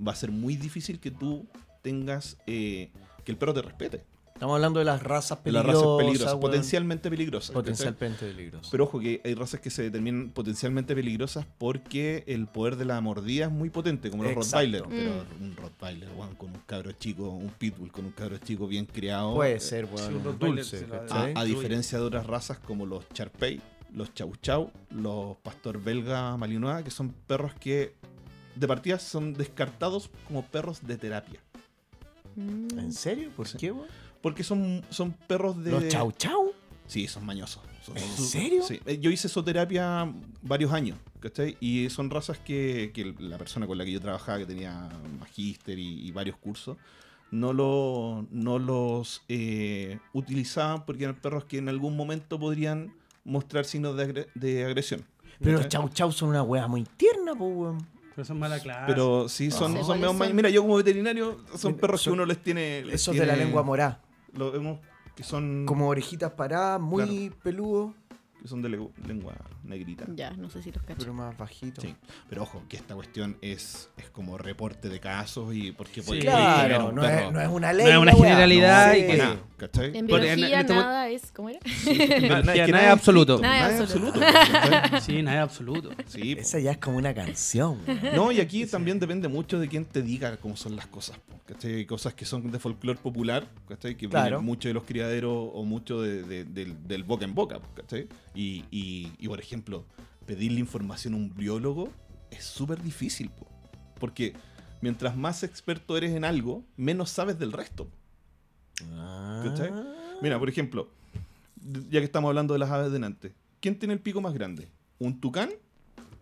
Speaker 4: va a ser muy difícil que tú tengas eh, que el perro te respete.
Speaker 2: Estamos hablando de las razas
Speaker 4: La
Speaker 2: peligrosas.
Speaker 4: raza es peligrosa,
Speaker 2: weón.
Speaker 4: potencialmente peligrosa. ¿cachai?
Speaker 2: Potencialmente peligrosa.
Speaker 4: Pero ojo que hay razas que se determinan potencialmente peligrosas porque el poder de la mordida es muy potente, como los
Speaker 2: Exacto.
Speaker 4: Rottweiler.
Speaker 3: Mm.
Speaker 4: Pero un Rottweiler, weón, con un cabro chico, un pitbull, con un cabro chico bien criado.
Speaker 2: Puede
Speaker 4: eh,
Speaker 2: ser,
Speaker 1: Sí, un
Speaker 2: weón.
Speaker 1: Rottweiler
Speaker 2: dulce.
Speaker 1: se la-
Speaker 4: A,
Speaker 2: ¿cachai?
Speaker 4: a diferencia de otras razas como los Charpey, los Chau Chau, los Pastor Belga Malinois, que son perros que de partida son descartados como perros de terapia.
Speaker 3: Mm.
Speaker 2: ¿En serio? ¿Por
Speaker 4: Sí.
Speaker 2: qué, weón?
Speaker 4: Porque son, son perros de.
Speaker 2: Los chau chau.
Speaker 4: Sí, son mañosos. Son-
Speaker 2: ¿En
Speaker 4: son-
Speaker 2: serio?
Speaker 4: Sí. Eh, Yo hice zooterapia varios años, ¿cachai? Y son razas que, que la persona con la que yo trabajaba, que tenía magíster y, y varios cursos, no, lo, no los eh, utilizaban porque eran perros que en algún momento podrían mostrar signos de, agre- de agresión.
Speaker 2: Pero los
Speaker 4: ¿cachai?
Speaker 2: chau chau son una wea muy tierna, po, weón.
Speaker 1: Pero son mala clase.
Speaker 4: Pero sí, son,
Speaker 3: No sé
Speaker 4: son
Speaker 3: cuáles
Speaker 4: medio ma-
Speaker 3: son.
Speaker 4: Mira, yo como veterinario, son
Speaker 2: Ah, Mira,
Speaker 4: perros
Speaker 2: son-
Speaker 4: que uno les tiene... les
Speaker 2: Esos de la
Speaker 4: tiene-
Speaker 2: lengua morada.
Speaker 4: lo- unos que son,
Speaker 2: Como orejitas paradas, muy peludo,
Speaker 4: que son de legu- lengua negrita.
Speaker 3: Ya, no sé si los cacho.
Speaker 2: pero más bajito.
Speaker 4: Sí, pero ojo, que esta cuestión es, es como reporte de casos y porque
Speaker 1: Sí.
Speaker 4: podéis tener
Speaker 2: Claro,
Speaker 4: un
Speaker 2: no
Speaker 4: perro
Speaker 2: es, no es una
Speaker 1: No
Speaker 2: ley.
Speaker 1: es una
Speaker 2: la wea.
Speaker 1: generalidad y
Speaker 2: No,
Speaker 1: que-
Speaker 2: sí.
Speaker 4: nada, ¿cachai?
Speaker 3: En
Speaker 1: Porque en-
Speaker 3: biología
Speaker 1: en este mo-
Speaker 3: nada es. ¿Cómo era?
Speaker 1: Ah,
Speaker 2: *laughs*
Speaker 4: Nada, es
Speaker 1: ya,
Speaker 4: que
Speaker 1: nada
Speaker 4: nada
Speaker 1: es absoluto.
Speaker 3: Nada es
Speaker 4: Nada es
Speaker 3: absoluto.
Speaker 4: absoluto, ¿cachai?
Speaker 1: Sí, nada es absoluto.
Speaker 4: Sí, po.
Speaker 2: Esa ya *laughs* es como una
Speaker 4: *laughs*
Speaker 2: canción. weón.
Speaker 4: No, y aquí también depende mucho de quién te diga cómo son las cosas. po, ¿cachai? Hay Cosas que son de folclore popular, ¿cachai? que
Speaker 2: Claro.
Speaker 4: vienen mucho de los criaderos o mucho de- de- del, del boca en boca. po, ¿cachai? Y, y- y, por ejemplo, pedirle información a un biólogo es súper difícil. po, porque mientras más experto eres en algo, menos sabes del resto. po. ¿Cachai?
Speaker 2: Ah.
Speaker 4: Mira, por ejemplo, d- ya que estamos hablando de las aves delante, ¿quién tiene el pico más grande? ¿Un tucán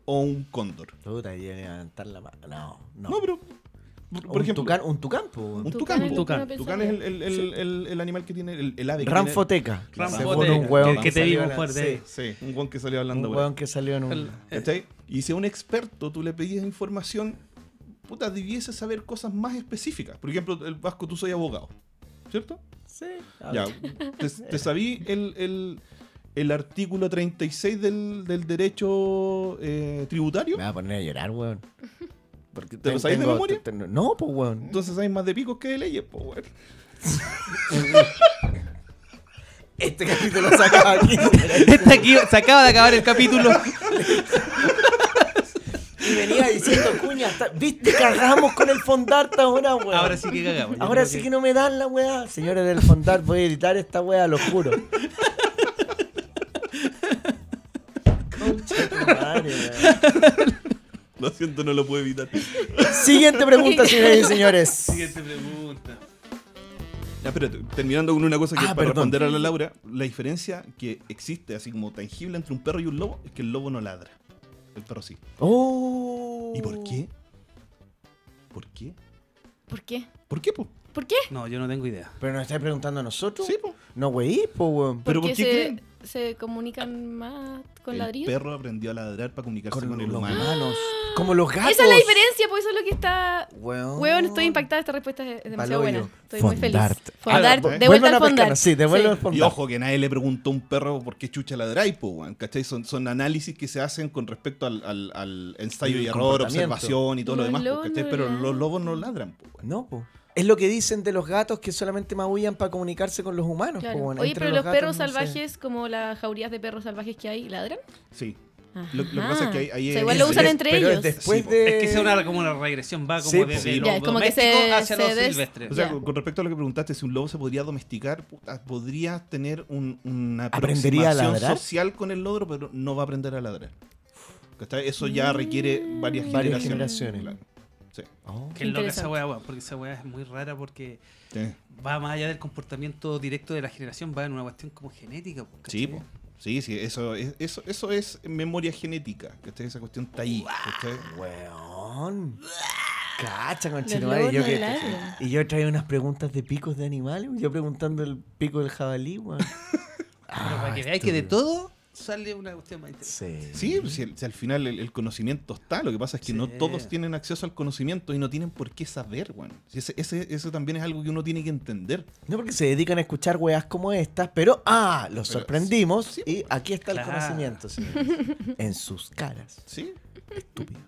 Speaker 4: o un cóndor?
Speaker 2: Puta, y levantar la mano. No, no.
Speaker 4: No, pero. por- Por
Speaker 2: un,
Speaker 4: ejemplo,
Speaker 2: tucán, un tucán, po, weón.
Speaker 4: un
Speaker 3: Tucán es
Speaker 4: tucán. po.
Speaker 1: el que uno
Speaker 4: Tucán, es el, el- el-
Speaker 2: Sí.
Speaker 4: el- el animal que tiene, el, el ave. que
Speaker 2: Ranfoteca.
Speaker 1: Ranfoteca,
Speaker 2: Según un weón
Speaker 4: que- que
Speaker 1: te
Speaker 2: salió
Speaker 1: vimos
Speaker 2: en la-
Speaker 1: por
Speaker 2: sí,
Speaker 1: ahí.
Speaker 4: tiene- sí, un guan que salió
Speaker 2: Un
Speaker 4: hablando por ahí.
Speaker 2: weón que salió en un.
Speaker 4: ¿Cachai? Y si a un experto tú le pedías información, puta, debiese saber cosas más específicas. Por ejemplo, el Vasco, tú soy abogado, ¿cierto?
Speaker 2: Ah, Sí.
Speaker 4: Ya, te, te sabí el, el- el artículo 36 del, del derecho eh, tributario.
Speaker 2: Me va a poner a llorar, weón.
Speaker 4: Porque ¿Te lo sabéis de
Speaker 2: Tengo-
Speaker 4: memoria?
Speaker 2: te- te- No, pues, weón.
Speaker 4: Entonces sabéis más de picos que de leyes, po, weón.
Speaker 2: Este capítulo saca aquí.
Speaker 1: Está aquí, se acaba de acabar el capítulo.
Speaker 2: *laughs* Y venía diciendo, cuña, hasta- viste, cagamos con el fondart ahora, weón.
Speaker 1: Ahora sí que cagamos. Yo
Speaker 2: Ahora
Speaker 1: creo
Speaker 2: sí que... no me dan la weá. *laughs* Señores del fondart, voy a editar esta weá, lo
Speaker 3: *laughs*
Speaker 2: juro. Concha tu madre, weón.
Speaker 4: Lo siento, no lo puedo evitar.
Speaker 2: Siguiente
Speaker 3: *laughs*
Speaker 2: pregunta, señores y señores.
Speaker 1: Siguiente pregunta.
Speaker 4: Ya, espérate, terminando con una cosa que
Speaker 2: Ah,
Speaker 4: para
Speaker 2: perdón.
Speaker 4: responder a la Laura, la diferencia que existe, así como tangible entre un perro y un lobo, es que el lobo no ladra. El perro sí.
Speaker 2: Oh.
Speaker 4: ¿Y por qué? ¿Por qué?
Speaker 3: ¿Por qué?
Speaker 4: ¿Por qué? po?
Speaker 3: ¿Por qué?
Speaker 1: No, yo no tengo idea.
Speaker 2: Pero nos estáis preguntando a nosotros.
Speaker 4: Sí, po.
Speaker 2: No, güey, po, weón.
Speaker 4: ¿Pero por
Speaker 3: Porque
Speaker 4: qué creen?
Speaker 3: se, se comunican más con
Speaker 4: el
Speaker 3: ladrillos.
Speaker 4: perro aprendió a ladrar para comunicarse con, el
Speaker 2: los
Speaker 4: humano.
Speaker 2: humanos. Como los gatos.
Speaker 3: Esa es la diferencia, pues eso es lo que está.
Speaker 2: Weón.
Speaker 3: Weón,
Speaker 4: Oh.
Speaker 3: estoy impactada. Esta respuesta es es demasiado
Speaker 2: Paloyo.
Speaker 3: buena. Estoy muy
Speaker 2: Fondart.
Speaker 3: feliz. Fondart,
Speaker 4: Ahora,
Speaker 3: de
Speaker 2: Vuelvan
Speaker 3: vuelta al
Speaker 2: a pescar,
Speaker 3: Fondart.
Speaker 2: Sí, devuelvan al
Speaker 4: Y
Speaker 2: fondar.
Speaker 4: ojo que nadie le preguntó a un perro por qué chucha ladráis, po, weón, ¿cachai? Son, son análisis que se hacen con respecto al, al- al ensayo
Speaker 2: Y
Speaker 4: y
Speaker 2: el
Speaker 4: error,
Speaker 2: comportamiento.
Speaker 4: observación y todo lo
Speaker 3: Los
Speaker 4: demás, po,
Speaker 3: lobos
Speaker 4: ¿cachai?
Speaker 3: no
Speaker 4: Pero
Speaker 3: ladran.
Speaker 4: los lobos no ladran, po, weón.
Speaker 2: No, po. Es lo que dicen de los gatos que solamente maullan para comunicarse con los humanos.
Speaker 3: Claro.
Speaker 2: po, weón.
Speaker 3: Oye,
Speaker 2: Entre
Speaker 3: pero los,
Speaker 2: gatos,
Speaker 3: perros
Speaker 2: no sé.
Speaker 3: salvajes, como las jaurías de perros salvajes que hay, ladran.
Speaker 4: Sí. Lo- lo que pasa es que ahí- ahí
Speaker 3: O sea,
Speaker 4: es-
Speaker 3: igual Pues lo
Speaker 4: es-
Speaker 3: usan
Speaker 4: es-
Speaker 3: entre
Speaker 2: pero
Speaker 3: ellos.
Speaker 2: Es después
Speaker 4: Sí, po.
Speaker 2: de...
Speaker 1: Es que sea una, como una regresión, va como
Speaker 2: Sí,
Speaker 1: desde
Speaker 4: sí.
Speaker 1: lo
Speaker 3: Ya, es como que
Speaker 1: doméstico
Speaker 3: se-
Speaker 1: hacia
Speaker 3: se
Speaker 1: lo
Speaker 3: des-
Speaker 1: silvestre.
Speaker 4: O sea,
Speaker 3: Ya.
Speaker 4: con, con respecto a lo que preguntaste, si un lobo se podría domesticar, puta, podría tener un- una
Speaker 2: ¿Aprendería a
Speaker 4: aproximación
Speaker 2: ladrar?
Speaker 4: social con el logro, pero no va a aprender a ladrar. ¿Cachai? Eso ya requiere varias,
Speaker 2: Varias generaciones.
Speaker 4: generaciones. Claro. Sí.
Speaker 2: Oh.
Speaker 1: Qué loca esa
Speaker 3: Interesante.
Speaker 1: weá, weón, porque esa weá es muy rara porque
Speaker 4: Sí.
Speaker 1: va más allá del comportamiento directo de la generación, va en una cuestión como genética. po, ¿cachai?
Speaker 4: Sí, pues. po. sí, sí, eso es, eso, eso es memoria genética, que esa cuestión está ahí. ¿cachai?
Speaker 2: Weón. Cacha, con
Speaker 3: lobos
Speaker 2: yo
Speaker 3: no
Speaker 2: que-
Speaker 3: ladran.
Speaker 2: Y yo traía unas preguntas de picos de animales. Yo preguntando el pico del jabalí, weón.
Speaker 1: Pero
Speaker 4: Ah,
Speaker 1: para que veáis que de
Speaker 2: estúpido.
Speaker 1: todo sale una cuestión más interesante.
Speaker 2: Sí.
Speaker 4: Sí, pues, si, al- si al final el, el conocimiento está, lo que pasa es que no
Speaker 1: Sí.
Speaker 4: todos tienen acceso al conocimiento y no tienen por qué saber, weón. Si ese- ese- eso también es algo que uno tiene que entender.
Speaker 2: No porque se dedican a escuchar weas como estas, pero ah, los
Speaker 4: Pero,
Speaker 2: sorprendimos
Speaker 4: sí,
Speaker 2: y aquí está el
Speaker 1: Claro.
Speaker 2: conocimiento,
Speaker 3: *laughs*
Speaker 2: señores. en sus caras,
Speaker 4: ¿Sí?
Speaker 2: estúpidos.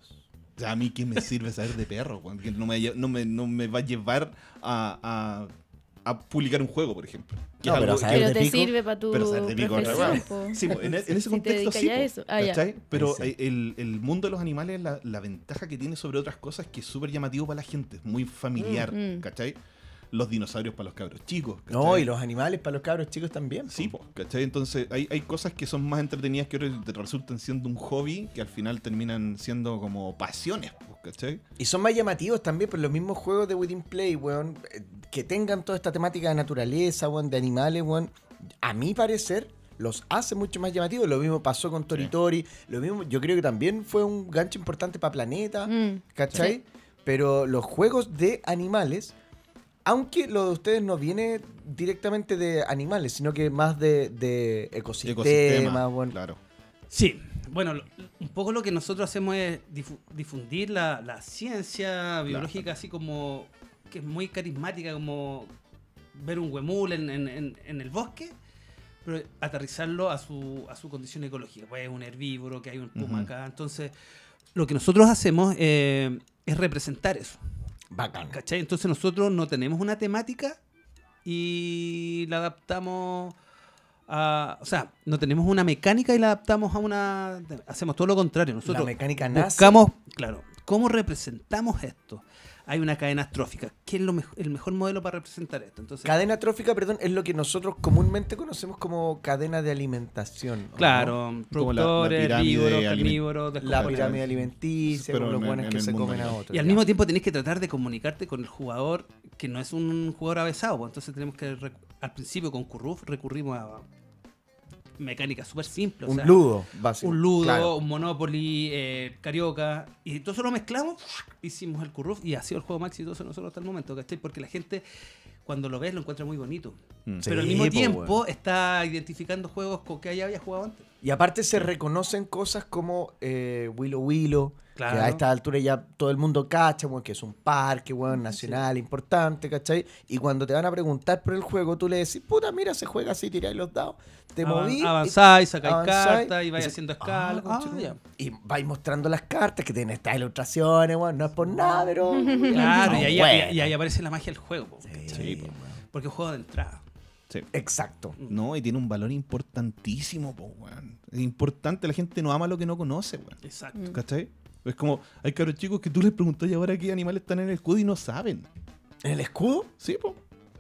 Speaker 4: O sea, A mí, ¿qué me sirve saber de perro? weón? Que no me, lle- no me- no me va a llevar a, a- a publicar un juego, por ejemplo. Que
Speaker 2: No,
Speaker 4: es
Speaker 2: pero
Speaker 4: algo que-
Speaker 2: saber
Speaker 3: Pero
Speaker 2: de
Speaker 3: te
Speaker 2: pico,
Speaker 3: sirve para tu
Speaker 4: pero saber de pico,
Speaker 3: profesión,
Speaker 4: ¿verdad?
Speaker 3: po.
Speaker 4: *laughs* Sí, po, en, en ese
Speaker 3: Si te
Speaker 4: contexto
Speaker 3: dedicas
Speaker 4: sí,
Speaker 3: ya a
Speaker 4: po,
Speaker 3: eso. Ah, ya.
Speaker 4: ¿cachai? Pero eh,
Speaker 2: Ahí
Speaker 4: el, el mundo de los animales, la, la ventaja que tiene sobre otras cosas es que es súper llamativo para la gente, es muy familiar,
Speaker 3: Mm, mm.
Speaker 4: ¿cachai? Los dinosaurios para los cabros chicos.
Speaker 2: No,
Speaker 4: ¿cachai?
Speaker 2: y los animales para los cabros chicos también.
Speaker 4: Sí, po, ¿cachai? Entonces hay, hay cosas que son más entretenidas que otras y te resultan siendo un hobby que al final terminan siendo como pasiones, po, ¿cachai?
Speaker 2: Y son más llamativos también, pero los mismos juegos de Within Play, weón, eh, que tengan toda esta temática de naturaleza, weón, de animales, weón, a mi parecer los hace mucho más llamativos. Lo mismo pasó con Tori
Speaker 4: Sí.
Speaker 2: Tori, lo mismo, yo creo que también fue un gancho importante para Planeta,
Speaker 3: Mm.
Speaker 2: ¿cachai?
Speaker 3: Sí.
Speaker 2: Pero los juegos de animales, aunque lo de ustedes no viene directamente de animales, sino que más de, de ecosistemas, weón.
Speaker 4: claro.
Speaker 1: Sí, bueno, lo- un poco lo que nosotros hacemos es difu- difundir la, la ciencia biológica, así como que es muy carismática, como ver un huemul en, en- en- en el bosque, pero aterrizarlo a su, a su condición ecológica. Pues hay un herbívoro, que hay un puma
Speaker 4: Ujú.
Speaker 1: acá. Entonces, lo que nosotros hacemos eh, es representar eso.
Speaker 2: Bacán.
Speaker 1: ¿Cachai? Entonces nosotros no tenemos una temática y la adaptamos a... O sea, no tenemos una mecánica y la adaptamos a una... Hacemos todo lo contrario.
Speaker 2: La
Speaker 1: Nosotros
Speaker 2: mecánica nace.
Speaker 1: buscamos, claro, ¿cómo representamos esto? Hay una cadena trófica. ¿Qué es lo mej- el mejor modelo para representar esto? Entonces,
Speaker 2: Cadena trófica, perdón, es lo que nosotros comúnmente conocemos como cadena de alimentación. ¿o no?
Speaker 1: claro,
Speaker 4: Como la- la
Speaker 1: productores,
Speaker 4: pirámide
Speaker 1: herbívoros,
Speaker 4: aliment-
Speaker 1: carnívoros,
Speaker 2: La
Speaker 1: descompensados.
Speaker 2: pirámide alimenticia,
Speaker 4: Pero
Speaker 2: con los
Speaker 4: en-
Speaker 2: buenos
Speaker 4: en
Speaker 2: que
Speaker 4: el
Speaker 2: se
Speaker 4: mundo
Speaker 2: comen a
Speaker 4: animal.
Speaker 2: otros.
Speaker 1: Y al
Speaker 2: ya.
Speaker 1: mismo tiempo tenés que tratar de comunicarte con el jugador que no es un jugador avesado. pues, Entonces tenemos que, recu- al principio con Curruf recurrimos a mecánicas súper simples. o
Speaker 2: un
Speaker 1: sea,
Speaker 2: ludo, básicamente.
Speaker 1: Un ludo,
Speaker 2: Claro.
Speaker 1: un Monopoly, eh, Carioca. Y entonces lo mezclamos, *laughs* hicimos el Curruf y ha sido el juego más exitoso de nosotros hasta el momento, ¿cachai? Porque la gente cuando lo ves lo encuentra muy bonito.
Speaker 4: Mm.
Speaker 1: Pero al
Speaker 2: Sí,
Speaker 1: mismo
Speaker 2: po,
Speaker 1: tiempo
Speaker 2: weón.
Speaker 1: está identificando juegos con que ya había jugado antes.
Speaker 2: Y aparte se reconocen cosas como eh, Willow Willow, que
Speaker 1: Claro.
Speaker 2: a esta altura ya todo el mundo cacha, weón, que es un parque weón, nacional importante, ¿cachai? Y cuando te van a preguntar por el juego, tú le decís, puta, mira, se juega así, tiráis los dados, te
Speaker 1: Avan-
Speaker 2: moví. y-
Speaker 1: avanzáis, sacáis
Speaker 2: avanzáis,
Speaker 1: cartas y vais
Speaker 2: dices,
Speaker 1: haciendo
Speaker 2: "Ah,
Speaker 1: escala". Ah,
Speaker 2: conchetumare.
Speaker 1: ya.
Speaker 2: Y vais mostrando las cartas que tienen estas ilustraciones, weón, no es por nada,
Speaker 4: *laughs*
Speaker 2: pero.
Speaker 1: *laughs* Claro,
Speaker 2: son
Speaker 1: y, ahí,
Speaker 2: buenas.
Speaker 1: y ahí aparece la magia del juego, po,
Speaker 2: Sí,
Speaker 1: ¿cachai?
Speaker 2: weón.
Speaker 1: Porque es juego de entrada.
Speaker 4: Sí.
Speaker 2: Exacto.
Speaker 4: No, y tiene un valor importantísimo, po, weón. Es importante, la gente no ama lo que no conoce, weón.
Speaker 1: Exacto.
Speaker 4: ¿Cachai? Es como, hay cabros chicos que tú les preguntas ahora qué animales están en el escudo y no saben.
Speaker 2: ¿En el escudo?
Speaker 4: Sí, po.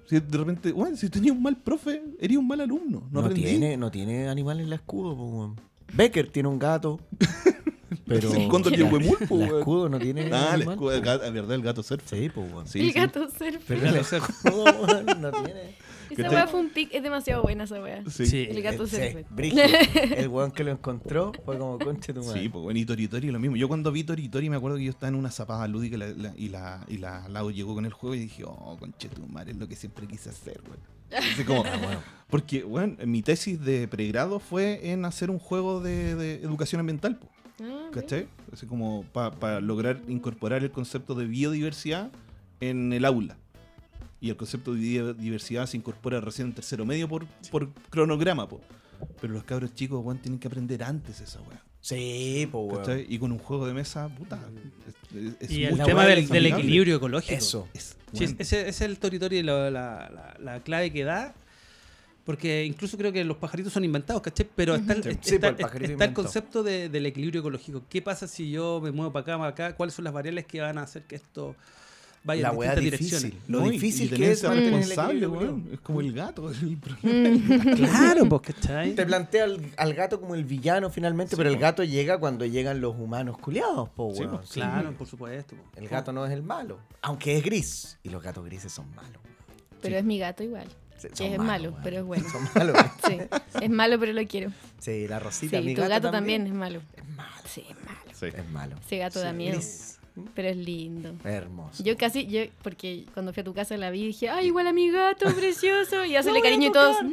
Speaker 4: Si de repente, weón, si tenías un mal profe, eres un mal alumno. No,
Speaker 2: No,
Speaker 4: aprendí. Ah,
Speaker 2: tiene, no tiene animal en el escudo, po, weón. Becker tiene un
Speaker 4: *laughs*
Speaker 2: gato. pero
Speaker 4: El cóndor y el huemul, po,
Speaker 2: El
Speaker 4: weón.
Speaker 2: escudo no tiene.
Speaker 4: *laughs* Ah,
Speaker 2: animal,
Speaker 4: el escudo, el
Speaker 2: po. *laughs*
Speaker 4: gato, la verdad, el gato surf.
Speaker 2: Sí, po, weón.
Speaker 4: Sí,
Speaker 3: El
Speaker 4: sí.
Speaker 3: gato surf.
Speaker 4: *laughs*
Speaker 2: Pero el escudo, weón, no tiene.
Speaker 3: Esa weá fue un pic, es demasiado buena esa weá. Ah,
Speaker 4: Sí.
Speaker 3: El gato
Speaker 2: Sí,
Speaker 3: se
Speaker 2: Eh,
Speaker 4: *laughs*
Speaker 2: brígido. El weón que lo encontró fue como concha de tu madre.
Speaker 4: Sí, pues bueno, y Tori Tori lo mismo. Yo cuando vi Tori Tori me acuerdo que yo estaba en una zapada lúdica y la, la- y la, y la Lau llegó con el juego y dije, oh, conche tu madre, es lo que siempre quise hacer, güey. Así *laughs* como, Porque, Ah, bueno, mi tesis de pregrado fue en hacer un juego de, de educación ambiental, po,
Speaker 3: Ah, mira.
Speaker 4: ¿cachai? Así como para lograr incorporar el concepto de biodiversidad en el aula. Y el concepto de biodiversidad se incorpora recién en tercero medio por, por cronograma, po. Pero los cabros chicos, weón, tienen que aprender antes esa weá.
Speaker 2: Sí, po, weón.
Speaker 4: ¿Cachai? Y con un juego de mesa, puta. es- es- es
Speaker 1: Y el
Speaker 4: mucho
Speaker 2: la
Speaker 1: tema
Speaker 4: más
Speaker 2: weá
Speaker 1: del, del
Speaker 4: amigable.
Speaker 1: equilibrio ecológico.
Speaker 2: Eso.
Speaker 4: Es-
Speaker 1: Sí,
Speaker 4: bueno,
Speaker 1: ese, ese es el territorio y la, la- la- la clave que da. Porque incluso creo que los pajaritos son inventados, ¿caché? Pero está, el-
Speaker 2: Sí,
Speaker 1: está-
Speaker 2: sí, pues, el
Speaker 1: está-
Speaker 2: pajarito
Speaker 1: está el
Speaker 2: inventado.
Speaker 1: concepto de- del equilibrio ecológico. ¿Qué pasa si yo me muevo para acá, para acá? ¿Cuáles son las variables que van a hacer que esto vaya
Speaker 2: La
Speaker 1: en
Speaker 2: weá
Speaker 1: distintas
Speaker 2: difícil.
Speaker 1: direcciones?
Speaker 2: Lo
Speaker 4: no, y-
Speaker 2: difícil
Speaker 4: y
Speaker 2: que
Speaker 4: tener
Speaker 2: es
Speaker 4: esa
Speaker 2: mantener el
Speaker 4: responsable,
Speaker 2: equilibrio,
Speaker 4: weón.
Speaker 2: weón.
Speaker 4: Es como el gato. *laughs* el problema.
Speaker 1: *laughs* Claro, pues, ¿cachai?
Speaker 2: Te plantea al, al gato como el villano finalmente, pero el gato llega cuando llegan los humanos culiados, po,
Speaker 4: Sí,
Speaker 2: weón.
Speaker 4: pues,
Speaker 1: Claro, por supuesto. po.
Speaker 2: El gato no es el malo, aunque es gris. Y los gatos grises son malos.
Speaker 3: Pero es mi gato igual.
Speaker 2: Se-
Speaker 3: Que
Speaker 2: son
Speaker 3: es
Speaker 2: malos,
Speaker 3: malo,
Speaker 2: weón. *laughs*
Speaker 3: pero es bueno.
Speaker 2: Son malos. weón.
Speaker 3: Sí, es malo, pero lo quiero.
Speaker 2: Sí, la
Speaker 3: Sí,
Speaker 2: Rosita, mi
Speaker 3: tu
Speaker 2: gato,
Speaker 3: gato también
Speaker 2: también.
Speaker 3: es malo. Sí, es malo.
Speaker 2: Es malo.
Speaker 3: Ese gato da
Speaker 2: Sí,
Speaker 3: miedo.
Speaker 2: gris.
Speaker 3: Pero es lindo.
Speaker 2: Hermoso.
Speaker 3: Yo casi, yo, porque cuando fui a tu casa la vi y dije, ¡ay, igual a
Speaker 2: *laughs*
Speaker 3: mi gato, precioso! Y hacerle cariño y todos, ¡no lo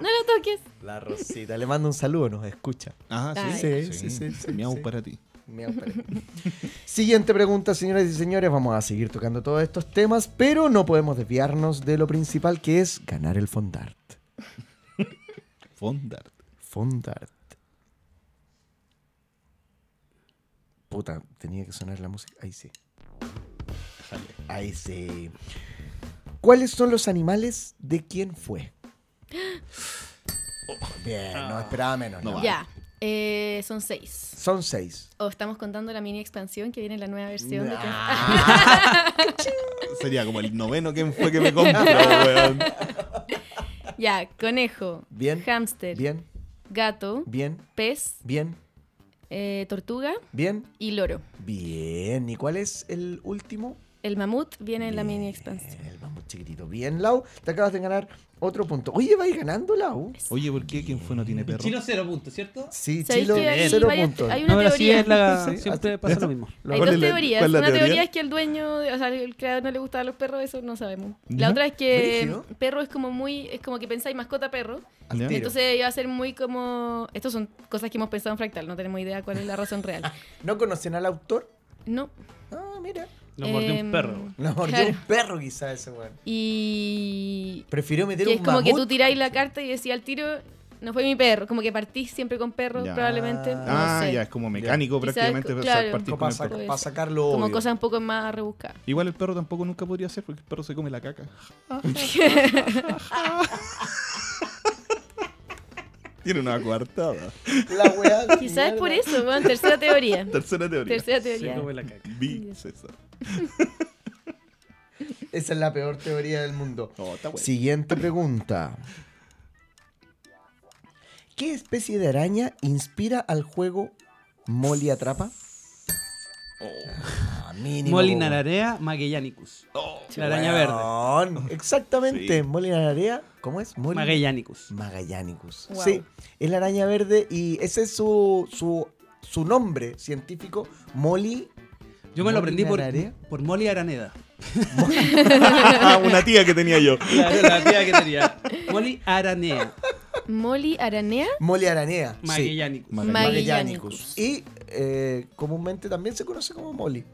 Speaker 2: *laughs*
Speaker 3: ¡No lo toques!
Speaker 2: La Rosita, le mando un saludo, nos escucha.
Speaker 4: Ah,
Speaker 2: Ay.
Speaker 4: sí.
Speaker 2: Sí, sí, sí,
Speaker 4: Miau
Speaker 2: sí.
Speaker 4: para ti.
Speaker 2: Miau, para ti. *laughs* Siguiente pregunta, señoras y señores. Vamos a seguir tocando todos estos temas, pero no podemos desviarnos de lo principal que es ganar el Fondart.
Speaker 4: Fondart.
Speaker 2: Fondart. Puta, tenía que sonar la música. Ahí sí. Ahí sí. ¿Cuáles son los animales de quién fue? Oh, Bien, no esperaba menos.
Speaker 4: No
Speaker 2: la
Speaker 4: va.
Speaker 2: verdad.
Speaker 3: Ya, eh, son seis.
Speaker 2: Son seis.
Speaker 3: O estamos contando la mini expansión que viene en la nueva versión de Ken-
Speaker 2: Ah,
Speaker 4: Sería como el noveno que fue
Speaker 5: que me compro, weón.
Speaker 3: Ya, conejo,
Speaker 2: Bien.
Speaker 3: hámster,
Speaker 2: Bien,
Speaker 3: gato,
Speaker 2: bien,
Speaker 3: pez,
Speaker 2: bien,
Speaker 3: eh, tortuga
Speaker 2: bien,
Speaker 3: y loro.
Speaker 2: bien. ¿Y cuál es el último?
Speaker 3: El mamut viene en la mini expansión.
Speaker 2: El vamos chiquitito. Bien, Lau. Te acabas de ganar otro punto. Oye, vais ganando, Lau.
Speaker 4: Oye, ¿por qué quien fue no tiene perro?
Speaker 1: Chino cero puntos, ¿cierto?
Speaker 2: Sí,
Speaker 3: ¿Sabéis
Speaker 2: Chilo,
Speaker 3: que hay
Speaker 2: cero
Speaker 3: varias-
Speaker 2: puntos.
Speaker 3: hay una
Speaker 1: No, pero Ah, sí
Speaker 3: teoría.
Speaker 1: es
Speaker 3: *laughs*
Speaker 1: la.
Speaker 2: Sí,
Speaker 1: siempre pasa lo mismo.
Speaker 3: Hay
Speaker 5: ¿Cuál
Speaker 3: dos
Speaker 5: es la-
Speaker 3: teorías.
Speaker 5: cuál es la
Speaker 3: Una teoría?
Speaker 5: teoría?
Speaker 3: es que el dueño, de- o sea, el creador no le gustaban los perros, eso no sabemos. La
Speaker 4: ¿Ya?
Speaker 3: otra es que
Speaker 2: Brígido.
Speaker 3: perro es como muy, es como que pensáis mascota perro.
Speaker 4: ¿Ya?
Speaker 2: Tiro.
Speaker 3: Entonces iba a ser muy como. Estas son cosas que hemos pensado en fractal, no tenemos idea cuál es la razón real.
Speaker 2: ¿No conocen al autor?
Speaker 3: No.
Speaker 2: Ah, mira.
Speaker 1: Lo mordió un
Speaker 3: Em,
Speaker 1: perro. güey.
Speaker 2: Lo mordió
Speaker 3: Claro.
Speaker 2: un perro quizá ese weón.
Speaker 3: Y.
Speaker 2: Prefirió meter
Speaker 3: que
Speaker 2: un
Speaker 3: es como que tú
Speaker 2: mamut.
Speaker 3: tiráis la carta y decía al tiro, no fue mi perro. Como que partís siempre con perro,
Speaker 4: Ya.
Speaker 3: probablemente. No
Speaker 4: Ah,
Speaker 3: sé.
Speaker 4: ya, es como mecánico
Speaker 3: Quizás,
Speaker 4: prácticamente.
Speaker 3: co-
Speaker 4: o sea,
Speaker 3: claro.
Speaker 4: partir
Speaker 2: para,
Speaker 4: con el
Speaker 2: sa-
Speaker 4: perro.
Speaker 3: perro.
Speaker 2: para sacarlo
Speaker 3: Como
Speaker 2: obvio.
Speaker 3: cosas un poco más rebuscadas.
Speaker 4: Igual el perro tampoco nunca podría hacer porque el perro se come la caca.
Speaker 5: *laughs* Tiene una coartada.
Speaker 2: La weá de
Speaker 3: *laughs* Quizás es
Speaker 2: mierda.
Speaker 3: por eso, weón. Tercera teoría.
Speaker 5: Tercera teoría.
Speaker 3: Tercera
Speaker 1: Se
Speaker 3: teoría.
Speaker 1: come la caca.
Speaker 5: Vi César.
Speaker 2: Esa es la peor teoría del mundo.
Speaker 5: No, está
Speaker 3: Pues.
Speaker 5: bueno.
Speaker 2: Siguiente pregunta. ¿Qué especie de araña inspira al juego Molly Atrapa?
Speaker 5: Oh.
Speaker 2: Ah, mínimo,
Speaker 1: Molina
Speaker 2: weón.
Speaker 1: Larea Magellanicus. la araña verde.
Speaker 2: Weón, Exactamente, Molly Ararea. ¿Cómo es? Molly
Speaker 1: Magellanicus.
Speaker 2: Magallanicus.
Speaker 3: Wow.
Speaker 2: Sí, es la araña verde y ese es su, su, su nombre científico, Molly.
Speaker 1: Yo me lo aprendí
Speaker 2: Molina
Speaker 1: por,
Speaker 2: Larea.
Speaker 1: por Molly Araneda.
Speaker 5: *laughs* Ah, una tía que tenía yo.
Speaker 1: Claro, la tía que tenía. *laughs* Molly Aranea
Speaker 3: Molly Aranea.
Speaker 2: Molly Aranea. sí,
Speaker 1: Magellanicus.
Speaker 3: Magallanicus.
Speaker 2: Y eh, comúnmente también se conoce como Molly.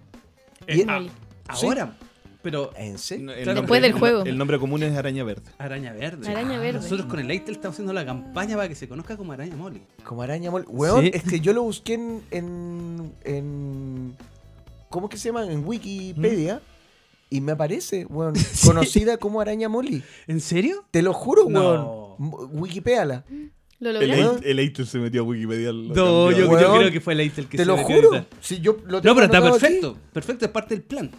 Speaker 1: Eh,
Speaker 2: Y-
Speaker 5: Ah,
Speaker 3: Molly.
Speaker 1: Ahora, pero
Speaker 2: ¿En serio?
Speaker 4: No, el
Speaker 1: Claro.
Speaker 3: Después del juego.
Speaker 4: El nombre común es araña verde.
Speaker 1: Araña Verde. Ah,
Speaker 3: Araña Verde.
Speaker 1: Nosotros con el Eitel estamos haciendo la campaña para que se conozca como Araña Molly.
Speaker 2: Como araña mol. Weón,
Speaker 1: Sí.
Speaker 2: es que yo lo busqué en. en, en- ¿Cómo que se llama? En
Speaker 1: ¿Mm?
Speaker 2: Wikipedia. Y me aparece, weón.
Speaker 1: *laughs*
Speaker 2: Conocida como araña Molly.
Speaker 1: ¿En serio?
Speaker 2: Te lo juro,
Speaker 1: No.
Speaker 2: weón. M- Wikipéala.
Speaker 3: Lo
Speaker 5: El,
Speaker 3: lograste.
Speaker 5: Eitel- el Eitel se metió a Wikipedia. lo
Speaker 1: No,
Speaker 5: cambió.
Speaker 1: yo,
Speaker 2: Weón,
Speaker 1: yo creo que fue el Eitel que
Speaker 2: Te
Speaker 1: se
Speaker 2: lo
Speaker 1: metió
Speaker 2: juro.
Speaker 1: detrás.
Speaker 2: Si yo lo
Speaker 1: No,
Speaker 2: tengo
Speaker 1: pero está
Speaker 2: anotado aquí.
Speaker 1: perfecto. Perfecto, es parte del plan.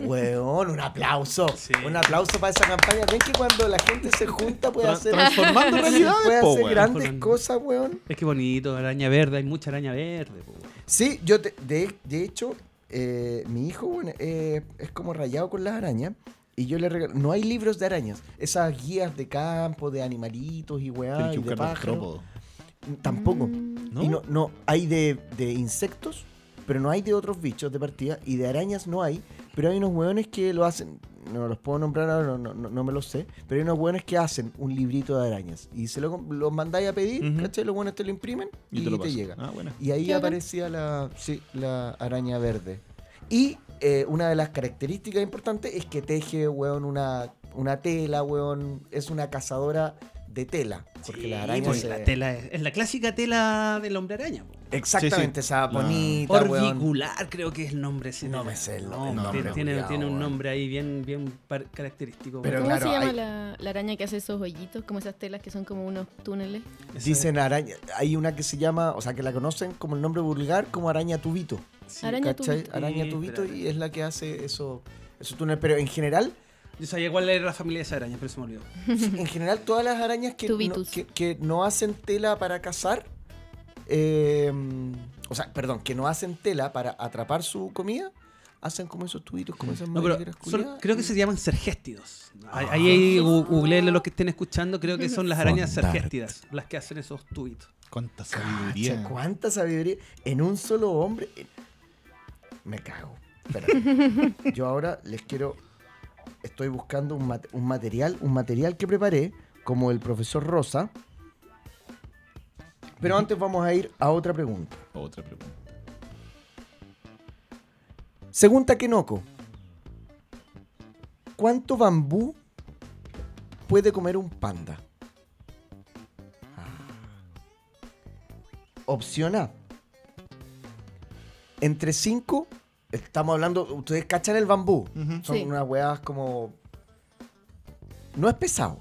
Speaker 2: Weón, un aplauso.
Speaker 1: Sí.
Speaker 2: Un aplauso para esa campaña. Ven que cuando la gente se junta puede
Speaker 4: Tra-
Speaker 2: hacer,
Speaker 4: transformando realidades,
Speaker 2: *laughs* puede
Speaker 4: po,
Speaker 2: hacer
Speaker 4: weón.
Speaker 2: grandes
Speaker 1: Transformando.
Speaker 2: cosas, weón.
Speaker 1: Es que bonito, araña verde, hay mucha araña verde. po.
Speaker 2: Sí, yo te- de, de hecho, eh, mi hijo bueno, eh, es como rayado con las arañas. Y Y yo le regalo. No hay libros de arañas. Esas guías de campo, de animalitos y
Speaker 4: Tienes
Speaker 2: weá,
Speaker 4: que
Speaker 2: y de
Speaker 4: buscar
Speaker 2: pájaros.
Speaker 4: artrópodo.
Speaker 2: *laughs* Tampoco.
Speaker 3: Mm.
Speaker 4: ¿No?
Speaker 2: Y no, no, hay de, de insectos, pero no hay de otros bichos de partida. Y de arañas no hay, pero hay unos hueones que lo hacen. No los puedo nombrar ahora, no, no, no- no me los sé. Pero hay unos hueones que hacen un librito de arañas. Y se lo, los mandáis a pedir,
Speaker 4: Ujú.
Speaker 2: ¿cachai? Los hueones te lo imprimen y,
Speaker 4: Yo te lo
Speaker 2: te
Speaker 4: paso.
Speaker 2: llega.
Speaker 4: Ah, bueno.
Speaker 2: Y ahí
Speaker 3: Qué bacán.
Speaker 2: aparecía la, sí, la araña verde. Y eh, una de las características importantes es que teje, weón, una, una tela, weón. Es una cazadora de tela. Porque
Speaker 1: Sí,
Speaker 2: la araña
Speaker 1: pues,
Speaker 2: se...
Speaker 1: la tela es, es la clásica tela del hombre araña. po.
Speaker 2: Exactamente, esa bonita, weón.
Speaker 1: Orbicular creo que es el nombre. ese.
Speaker 2: No me sé el nombre,
Speaker 1: No,
Speaker 2: el
Speaker 1: tiene-
Speaker 2: nombre,
Speaker 1: tiene,
Speaker 2: culiao,
Speaker 1: tiene un
Speaker 2: weón.
Speaker 1: nombre ahí bien, bien par- característico.
Speaker 2: Pero
Speaker 1: weón.
Speaker 3: ¿Cómo
Speaker 2: claro,
Speaker 3: se llama
Speaker 2: hay-
Speaker 3: la, la araña que hace esos hoyitos? Como esas telas que son como unos túneles.
Speaker 2: Dicen araña. Hay una que se llama, o sea, que la conocen como el nombre vulgar, como araña tubito.
Speaker 1: Sí,
Speaker 3: Araña
Speaker 2: ¿Cachai?
Speaker 3: tubito.
Speaker 2: Araña
Speaker 1: Sí,
Speaker 2: tubito
Speaker 1: pero-
Speaker 2: y es la que hace eso, esos túneles. Pero en
Speaker 3: *laughs*
Speaker 2: general,
Speaker 1: Yo sabía cuál era la familia de esa araña, pero se me olvidó.
Speaker 2: en general todas las arañas que, no,
Speaker 3: Tubitus.
Speaker 2: que, que no hacen tela para cazar, eh, o sea, perdón, que no hacen tela para atrapar su comida, hacen como esos tubitos, como esas
Speaker 1: Mm. No, pero
Speaker 2: madrigueras
Speaker 1: son-
Speaker 2: culiadas.
Speaker 1: creo que se llaman sergéstidos. Ahí,
Speaker 2: Ah.
Speaker 1: ahí gu- googleenle los que estén escuchando, creo que son las arañas
Speaker 2: Fondart.
Speaker 1: sergéstidas, las que hacen esos tubitos.
Speaker 4: Cuánta
Speaker 2: Cacha,
Speaker 4: sabiduría.
Speaker 2: cuánta sabiduría en un solo hombre. Me cago. Espérate.
Speaker 4: *laughs*
Speaker 2: Yo ahora les quiero. Estoy buscando un, mat- un material, un material que preparé, como el profesor Rosa. Pero antes vamos a ir a otra pregunta.
Speaker 4: Otra pregunta.
Speaker 2: Según Takenoko, ¿cuánto bambú puede comer un panda? Ah. Opción A. Entre 5, estamos hablando, ustedes cachan el bambú. Son
Speaker 3: Sí.
Speaker 2: unas weas como... No es pesado.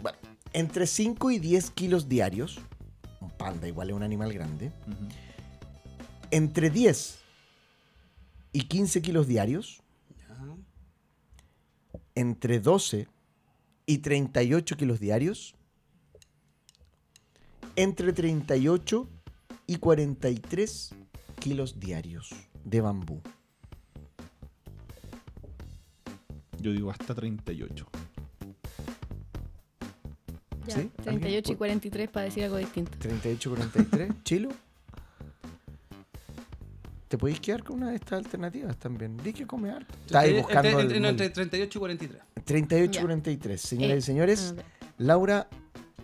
Speaker 2: Bueno, entre 5 y 10 kilos diarios. Un panda igual es un animal grande
Speaker 4: Ujú.
Speaker 2: entre 10 y 15 kilos diarios, entre 12 y 38 kilos diarios, entre 38 y 43 kilos diarios de bambú.
Speaker 4: Yo digo hasta 38.
Speaker 3: Ya,
Speaker 2: ¿Sí? ¿Alguien
Speaker 3: 38
Speaker 2: puede-
Speaker 3: y 43 para decir algo distinto.
Speaker 2: 38, 43, *laughs* chilo. Te podéis quedar con una de estas alternativas también. Di que come harto. Estáis
Speaker 1: Entre-
Speaker 2: buscando
Speaker 1: entre-
Speaker 2: el
Speaker 1: entre- no,
Speaker 2: mol-
Speaker 1: entre 38 y 43.
Speaker 2: 38,
Speaker 3: Ya.
Speaker 2: 43. Señoras y
Speaker 3: Eh,
Speaker 2: señores,
Speaker 3: Ah, ok.
Speaker 2: Laura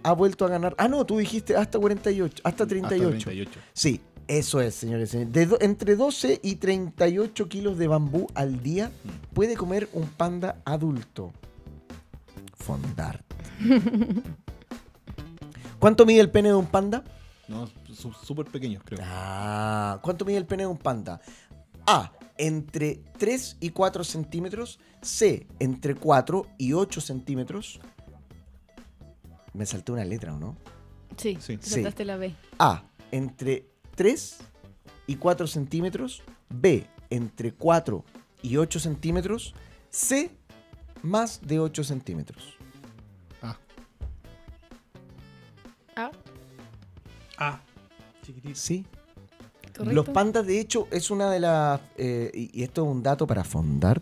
Speaker 2: ha vuelto a ganar. Ah, no, tú dijiste hasta 48, hasta 38.
Speaker 4: Hasta 38.
Speaker 2: Sí, eso es, señores. y señores. De do- entre 12 y 38 kilos de bambú al día
Speaker 4: Mm.
Speaker 2: puede comer un panda adulto. Fondar. ¿Cuánto mide el pene de un panda?
Speaker 4: No, su- súper pequeños, creo.
Speaker 2: Ah, ¿cuánto mide el pene de un panda? A, entre 3 y 4 centímetros. C, entre 4 y 8 centímetros. Me salté una letra, ¿o no?
Speaker 3: Sí,
Speaker 4: Sí.
Speaker 3: te saltaste la B.
Speaker 2: A, entre 3 y 4 centímetros. B, entre 4 y 8 centímetros. C, más de 8 centímetros.
Speaker 4: Ah,
Speaker 3: Ah,
Speaker 1: Ah, chiquitito.
Speaker 2: ¿Sí?
Speaker 3: correcto.
Speaker 2: Los pandas, de hecho, es una de las... eh, y, y esto es un dato para fondar.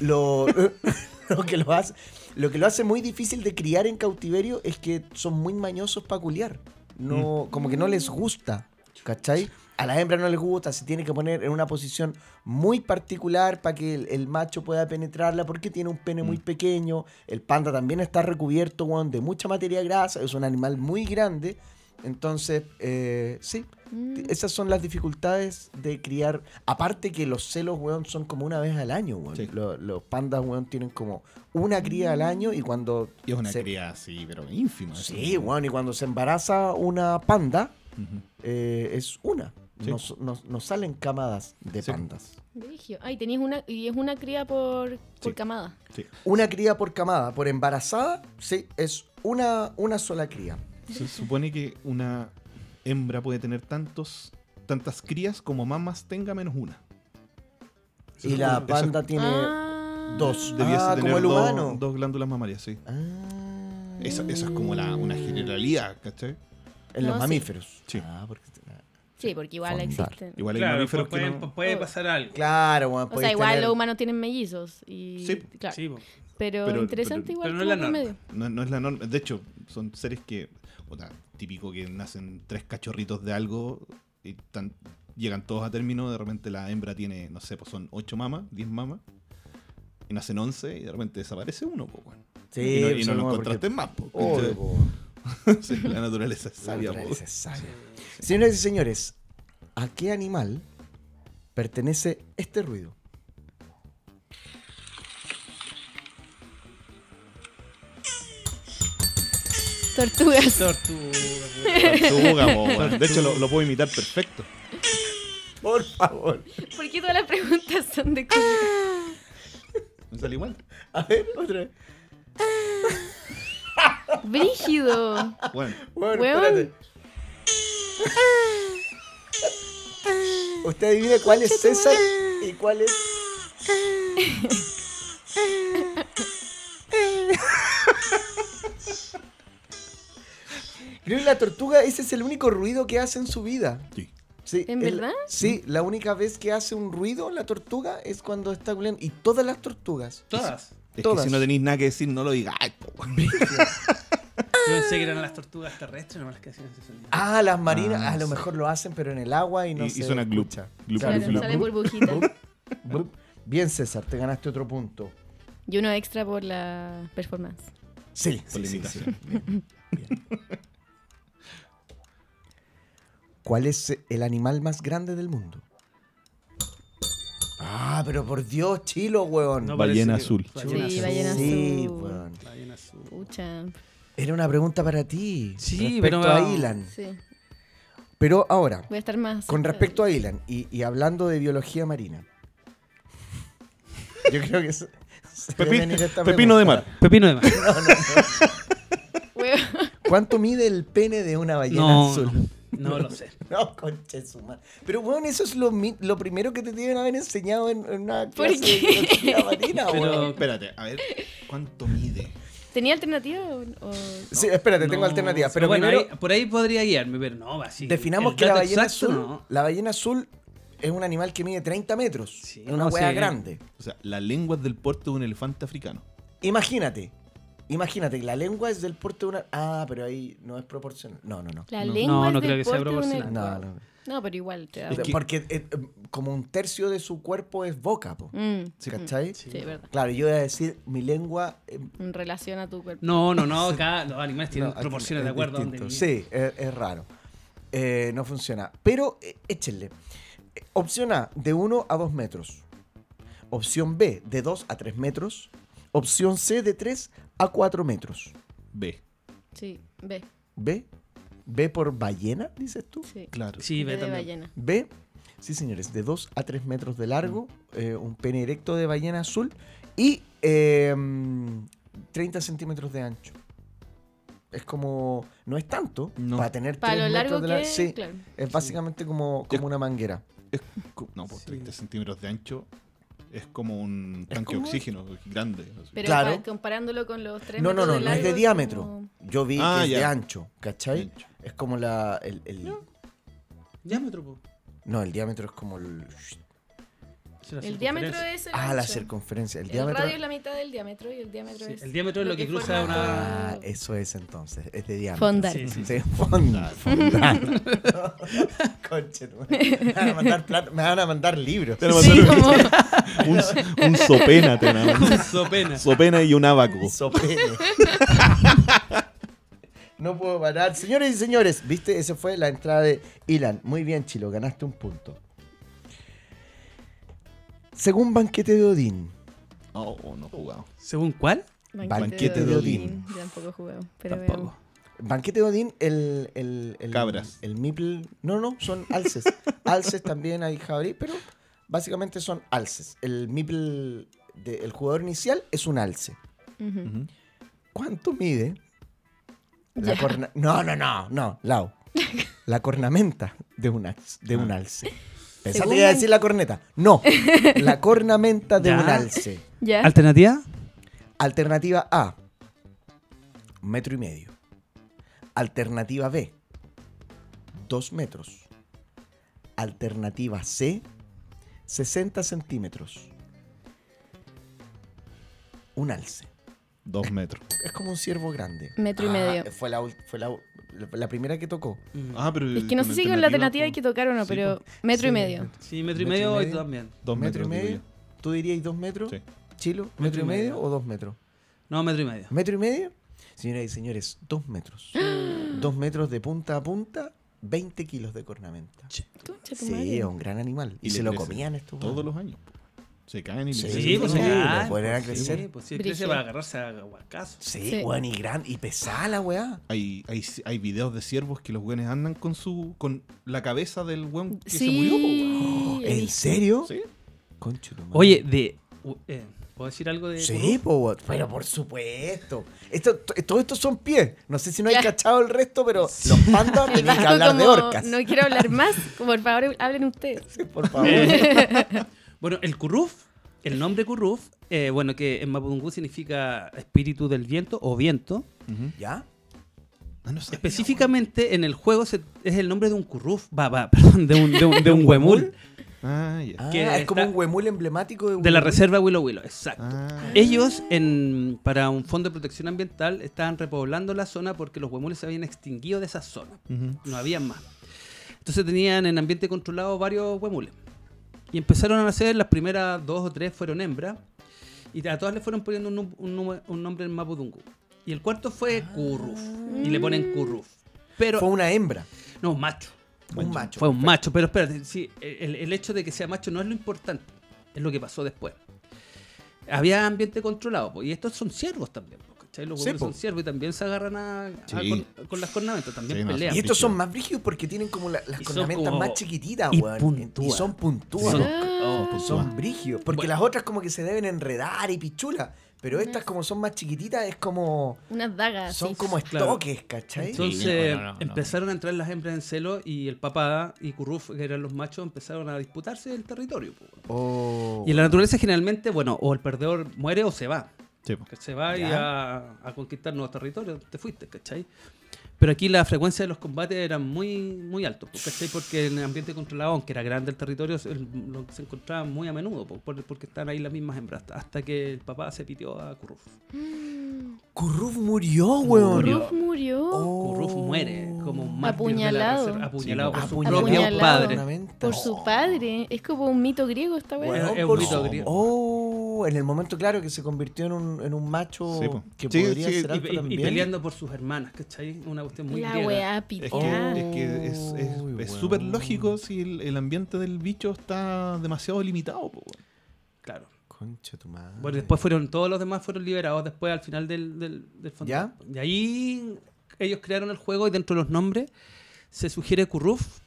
Speaker 2: Lo, *laughs* lo que lo hace, lo que lo hace muy difícil de criar en cautiverio es que son muy mañosos para culiar. No, Como que no les gusta, ¿cachai? A la hembra no les gusta, se tiene que poner en una posición muy particular para que el, el macho pueda penetrarla porque tiene un pene muy pequeño. El panda también está recubierto weón, de mucha materia grasa, es un animal muy grande. Entonces, eh, sí,
Speaker 3: Mm.
Speaker 2: esas son las dificultades de criar. Aparte que los celos, weón, son como una vez al año, weón.
Speaker 4: Sí.
Speaker 2: Lo- Los, pandas, weón, tienen como una cría al año y cuando...
Speaker 4: y es una
Speaker 2: se-
Speaker 4: cría así, pero ínfima.
Speaker 2: Sí, weón, y cuando se embaraza una panda,
Speaker 4: Ujú.
Speaker 2: eh, es una.
Speaker 4: Sí.
Speaker 2: No, so- no- no salen camadas de
Speaker 4: Sí.
Speaker 2: pandas.
Speaker 3: Brigio. Ay, tenías una. Y es una cría por, por
Speaker 4: Sí.
Speaker 3: camada.
Speaker 2: Una cría por camada. Por embarazada, sí, es una, una sola cría.
Speaker 4: Se supone que una hembra puede tener tantos tantas crías como mamás tenga menos una. Se
Speaker 2: Y la
Speaker 4: supone- eso-
Speaker 2: panda tiene...
Speaker 3: Ah.
Speaker 2: dos.
Speaker 4: Debiese
Speaker 2: Ah,
Speaker 4: tener
Speaker 2: como el
Speaker 4: dos-
Speaker 2: humano.
Speaker 4: dos glándulas mamarias, sí.
Speaker 2: Ah.
Speaker 4: Eso, eso es como la- una generalidad, ¿cachai?
Speaker 2: En
Speaker 3: No,
Speaker 2: los
Speaker 3: sí.
Speaker 2: mamíferos.
Speaker 4: Sí.
Speaker 2: Ah, porque...
Speaker 3: Sí, porque igual
Speaker 2: Fondar.
Speaker 3: existen.
Speaker 4: Igual hay
Speaker 1: Claro,
Speaker 4: mamíferos
Speaker 1: pero
Speaker 4: que
Speaker 1: pueden-
Speaker 4: no...
Speaker 1: puede pasar algo.
Speaker 2: Claro, weón.
Speaker 3: O sea,
Speaker 2: podéis
Speaker 3: igual
Speaker 2: tener-
Speaker 3: los humanos tienen mellizos. Y,
Speaker 4: Sí,
Speaker 3: claro.
Speaker 1: Sí, po.
Speaker 3: Pero,
Speaker 4: Pero-
Speaker 3: interesante
Speaker 4: pero-
Speaker 3: igual.
Speaker 1: pero no es la
Speaker 3: como
Speaker 1: norma.
Speaker 3: promedio.
Speaker 4: No, no es la norma. De hecho, son seres que. O sea, típico que nacen tres cachorritos de algo y tan- llegan todos a término. De repente la hembra tiene, no sé, pues son ocho mamas, diez mamas. Y nacen once y de repente desaparece uno, pues, weón.
Speaker 2: Sí,
Speaker 4: y no, y
Speaker 2: pues,
Speaker 4: no
Speaker 2: no,
Speaker 4: lo
Speaker 2: porque-
Speaker 4: encontraste más, pues.
Speaker 2: *laughs* Obvio,
Speaker 4: ¿cachai?
Speaker 2: po.
Speaker 4: *laughs* Sí, la naturaleza es sabia,
Speaker 2: Otra
Speaker 4: po.
Speaker 2: vez es sabia. Señoras y señores, ¿a qué animal pertenece este ruido?
Speaker 3: Tortugas.
Speaker 1: *laughs* Tortuga.
Speaker 4: *laughs* Tortuga, po, weón. De hecho, lo, lo puedo imitar perfecto.
Speaker 2: Por favor.
Speaker 3: *laughs* ¿Por qué todas las preguntas son de comida?
Speaker 4: Me sale igual.
Speaker 2: A ver, otra vez.
Speaker 3: Brígido.
Speaker 4: Bueno,
Speaker 2: Bueno,
Speaker 3: Weón.
Speaker 2: espérate. Usted adivina cuál es César y cuál es. Creo que la tortuga, ese es el único ruido que hace en su vida.
Speaker 4: sí.
Speaker 2: Sí,
Speaker 3: ¿En
Speaker 2: el-
Speaker 3: verdad?
Speaker 2: Sí, la única vez que hace un ruido la tortuga es cuando está culeando. Y todas las tortugas.
Speaker 1: Todas.
Speaker 4: Es
Speaker 2: Todas.
Speaker 4: que si no tenéis nada que decir, no lo digáis, po, weón.
Speaker 1: Yo pensé que eran las tortugas terrestres, no las que hacían ese sonido.
Speaker 2: Ah, las marinas,
Speaker 4: Ah,
Speaker 2: a lo
Speaker 4: sí.
Speaker 2: mejor lo hacen, pero en el agua y no
Speaker 4: Y- y
Speaker 2: se
Speaker 4: suena glup,
Speaker 2: escucha.
Speaker 4: glup,
Speaker 2: Claro,
Speaker 4: glup, glup.
Speaker 2: sale
Speaker 3: Sale burbujita.
Speaker 2: Blup. Bien, César, te ganaste otro punto.
Speaker 3: Y uno extra por la performance.
Speaker 2: Sí,
Speaker 4: Por
Speaker 2: sí, sí,
Speaker 4: la
Speaker 2: sí.
Speaker 4: imitación.
Speaker 2: ¿Cuál es eh, el animal más grande del mundo? Ah, pero por Dios, chilo, weón.
Speaker 1: No
Speaker 4: Ballena
Speaker 1: parece que-
Speaker 4: azul.
Speaker 1: Ballena
Speaker 3: Sí,
Speaker 1: azul.
Speaker 3: ballena azul.
Speaker 2: Sí, weón.
Speaker 1: Ballena azul.
Speaker 3: Pucha.
Speaker 2: Era una pregunta para ti.
Speaker 1: Sí,
Speaker 2: respecto
Speaker 1: pero-
Speaker 2: a Ilan.
Speaker 3: Sí.
Speaker 2: Pero ahora,
Speaker 3: Voy a estar más.
Speaker 2: Con respecto a Ilan y, y hablando de biología marina, yo creo que se- se debe
Speaker 4: Pepi-
Speaker 2: venir esta
Speaker 4: pepino de mar.
Speaker 2: pregunta.
Speaker 1: Pepino de mar.
Speaker 3: Weón.
Speaker 2: ¿Cuánto mide el pene de una *laughs* ballena
Speaker 1: No,
Speaker 2: azul?
Speaker 1: no, no lo sé.
Speaker 2: *laughs* No, conche su madre. Pero, weón, eso es lo, mi- lo primero que te deben haber enseñado en, en una
Speaker 3: ¿Por
Speaker 2: clase de
Speaker 3: qué?
Speaker 2: biología marina,
Speaker 1: Pero-
Speaker 2: weón.
Speaker 4: Espérate, a ver, ¿cuánto mide?
Speaker 3: *laughs* ¿Tenía alternativa o.? o-
Speaker 2: Sí, espérate, tengo
Speaker 1: No,
Speaker 2: alternativas. Pero
Speaker 1: bueno,
Speaker 2: primero,
Speaker 1: ahí- por ahí podría guiarme, pero no, así.
Speaker 2: definamos
Speaker 1: el
Speaker 2: que la
Speaker 1: dato
Speaker 2: ballena
Speaker 1: exacto,
Speaker 2: azul.
Speaker 1: no.
Speaker 2: La ballena azul es un animal que mide 30 metros.
Speaker 1: Sí,
Speaker 2: es una
Speaker 1: no
Speaker 2: hueá
Speaker 1: sé.
Speaker 2: grande.
Speaker 4: O sea, la lengua es del puerto de un elefante africano.
Speaker 2: Imagínate, imagínate, la lengua es del puerto de una. Ah, pero ahí no es proporcional. No, no, no.
Speaker 3: La
Speaker 4: No.
Speaker 1: No,
Speaker 3: lengua
Speaker 1: no
Speaker 3: es del
Speaker 1: creo que sea
Speaker 3: porte de un
Speaker 1: proporcional.
Speaker 3: elefante.
Speaker 2: No, no.
Speaker 3: No, pero igual te da.
Speaker 4: Es que-
Speaker 2: Porque eh, eh, como un tercio de su cuerpo es boca, po.
Speaker 3: Mm,
Speaker 2: ¿cachai?
Speaker 3: sí, es verdad.
Speaker 2: Claro, yo iba a decir, mi lengua. eh,
Speaker 3: En relación a tu cuerpo.
Speaker 1: No, no,
Speaker 2: *laughs*
Speaker 1: no, acá los animales tienen
Speaker 2: no, aquí
Speaker 1: proporciones
Speaker 2: es
Speaker 1: de acuerdo a donde
Speaker 2: distinto.
Speaker 1: viven.
Speaker 2: Sí, es, es raro. Eh, no funciona. Pero eh, échenle. Eh, Opción A, de 1 a 2 metros. Opción B, de 2 a 3 metros. Opción C, de 3 a 4 metros.
Speaker 4: B.
Speaker 3: Sí, ve.
Speaker 2: ¿B? ¿B por ballena, dices tú?
Speaker 3: Sí.
Speaker 4: Claro.
Speaker 1: Sí, ve
Speaker 3: Ve de
Speaker 1: también.
Speaker 3: ballena.
Speaker 2: B, sí señores, de 2 a 3 metros de largo, eh, un pene erecto de ballena azul y eh, mm, 30 centímetros de ancho. Es como, no es tanto,
Speaker 4: No.
Speaker 2: para tener
Speaker 3: Para
Speaker 2: 3
Speaker 3: lo largo
Speaker 2: metros de
Speaker 3: que.
Speaker 2: largo. Sí,
Speaker 3: Claro.
Speaker 2: es básicamente como, como una manguera.
Speaker 4: Cu- No, por
Speaker 1: Sí.
Speaker 4: 30 centímetros de ancho es como un
Speaker 2: Es
Speaker 4: tanque de
Speaker 2: como-
Speaker 4: oxígeno grande. así.
Speaker 3: Pero
Speaker 2: Claro.
Speaker 3: pa- comparándolo con los tres
Speaker 2: No, no,
Speaker 3: metros
Speaker 2: no,
Speaker 3: de
Speaker 2: no es
Speaker 3: largo,
Speaker 2: de diámetro.
Speaker 3: como-
Speaker 2: Yo vi
Speaker 4: Ah,
Speaker 2: que es de
Speaker 4: ya.
Speaker 2: ancho, ¿cachai?
Speaker 4: Ancho.
Speaker 2: Es como la... El, el-
Speaker 1: Ya me tropo.
Speaker 2: No, el diámetro es como... el-
Speaker 3: El diámetro es el.
Speaker 2: ah, la
Speaker 3: ancho.
Speaker 2: circunferencia. El,
Speaker 3: El
Speaker 2: diámetro...
Speaker 3: radio es la mitad del diámetro y el diámetro
Speaker 1: Sí,
Speaker 3: es.
Speaker 1: el diámetro es lo que cruza
Speaker 3: forma
Speaker 1: una-
Speaker 2: Ah,
Speaker 3: todo-
Speaker 2: eso es entonces, es de diámetro.
Speaker 3: Fondar.
Speaker 1: Sí, sí.
Speaker 2: Sí, fondar, fondar. Conche, tu madre. me van a mandar plata- me van a mandar libros. *laughs*
Speaker 5: Te lo
Speaker 3: Sí,
Speaker 5: mandaron
Speaker 3: como-
Speaker 5: un, un sopena, te mandaron.
Speaker 1: Sopena.
Speaker 3: *laughs*
Speaker 5: Sopena y un abaco.
Speaker 2: Sopene. No puedo parar. Señores y señores, viste, esa fue la entrada de Ilan. Muy bien, Chilo, ganaste un punto. Según Banquete de Odín,
Speaker 4: Oh, no he jugado.
Speaker 1: ¿Según cuál?
Speaker 2: Banquete
Speaker 4: de
Speaker 2: Odín.
Speaker 3: Yo tampoco he jugado, pero
Speaker 4: Tampoco.
Speaker 3: veamos.
Speaker 2: Banquete de Odín, el, el, el-
Speaker 4: Cabras.
Speaker 2: El miple. No, no, son alces. *laughs* alces también hay jabrí, pero básicamente son alces. El miple del jugador inicial es un alce.
Speaker 3: Ujú.
Speaker 2: ¿Cuánto mide? La
Speaker 3: Ya.
Speaker 2: corna- No, no, no, no, Lau. La cornamenta de un, alce- de un
Speaker 4: Ah.
Speaker 2: alce. Pensaste
Speaker 3: Según
Speaker 2: que iba a
Speaker 3: Ban-
Speaker 2: decir la corneta. No,
Speaker 3: *laughs*
Speaker 2: la cornamenta de
Speaker 1: Ya.
Speaker 2: un alce.
Speaker 3: Ya.
Speaker 1: ¿Alternativa?
Speaker 2: Alternativa A, un metro y medio. Alternativa B, dos metros. Alternativa C, 60 centímetros. un alce.
Speaker 4: Dos metros.
Speaker 2: Es como un ciervo grande.
Speaker 3: Metro y
Speaker 2: Ah,
Speaker 3: medio.
Speaker 2: Fue la, ul- fue la, ul- la primera que tocó.
Speaker 3: Mm.
Speaker 4: Ah, pero
Speaker 3: Es que no sé si con la alternativa hay que tocar o no,
Speaker 4: Sí,
Speaker 3: pero metro
Speaker 2: Sí,
Speaker 3: y medio.
Speaker 1: Sí, metro y
Speaker 2: Metro y
Speaker 1: medio hoy
Speaker 2: medio.
Speaker 1: también.
Speaker 4: Dos
Speaker 2: metro
Speaker 4: metros.
Speaker 2: y medio. ¿Tú dirías dos metros?
Speaker 4: Sí.
Speaker 2: Chilo, metro, y medio, o dos metros.
Speaker 1: No, metro y medio.
Speaker 2: ¿Metro y medio? Señoras y señores, dos metros.
Speaker 3: Mm.
Speaker 2: dos metros de punta a punta, 20 kilos de cornamenta.
Speaker 3: Concha tu
Speaker 2: Sí,
Speaker 3: madre.
Speaker 2: era un gran animal. Y,
Speaker 4: Y
Speaker 2: se
Speaker 4: le
Speaker 2: lo
Speaker 4: crecen
Speaker 2: comían estos
Speaker 4: Todos
Speaker 2: hueones.
Speaker 4: los años. po. Se caen y le
Speaker 2: Sí,
Speaker 4: crecen.
Speaker 2: sí,
Speaker 1: pues
Speaker 2: sí,
Speaker 1: ya,
Speaker 2: lo podrían crecer.
Speaker 1: Sí, pues sí,
Speaker 3: Brígido.
Speaker 1: crece para agarrarse a guacazos.
Speaker 2: Sí,
Speaker 3: Sí.
Speaker 2: hueón, y gran, y pesada la weá.
Speaker 4: Hay, hay, hay videos de ciervos que los güenes andan con su con la cabeza del güen que se murió. po, weón.
Speaker 3: Sí.
Speaker 2: Oh, ¿En serio?
Speaker 4: Sí.
Speaker 2: Concho tu madre.
Speaker 1: Oye, de. u- eh, ¿Puedo decir algo de.?
Speaker 2: Sí, po, weón. pero por supuesto. Esto, t- todo esto son pies. No sé si no hay cachado el resto, pero los
Speaker 3: *laughs*
Speaker 2: pandas
Speaker 3: El
Speaker 2: tenían que
Speaker 3: Vasco
Speaker 2: hablar de
Speaker 3: como,
Speaker 2: orcas.
Speaker 3: No quiero hablar más, por favor
Speaker 2: *laughs*
Speaker 3: hablen ustedes.
Speaker 2: Por favor.
Speaker 1: Bueno, el curruf, el nombre curruf, eh, bueno, que en Mapudungún significa espíritu del viento o viento.
Speaker 2: ¿Ya?
Speaker 4: Ah, no sabía,
Speaker 1: Específicamente en el juego se- es el nombre de un curruf, va, va, *laughs* perdón, de un, de un, de un huemul
Speaker 4: weón. Ah, ya.
Speaker 2: Ah,
Speaker 1: Que
Speaker 2: es como
Speaker 1: está-
Speaker 2: un huemul emblemático de,
Speaker 1: de la
Speaker 2: Huemul.
Speaker 1: reserva Willow Willow, exacto.
Speaker 4: Ah.
Speaker 1: Ellos, en, para un fondo de protección ambiental, estaban repoblando la zona porque los huemules se habían extinguido de esa zona.
Speaker 4: Ujú.
Speaker 1: No habían más. Entonces tenían en ambiente controlado varios huemules. Y empezaron a nacer, las primeras dos o tres fueron hembras. Y a todas le fueron poniendo un, nu- un nu- un nombre en Mapudungun. Y el cuarto fue Curruf. Y le ponen Curruf. Pero,
Speaker 2: Fue una hembra,
Speaker 1: no, macho.
Speaker 2: un macho.
Speaker 1: Fue un macho, pero espérate, sí, el, el hecho de que sea macho no es lo importante, es lo que pasó después. Había ambiente controlado, po, y estos son ciervos también, po, ¿cachai? Los
Speaker 2: Sí,
Speaker 1: hueones
Speaker 2: po.
Speaker 1: son ciervos y también se agarran a, a-
Speaker 4: Sí.
Speaker 1: con, con las cornamentas, también
Speaker 4: Sí, no,
Speaker 1: pelean.
Speaker 2: Y estos son
Speaker 4: brígido.
Speaker 2: más brígidos porque tienen como la- las
Speaker 1: Y son
Speaker 2: cornamentas
Speaker 1: como-
Speaker 2: más chiquititas,
Speaker 1: y
Speaker 2: weón.
Speaker 1: puntúa.
Speaker 2: Y son puntúas.
Speaker 4: Son-
Speaker 2: Son, Oh,
Speaker 4: Ah, pues, ah.
Speaker 2: brígidos. Porque
Speaker 1: Bueno.
Speaker 2: las otras como que se deben enredar y pichula. Pero estas como son más chiquititas es como...
Speaker 3: Unas dagas.
Speaker 2: Son
Speaker 3: Mm. Ah, sí.
Speaker 2: como
Speaker 1: Claro.
Speaker 2: estoques, ¿cachai?
Speaker 1: Entonces
Speaker 4: Sí, no, no, no, no.
Speaker 1: empezaron a entrar las hembras en celo y el papá y Curruf, que eran los machos, empezaron a disputarse el territorio. po.
Speaker 2: Oh.
Speaker 1: Y en la naturaleza generalmente, bueno, o el perdedor muere o se va.
Speaker 4: Sí, po.
Speaker 1: que se va y
Speaker 2: Ya.
Speaker 1: a, a conquistar nuevos territorios, te fuiste, ¿cachai? Pero aquí la frecuencia de los combates era muy, muy alto, pues, ¿cachai? Porque en el ambiente controlado, aunque era grande el territorio, se, lo- se encontraba muy a menudo, pues, por- porque estaban ahí las mismas hembras, hasta- hasta que el papá se pitió a Curruf.
Speaker 2: Curruf murió, weón.
Speaker 1: Murió.
Speaker 3: Ruf murió
Speaker 2: Oh.
Speaker 1: Curruf muere como un mártir
Speaker 3: Apuñalado.
Speaker 1: de la reserva, apuñalado por su
Speaker 2: Apuñalado.
Speaker 1: propio padre.
Speaker 2: Cornamenta.
Speaker 3: por su padre. Es como un mito griego esta weá.
Speaker 1: Bueno.
Speaker 2: Weón,
Speaker 1: Es un
Speaker 2: por
Speaker 1: mito
Speaker 2: su-
Speaker 1: griego.
Speaker 2: Oh, en el momento, claro, que se convirtió en un, en un macho
Speaker 4: Sí, po.
Speaker 2: que
Speaker 4: Sí,
Speaker 2: podría
Speaker 4: sí,
Speaker 2: ser
Speaker 1: Y-
Speaker 4: y-
Speaker 2: alfa
Speaker 1: Y, y
Speaker 2: también.
Speaker 1: peleando por sus hermanas, ¿cachai? Una
Speaker 2: Oh,
Speaker 1: cuestión muy
Speaker 3: La
Speaker 1: griega.
Speaker 3: weá
Speaker 4: Es
Speaker 3: pitada.
Speaker 4: que, es que es- es-
Speaker 2: Uy, weón.
Speaker 4: es súper lógico si el, el ambiente del bicho está demasiado limitado. po, weón.
Speaker 1: Claro.
Speaker 2: Concha tu madre.
Speaker 1: Bueno, después fueron, todos los demás fueron liberados después al final del, del, del fondo.
Speaker 2: ¿Ya?
Speaker 1: De ahí ellos crearon el juego y dentro de los nombres se sugiere Curruf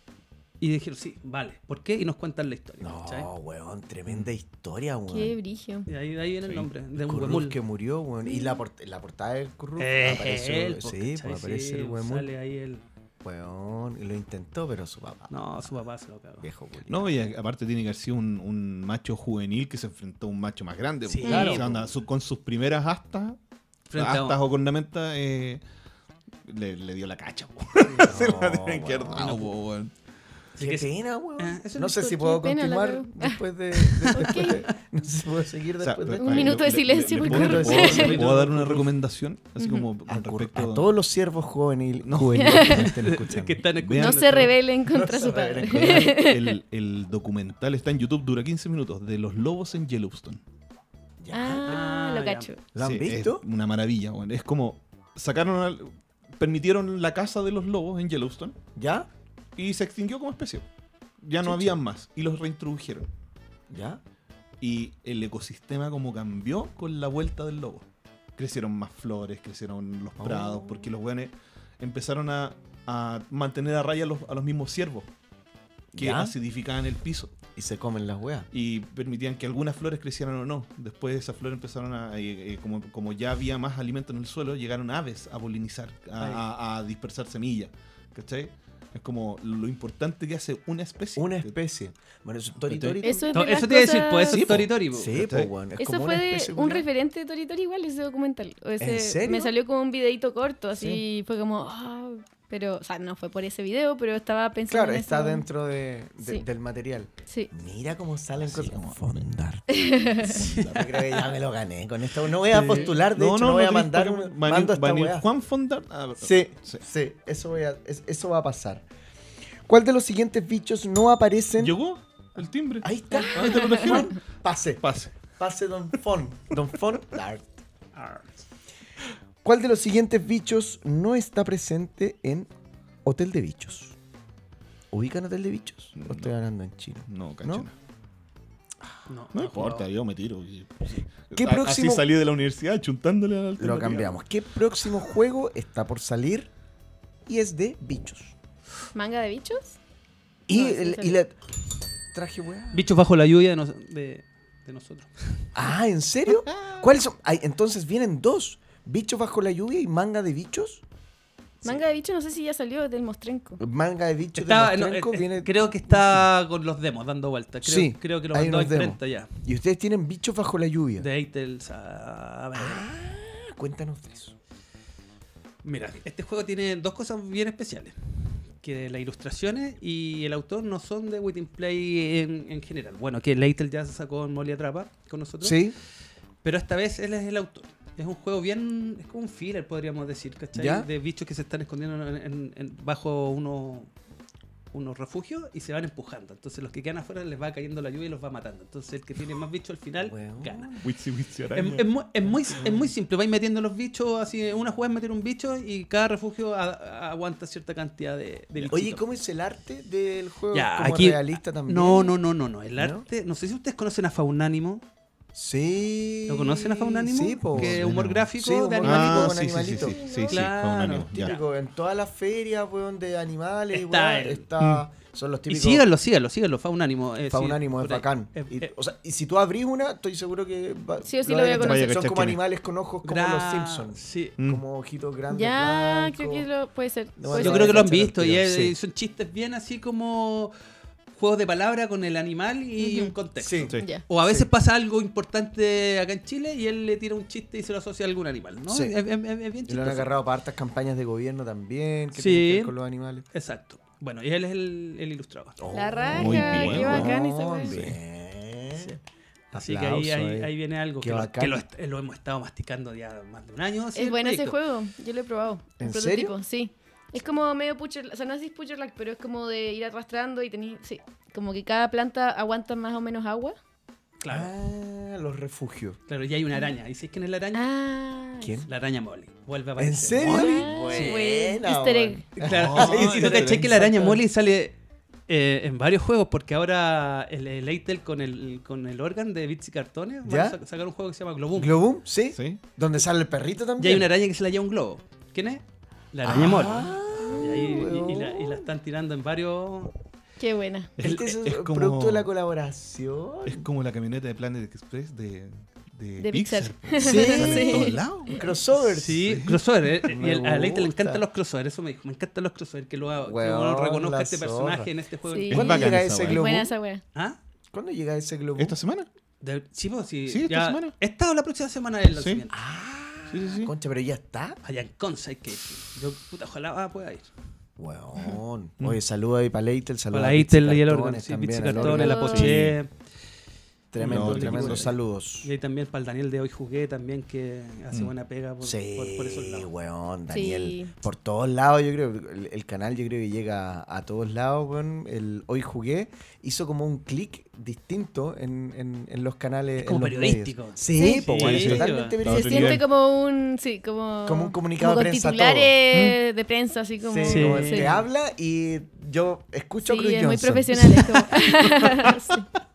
Speaker 1: y dijeron, sí, vale, ¿por qué? Y nos cuentan la historia.
Speaker 2: No,
Speaker 1: ¿cachai? Mm.
Speaker 2: weón, tremenda historia, weón.
Speaker 3: Qué brigio.
Speaker 1: Y ahí, de ahí viene el
Speaker 4: Sí.
Speaker 1: nombre, de un
Speaker 2: Curruf
Speaker 1: huemul.
Speaker 2: que murió, weón. Y la, port- la portada del Curruf
Speaker 1: Eh,
Speaker 2: apareció.
Speaker 1: él, po,
Speaker 2: sí,
Speaker 1: ¿cachai?
Speaker 2: pues aparece
Speaker 1: Sí,
Speaker 2: el huemul.
Speaker 1: Sale ahí el...
Speaker 2: Weón, y lo intentó, pero su papá.
Speaker 1: No, su papá se lo cagó.
Speaker 2: Viejo, culiao.
Speaker 1: *laughs*
Speaker 4: No, y a- aparte tiene que haber sido un, un macho juvenil que se enfrentó a un macho más grande.
Speaker 1: Sí,
Speaker 4: po.
Speaker 1: claro.
Speaker 4: O sea, anda, su- con sus primeras astas,
Speaker 1: Frente a-
Speaker 4: astas o cornamentas, eh, le, le dio la cacha. po. se *laughs* la dio en izquierda,
Speaker 2: weón.
Speaker 4: Oh, po, weón.
Speaker 1: Así
Speaker 2: Qué
Speaker 1: que sí.
Speaker 2: pena, weón.
Speaker 1: Eh, eso
Speaker 2: no
Speaker 1: es
Speaker 2: sé
Speaker 1: todo,
Speaker 2: si
Speaker 1: qué
Speaker 2: puedo
Speaker 3: pena, la
Speaker 2: continuar
Speaker 3: verdad.
Speaker 1: *laughs*
Speaker 2: después de, después de- No sé si puedo seguir
Speaker 4: O sea,
Speaker 2: después
Speaker 4: pero-
Speaker 2: de.
Speaker 3: Un minuto de
Speaker 4: le- le-
Speaker 3: silencio,
Speaker 4: le
Speaker 3: por
Speaker 4: puedo-
Speaker 2: favor.
Speaker 4: le puedo- le puedo dar *laughs* una recomendación? Así como
Speaker 2: A,
Speaker 4: con
Speaker 2: cur-
Speaker 4: respecto
Speaker 2: a todos los siervos juveniles
Speaker 4: No.
Speaker 2: juveniles que nos
Speaker 4: *laughs*
Speaker 2: estén escuchando.
Speaker 1: que están escuchando.
Speaker 4: Vean
Speaker 3: No se
Speaker 4: lo que-
Speaker 3: rebelen contra
Speaker 2: se
Speaker 3: su
Speaker 2: rebelen
Speaker 3: padre.
Speaker 4: Vean el, el documental está en YouTube, dura 15 minutos, de los lobos en Yellowstone.
Speaker 2: *laughs* Ya.
Speaker 3: Ah,
Speaker 1: Ah,
Speaker 3: lo
Speaker 1: ya.
Speaker 3: cacho.
Speaker 2: ¿Lo han
Speaker 4: Sí, es
Speaker 2: visto?
Speaker 4: una maravilla, weón. Es como sacaron al- permitieron la casa de los lobos en Yellowstone
Speaker 2: ¿Ya?
Speaker 4: y se extinguió como especie. Ya no habían más y los reintrodujeron.
Speaker 2: ¿Ya?
Speaker 4: Y el ecosistema como cambió con la vuelta del lobo. Crecieron más flores, crecieron los
Speaker 2: Oh.
Speaker 4: prados, porque los weones empezaron a, a mantener a raya a los, a los mismos ciervos que
Speaker 2: ¿Ya?
Speaker 4: acidificaban el piso.
Speaker 2: Y se comen las weas.
Speaker 4: y permitían que algunas flores crecieran o no. Después esas flores empezaron a, eh, eh, como, como ya había más alimento en el suelo, llegaron aves a polinizar, a,
Speaker 1: Ay.
Speaker 4: a- a dispersar semillas. ¿Cachai? Es como lo importante que hace una especie.
Speaker 2: Una especie. Bueno, eso es Tori
Speaker 4: Estoy-
Speaker 2: Tori.
Speaker 3: Eso es
Speaker 1: No,
Speaker 3: de las
Speaker 1: eso te iba a decir,
Speaker 3: cosas-
Speaker 1: pues eso
Speaker 2: Sí,
Speaker 1: es
Speaker 2: po.
Speaker 1: Tori Tori. po.
Speaker 2: Sí, po,
Speaker 4: ¿Cachai?
Speaker 2: weón. Es
Speaker 3: Eso
Speaker 2: como
Speaker 3: fue
Speaker 2: una
Speaker 3: de
Speaker 2: especie,
Speaker 3: un
Speaker 2: culiao.
Speaker 3: referente de Tori Tori igual ese documental. O ese-
Speaker 2: ¿En serio?
Speaker 3: Me salió como un videito corto, así fue como, ah, Pero, o sea, no fue por ese video, pero estaba pensando.
Speaker 2: Claro,
Speaker 3: en
Speaker 2: está
Speaker 3: eso.
Speaker 2: dentro de- de-
Speaker 3: Sí.
Speaker 2: del material.
Speaker 3: Sí.
Speaker 2: Mira cómo salen cosas.
Speaker 4: como-
Speaker 2: fondar. Yo
Speaker 3: *laughs*
Speaker 2: creo que ya me lo gané con esta. No voy a postular, de
Speaker 4: no,
Speaker 2: hecho,
Speaker 4: no,
Speaker 2: no, voy a
Speaker 4: tenéis
Speaker 2: mandar
Speaker 4: por qué-
Speaker 2: un-
Speaker 4: van a ir-
Speaker 2: mando esta
Speaker 4: van a ir
Speaker 2: weá.
Speaker 4: Juan Fondar. Ah, pero-
Speaker 2: Sí,
Speaker 4: sí.
Speaker 2: sí, eso, voy a- es- eso va a pasar. ¿Cuál de los siguientes bichos no aparecen?
Speaker 4: ¿Llegó el timbre?
Speaker 2: Ahí está.
Speaker 4: Ah, te lo
Speaker 2: Juan,
Speaker 4: trajeron.
Speaker 2: *laughs* pase,
Speaker 4: Pase.
Speaker 2: pase Don Fon. Don Fon, Dart. ¿Cuál de los siguientes bichos no está presente en Hotel de Bichos? ¿Ubican Hotel de Bichos? ¿O
Speaker 4: No.
Speaker 2: estoy hablando en chino?
Speaker 4: No, Ah,
Speaker 2: ¿No?
Speaker 4: canchona.
Speaker 1: No,
Speaker 4: No importa, yo me tiro. y- pues,
Speaker 2: ¿Qué
Speaker 4: A-
Speaker 2: próximo-
Speaker 4: Así salí de la universidad chuntándole al
Speaker 2: Lo cambiamos. ¿Qué próximo juego está por salir y es de bichos?
Speaker 3: ¿Manga de bichos?
Speaker 2: Y,
Speaker 3: No, sí
Speaker 2: el-
Speaker 3: salió.
Speaker 2: y la... Traje weá.
Speaker 1: Bichos bajo la lluvia de, nos- de- de nosotros.
Speaker 2: Ah, ¿en *laughs* serio? ¿Cuáles son? Ay, entonces vienen dos. Bichos bajo la lluvia y manga de bichos.
Speaker 3: Manga de bichos, no sé si ya salió del Mostrenco.
Speaker 2: Manga de bichos
Speaker 1: Está-
Speaker 2: de
Speaker 1: no,
Speaker 2: Mostrenco
Speaker 1: eh, eh,
Speaker 2: viene...
Speaker 1: Creo que está con los demos dando vueltas. Creo,
Speaker 2: Sí,
Speaker 1: creo que lo
Speaker 2: hay
Speaker 1: mandó a
Speaker 2: unos demos.
Speaker 1: imprenta ya.
Speaker 2: Y ustedes tienen bichos bajo la lluvia.
Speaker 1: De Eitel sabe.
Speaker 2: Ah, Cuéntanos de eso.
Speaker 1: Mira, este juego tiene dos cosas bien especiales. Que las ilustraciones y el autor no son de Within Play en, en general. Bueno, que Leitel ya se sacó en Molly Atrapa con nosotros.
Speaker 2: Sí,
Speaker 1: Pero esta vez él es el autor. Es un juego bien. Es como un filler, podríamos decir, ¿cachai?
Speaker 2: ¿Ya?
Speaker 1: De bichos que se están escondiendo en- en- en- bajo uno- unos refugios y se van empujando. Entonces, los que quedan afuera les va cayendo la lluvia y los va matando. Entonces, el que tiene más bichos al final
Speaker 2: Weón.
Speaker 1: gana.
Speaker 5: Witsi, witsi,
Speaker 4: Em,
Speaker 1: Es,
Speaker 5: araña.
Speaker 1: es mu- es muy, es muy simple, vais metiendo los bichos, así una jugada es meter un bicho y cada refugio a- aguanta cierta cantidad de, de bichitos.
Speaker 2: Oye, ¿y ¿cómo es el arte del juego?
Speaker 1: Ya,
Speaker 2: ¿Como
Speaker 1: aquí-
Speaker 2: realista también?
Speaker 1: No, no, no, no, no. El
Speaker 2: ¿No?
Speaker 1: arte, no sé si ustedes conocen a Faunánimo.
Speaker 2: Sí.
Speaker 1: ¿Lo conocen a Faunánimo?
Speaker 2: Sí, po.
Speaker 1: Que humor gráfico
Speaker 2: Sí, humor
Speaker 1: de
Speaker 2: gráfico
Speaker 1: animalitos.
Speaker 4: Ah,
Speaker 2: con
Speaker 4: sí, sí, sí, sí,
Speaker 2: animalitos.
Speaker 4: sí, sí,
Speaker 1: Claro,
Speaker 4: fue un ánimo, ya.
Speaker 2: Típico, en todas las ferias, weón, de animales,
Speaker 1: Está
Speaker 2: weón,
Speaker 1: el-
Speaker 2: está, son los
Speaker 1: Y
Speaker 2: típicos.
Speaker 1: síganlo, síganlo, síganlo, Faunánimo. eh, sí,
Speaker 2: Faunánimo, es
Speaker 1: por ahí.
Speaker 2: bacán.
Speaker 1: Eh,
Speaker 2: Y,
Speaker 1: eh,
Speaker 2: o sea, y si tú abrís una, estoy seguro que va-
Speaker 3: Sí o sí
Speaker 2: lo
Speaker 3: lo voy
Speaker 2: vas
Speaker 3: a
Speaker 2: encontrar.
Speaker 5: conocer. Vaya a
Speaker 2: Son
Speaker 5: cachar
Speaker 2: como
Speaker 5: quién es.
Speaker 2: animales con ojos como
Speaker 1: gra-
Speaker 2: los Simpsons.
Speaker 1: sí.
Speaker 5: Mm.
Speaker 2: Como ojitos grandes.
Speaker 3: Ya,
Speaker 2: blancos.
Speaker 3: creo que lo puede ser.
Speaker 2: No,
Speaker 3: puede
Speaker 1: Yo
Speaker 3: ser.
Speaker 1: creo que lo han
Speaker 2: Cachar al
Speaker 1: visto y
Speaker 2: tiro,
Speaker 1: es-
Speaker 2: sí.
Speaker 1: son chistes bien así como juegos de palabra con el animal y
Speaker 3: Ujú.
Speaker 1: un contexto.
Speaker 2: Sí.
Speaker 5: Sí.
Speaker 3: Ya.
Speaker 1: O a veces
Speaker 2: Sí.
Speaker 1: pasa algo importante acá en Chile y él le tira un chiste y se lo asocia a algún animal, ¿no?
Speaker 2: Sí.
Speaker 1: Es, es- es- es bien
Speaker 2: Y lo han
Speaker 1: chistoso.
Speaker 2: agarrado para hartas campañas de gobierno también, que
Speaker 1: Sí.
Speaker 2: tienen que ver con los animales.
Speaker 1: Exacto. Bueno, y él es el, el ilustrador.
Speaker 3: La raja,
Speaker 5: muy bien,
Speaker 3: qué bacán esa
Speaker 2: Oh,
Speaker 3: weá.
Speaker 2: bien.
Speaker 1: Así
Speaker 2: Aplauso eh.
Speaker 1: que ahí,
Speaker 3: eh.
Speaker 1: ahí, ahí viene algo
Speaker 2: Qué
Speaker 1: que, lo,
Speaker 2: bacán.
Speaker 1: que lo est- lo hemos estado masticando ya más de un año. así,
Speaker 3: Es
Speaker 1: el
Speaker 3: bueno ese
Speaker 1: proyecto.
Speaker 3: juego, yo lo he probado. El
Speaker 2: ¿En
Speaker 3: prototipo, sí. Es como medio Pucher, o sea, no es Pucher Lag, pero es como de ir arrastrando y tenéis, sí, como que cada planta aguanta más o menos agua.
Speaker 1: Claro,
Speaker 2: Ah, los refugios.
Speaker 1: claro, y hay una araña. ¿Y si es quién es la araña?
Speaker 3: Ah,
Speaker 2: ¿Quién?
Speaker 1: La araña Molly. Vuelve a aparecer.
Speaker 2: ¿En serio?
Speaker 3: Ay,
Speaker 2: Buena,
Speaker 3: Easter egg.
Speaker 2: weón.
Speaker 1: Claro,
Speaker 2: Ay,
Speaker 1: y
Speaker 2: *laughs* sí,
Speaker 1: no
Speaker 2: te
Speaker 1: caché que
Speaker 2: lo
Speaker 1: la araña
Speaker 2: sacaron.
Speaker 1: Molly sale eh, en varios juegos, porque ahora el, el Eitel con el, con el órgano de Bits y Cartones van
Speaker 2: ¿Ya?
Speaker 1: a sa- sacar un juego que se llama Globum.
Speaker 2: ¿Globum? ¿Sí?
Speaker 5: Sí.
Speaker 2: ¿Donde sale el
Speaker 1: y
Speaker 2: perrito
Speaker 1: hay
Speaker 2: también?
Speaker 1: una araña que se la lleva un globo. ¿Quién es? La araña
Speaker 2: Ah,
Speaker 1: Molly. Y, ahí- y- y la, y la
Speaker 2: weón.
Speaker 1: están tirando en varios.
Speaker 3: Qué buena.
Speaker 2: Este es,
Speaker 4: Es- es como-
Speaker 2: producto de la colaboración.
Speaker 4: Es como la camioneta de Planet Express de, de,
Speaker 3: De
Speaker 4: Pixar.
Speaker 2: Sí.
Speaker 3: Pixar.
Speaker 4: *laughs* Sale en todos lados.
Speaker 2: Un crossover.
Speaker 1: Sí, crossover.
Speaker 2: *laughs*
Speaker 1: eh, eh,
Speaker 2: Me
Speaker 1: y el- a Leite le
Speaker 2: gusta.
Speaker 1: encantan los crossover. Eso me dijo. Me encantan los crossover. Que lo, haga- que
Speaker 2: Weón,
Speaker 1: uno reconozca
Speaker 2: la
Speaker 1: a este
Speaker 2: zorra.
Speaker 1: personaje en este juego.
Speaker 3: Sí.
Speaker 2: ¿Cuándo
Speaker 5: Es bacán
Speaker 2: llega
Speaker 5: esa
Speaker 2: ese
Speaker 5: weá.
Speaker 2: Globum?
Speaker 3: Buena esa wea.
Speaker 1: ¿Ah?
Speaker 2: ¿Cuándo llega ese Globum?
Speaker 5: ¿Esta semana?
Speaker 1: De- sí, pues, sí.
Speaker 5: Sí, esta
Speaker 1: ya-
Speaker 5: semana.
Speaker 1: Esta o la próxima semana del
Speaker 5: Sí.
Speaker 1: lanzamiento.
Speaker 2: Ah,
Speaker 5: Sí, sí, sí.
Speaker 2: concha, pero ya está.
Speaker 1: Allá en Consa hay que ir. Yo, puta, ojalá ah, pueda ir.
Speaker 2: Weón. Oye, saluda ahí para Leitel, saluda
Speaker 1: Mm. Hola,
Speaker 2: a Pizzi
Speaker 1: Eitel y el
Speaker 2: Cartones
Speaker 1: órgano. Sí,
Speaker 2: también,
Speaker 1: Pizzi
Speaker 2: al
Speaker 1: Cartones, la
Speaker 2: órgano.
Speaker 3: órgano.
Speaker 1: Poché.
Speaker 2: Tremendo,
Speaker 5: No,
Speaker 2: tremendo.
Speaker 5: tremendo.
Speaker 2: Saludos.
Speaker 1: Y ahí también para el Daniel de hoy jugué también, que hace buena pega por,
Speaker 2: Mm. Sí,
Speaker 1: por, por esos lados.
Speaker 2: weón,
Speaker 3: Sí.
Speaker 2: Daniel. Por todos lados, yo creo. El, el canal, yo creo que llega a, a todos lados, weón. El Hoy Jugué hizo como un clic distinto en, en- en los canales.
Speaker 1: Es como
Speaker 2: en los
Speaker 1: periodístico.
Speaker 2: medios. Sí,
Speaker 1: Sí,
Speaker 2: po, weón, es
Speaker 1: sí,
Speaker 2: totalmente
Speaker 1: weón.
Speaker 5: Otro
Speaker 3: Se
Speaker 2: periodístico.
Speaker 3: siente
Speaker 5: nivel.
Speaker 3: como un, sí, como,
Speaker 2: Como un comunicado
Speaker 3: como
Speaker 2: de prensa
Speaker 3: con titulares de prensa, así como.
Speaker 2: Sí,
Speaker 1: Sí.
Speaker 2: como el
Speaker 1: Sí.
Speaker 2: que habla y yo escucho a
Speaker 3: Sí,
Speaker 2: Cruz
Speaker 3: es muy
Speaker 2: Johnson.
Speaker 3: profesional. es como- *laughs*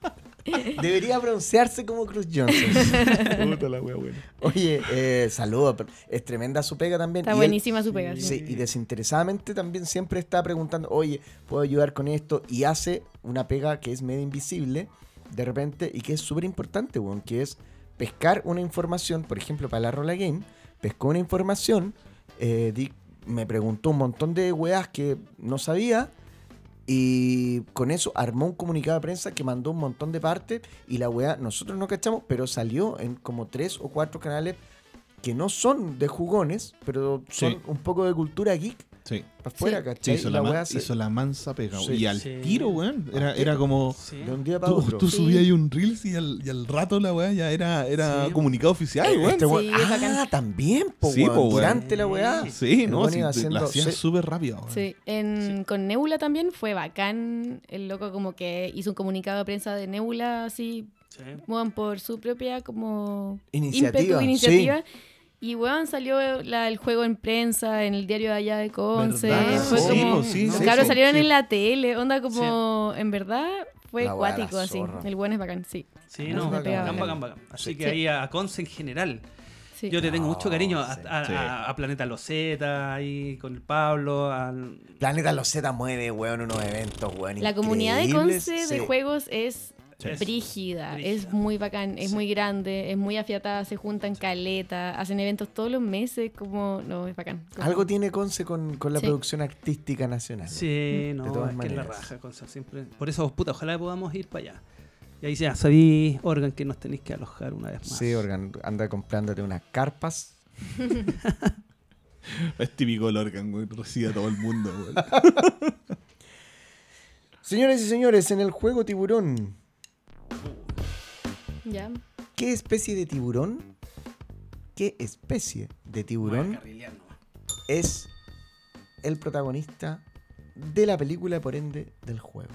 Speaker 3: Sí.
Speaker 2: Debería pronunciarse como Cruz Johnson. *laughs*
Speaker 5: Puta la wea buena.
Speaker 2: Oye, eh, saludos. pero Es tremenda su pega también.
Speaker 3: Está
Speaker 2: *laughs* Y él-
Speaker 3: buenísima su pega. sí.
Speaker 2: Sí, y desinteresadamente también siempre está preguntando, oye, ¿puedo ayudar con esto? Y hace una pega que es medio invisible de repente y que es súper importante, weón, que es pescar una información, por ejemplo, para la Rola Game, pescó una información, eh, di- me preguntó un montón de weas que no sabía. Y con eso armó un comunicado de prensa que mandó un montón de partes y la weá, nosotros no cachamos, pero salió en como tres o cuatro canales que no son de jugones, pero son
Speaker 4: Sí.
Speaker 2: un poco de cultura geek
Speaker 4: Sí.
Speaker 2: para afuera,
Speaker 3: Sí.
Speaker 4: Sí,
Speaker 2: ¿cachai?
Speaker 4: hizo
Speaker 2: Y
Speaker 4: la,
Speaker 2: la
Speaker 4: man-
Speaker 2: weá se-
Speaker 4: hizo la mansa pega.
Speaker 2: Sí.
Speaker 4: Y al
Speaker 1: Sí.
Speaker 4: tiro, weón. Era,
Speaker 2: Al
Speaker 4: era
Speaker 2: tiro.
Speaker 4: como.
Speaker 1: Sí.
Speaker 2: de un día para
Speaker 4: Tú,
Speaker 2: otro.
Speaker 4: tú
Speaker 3: Sí.
Speaker 4: subías ahí un Reels y al, y al rato la weá ya era, era
Speaker 1: Sí.
Speaker 4: comunicado oficial,
Speaker 2: Este
Speaker 4: weón.
Speaker 2: weón-
Speaker 3: Sí,
Speaker 2: ah,
Speaker 3: es bacán.
Speaker 2: también, po,
Speaker 4: Sí,
Speaker 2: weón,
Speaker 4: po, weón.
Speaker 2: durante la weá.
Speaker 4: Sí, no,
Speaker 2: eh, weón iba
Speaker 4: sí, te- la
Speaker 2: haciendo-
Speaker 4: hacían
Speaker 2: sí.
Speaker 4: súper rápido. weón.
Speaker 3: Sí, en, con Nebula también fue bacán. El loco como que hizo un comunicado de prensa de Nebula así, weón, por su propia como
Speaker 2: Iniciativa,
Speaker 3: ímpetu,
Speaker 2: sí.
Speaker 3: iniciativa. Y weón salió la- el juego en prensa, en el diario de allá de Conce.
Speaker 4: ¿Verdad?
Speaker 3: Fue
Speaker 4: Sí,
Speaker 3: Pues, como.
Speaker 4: pues, sí,
Speaker 2: no,
Speaker 3: los
Speaker 4: sí,
Speaker 3: cabros
Speaker 4: sí,
Speaker 3: salieron
Speaker 4: sí.
Speaker 3: en la tele, onda como. En verdad fue
Speaker 2: La weá, la
Speaker 3: acuático así.
Speaker 2: zorra.
Speaker 3: El weón es bacán, sí.
Speaker 1: Sí,
Speaker 2: Muy
Speaker 1: no,
Speaker 2: bacán,
Speaker 1: bacán,
Speaker 3: bacán.
Speaker 1: bacán, bacán. Así
Speaker 2: Sí.
Speaker 1: que ahí a, a Conce en general.
Speaker 3: sí.
Speaker 1: Yo te tengo mucho cariño a,
Speaker 2: Sí.
Speaker 1: a- a- a Planeta Loseta, ahí con el Pablo. al-
Speaker 2: Planeta Loseta mueve, weón, unos eventos, weón.
Speaker 3: La comunidad de
Speaker 2: increíbles.
Speaker 3: Conce de
Speaker 2: Sí.
Speaker 3: juegos es
Speaker 1: Sí. Es
Speaker 3: brígida,
Speaker 1: brígida.
Speaker 3: es muy bacán, es
Speaker 2: Sí.
Speaker 3: muy grande, es muy afiatada, se juntan caleta, hacen eventos todos los meses, como no, es bacán. Como-
Speaker 2: Algo tiene Conce con, con la
Speaker 3: Sí.
Speaker 2: producción artística nacional.
Speaker 1: Sí, no,
Speaker 2: todas
Speaker 1: es que es la
Speaker 2: maneras.
Speaker 1: raja, Conce, siempre. Por eso, puta, ojalá podamos ir para allá. Y ahí ya sabí, Organ, que nos tenéis que alojar una vez más.
Speaker 2: Sí, Organ, anda comprándote unas carpas.
Speaker 4: Es típico el Organ, weón. Recibe a todo el mundo, weón.
Speaker 2: Señores y señores, en el juego tiburón,
Speaker 3: Ya.
Speaker 2: ¿qué especie de tiburón? ¿Qué especie de tiburón es el protagonista de la película, por ende, del juego?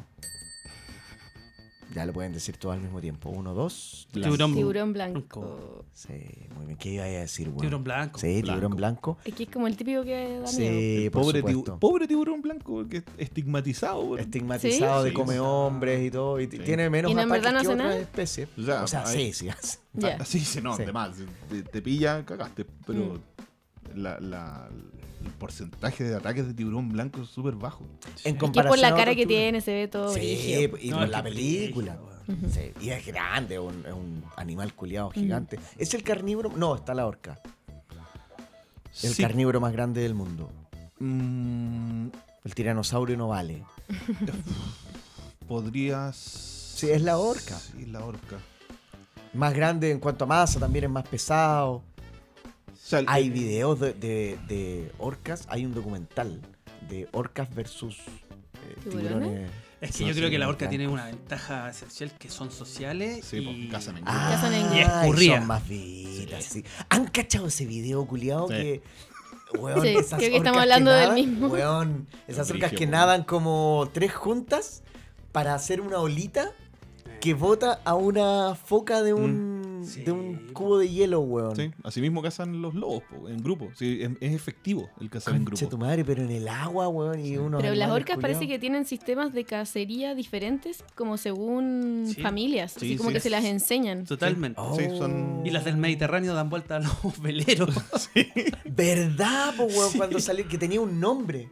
Speaker 2: Ya lo pueden decir todo al mismo tiempo. Uno, dos.
Speaker 1: Tiburón,
Speaker 3: Tiburón blanco.
Speaker 1: Blanco.
Speaker 2: Sí, muy bien. ¿Qué iba a decir, weón?
Speaker 1: tiburón blanco.
Speaker 2: Sí, tiburón blanco.
Speaker 3: Es que es como el típico que da miedo.
Speaker 2: Sí, por
Speaker 4: Eh, Pobre,
Speaker 2: supuesto.
Speaker 4: tibu- pobre tiburón blanco que es estigmatizado, weón.
Speaker 2: estigmatizado de
Speaker 4: Sí.
Speaker 2: come hombres y todo, y t-
Speaker 4: Sí.
Speaker 2: tiene menos
Speaker 3: ¿Y no en
Speaker 2: ataques
Speaker 3: verdad no
Speaker 2: que
Speaker 3: hace
Speaker 2: otras
Speaker 3: nada?
Speaker 2: especies.
Speaker 4: O sea,
Speaker 2: o sea,
Speaker 4: hay-
Speaker 2: sí, sí hace.
Speaker 3: Ya.
Speaker 4: Ah, sí, sí, no,
Speaker 2: Sí.
Speaker 4: de más. Te, te pilla, cagaste. Pero la- la- el porcentaje de ataques de tiburón blanco es súper bajo.
Speaker 2: En
Speaker 3: Es que por
Speaker 2: comparación a
Speaker 3: la cara
Speaker 2: otros
Speaker 3: que
Speaker 2: tiburones.
Speaker 3: tiene se ve todo
Speaker 2: Sí, pues,
Speaker 3: brígido.
Speaker 2: y
Speaker 1: No,
Speaker 2: por
Speaker 1: es
Speaker 2: la
Speaker 1: que
Speaker 2: película.
Speaker 1: brígido,
Speaker 2: weón. Sí, y es grande, es un, es un animal culiado gigante. ¿Es el carnívoro? No, está la orca. El
Speaker 4: Sí.
Speaker 2: carnívoro más grande del mundo.
Speaker 4: Mm,
Speaker 2: El tiranosaurio no vale.
Speaker 4: podrías.
Speaker 2: Sí, es la orca.
Speaker 4: Sí, la orca.
Speaker 2: Más grande en cuanto a masa, también es más pesado.
Speaker 4: O sea, el-
Speaker 2: Hay videos de, de- de orcas, hay un documental de orcas versus eh,
Speaker 3: ¿Tiburones?
Speaker 2: tiburones.
Speaker 1: Es que
Speaker 2: No
Speaker 1: yo
Speaker 2: sé,
Speaker 1: creo que la
Speaker 2: me
Speaker 1: orca
Speaker 2: encanta.
Speaker 1: tiene una ventaja esencial que son sociales
Speaker 4: Sí,
Speaker 1: y
Speaker 4: pues, cazan en grupo.
Speaker 2: Ah,
Speaker 3: son en- Y
Speaker 1: escurría.
Speaker 2: son más vidas, sí. ¿Han cachado ese video, culiado?
Speaker 4: Sí.
Speaker 2: Que, weón,
Speaker 3: Sí,
Speaker 2: esas
Speaker 3: creo que
Speaker 2: orcas
Speaker 3: estamos hablando del
Speaker 2: nadan,
Speaker 3: mismo.
Speaker 2: Weón, esas
Speaker 4: Qué
Speaker 2: orcas que
Speaker 4: brígido,
Speaker 2: nadan como tres juntas para hacer una olita que bota a una foca de un,
Speaker 1: Mm. sí,
Speaker 2: de un
Speaker 1: po.
Speaker 2: cubo de hielo, weón.
Speaker 4: Sí, así mismo cazan los lobos po, en grupo. Sí, es, es efectivo el cazar en
Speaker 2: Concha tu
Speaker 4: grupo.
Speaker 2: madre, pero en el agua, weón, y unos
Speaker 3: Pero las
Speaker 2: animales,
Speaker 3: orcas parece
Speaker 2: culiao.
Speaker 3: que tienen sistemas de cacería diferentes como según
Speaker 1: Sí.
Speaker 3: familias,
Speaker 4: Sí,
Speaker 3: así como
Speaker 4: sí.
Speaker 3: que se las enseñan.
Speaker 1: totalmente.
Speaker 2: Oh.
Speaker 4: Sí, son-
Speaker 1: Y las del Mediterráneo dan vuelta a los *laughs*
Speaker 2: *laughs*
Speaker 1: veleros.
Speaker 2: ¿Verdad, po, weón? Cuando salió, que tenía un nombre.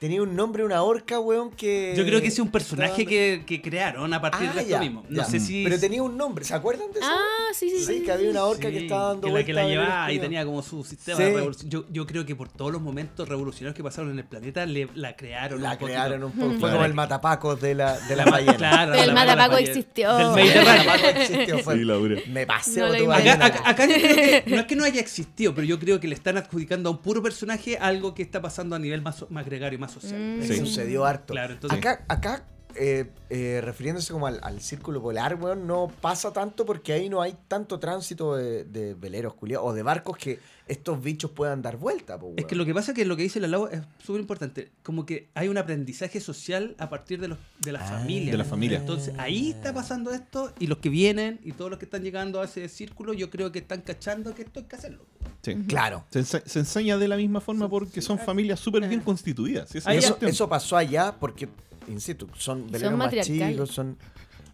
Speaker 2: Tenía un nombre, una orca, weón, que...
Speaker 1: Yo creo que ese es un
Speaker 2: Estaba-
Speaker 1: personaje que, que crearon a partir de
Speaker 2: Ah,
Speaker 1: esto
Speaker 2: ya,
Speaker 1: mismo. No
Speaker 2: ya.
Speaker 1: sé si.
Speaker 2: Pero tenía un nombre, ¿se acuerdan de eso?
Speaker 3: Ah, sí, sí, sí.
Speaker 2: sí,
Speaker 3: sí,
Speaker 2: que había una orca que
Speaker 1: Sí,
Speaker 2: estaba dando
Speaker 1: que la que la
Speaker 2: vueltas en el
Speaker 1: llevaba y
Speaker 2: escudo.
Speaker 1: tenía como su sistema
Speaker 2: Sí.
Speaker 1: revolucionario. Yo, yo creo que por todos los momentos revolucionarios que pasaron en el planeta, le- la crearon.
Speaker 2: La
Speaker 1: un poquito.
Speaker 2: crearon un poco. Fue
Speaker 4: Claro.
Speaker 2: como el matapacos de la,
Speaker 1: *laughs*
Speaker 2: de la
Speaker 1: ma-
Speaker 2: ballena.
Speaker 1: *laughs* Claro,
Speaker 3: Pero el
Speaker 1: la ballena
Speaker 3: Matapaco
Speaker 1: ballena.
Speaker 3: existió.
Speaker 1: Del
Speaker 2: El
Speaker 1: Mediterráneo.
Speaker 2: matapacos existió, fue-
Speaker 5: Sí, la dura.
Speaker 2: Me paseo
Speaker 3: No lo
Speaker 2: tu
Speaker 3: imagino.
Speaker 2: ballena.
Speaker 1: Acá, acá- acá yo creo
Speaker 3: *laughs*
Speaker 1: que no es que no haya existido, pero yo creo que le están adjudicando a un puro personaje algo que está pasando a nivel más, so- más gregario y más social.
Speaker 3: Mm.
Speaker 2: Me
Speaker 4: Sí.
Speaker 2: Sucedió harto.
Speaker 1: Claro, entonces-
Speaker 2: Acá, acá eh, eh, refiriéndose como al, al círculo polar, weón, no pasa tanto porque ahí no hay tanto tránsito de, de veleros, culiados, o de barcos que estos bichos puedan dar vuelta, po,
Speaker 1: Es que lo que pasa es que lo que dice la Lau es súper importante. Como que hay un aprendizaje social a partir de, los, de las
Speaker 2: Ah,
Speaker 1: familias.
Speaker 4: de la familia.
Speaker 1: Entonces ahí está pasando esto y los que vienen y todos los que están llegando a ese círculo, yo creo que están cachando que esto hay que hacerlo.
Speaker 4: Sí.
Speaker 2: Claro.
Speaker 4: Se, ense- se enseña de la misma forma porque son familias súper bien constituidas. sí, esa
Speaker 1: Ahí
Speaker 4: es la
Speaker 2: Eso,
Speaker 4: cuestión.
Speaker 2: eso pasó allá porque, insisto, son veleros más
Speaker 3: matriarcales.
Speaker 2: chicos, son...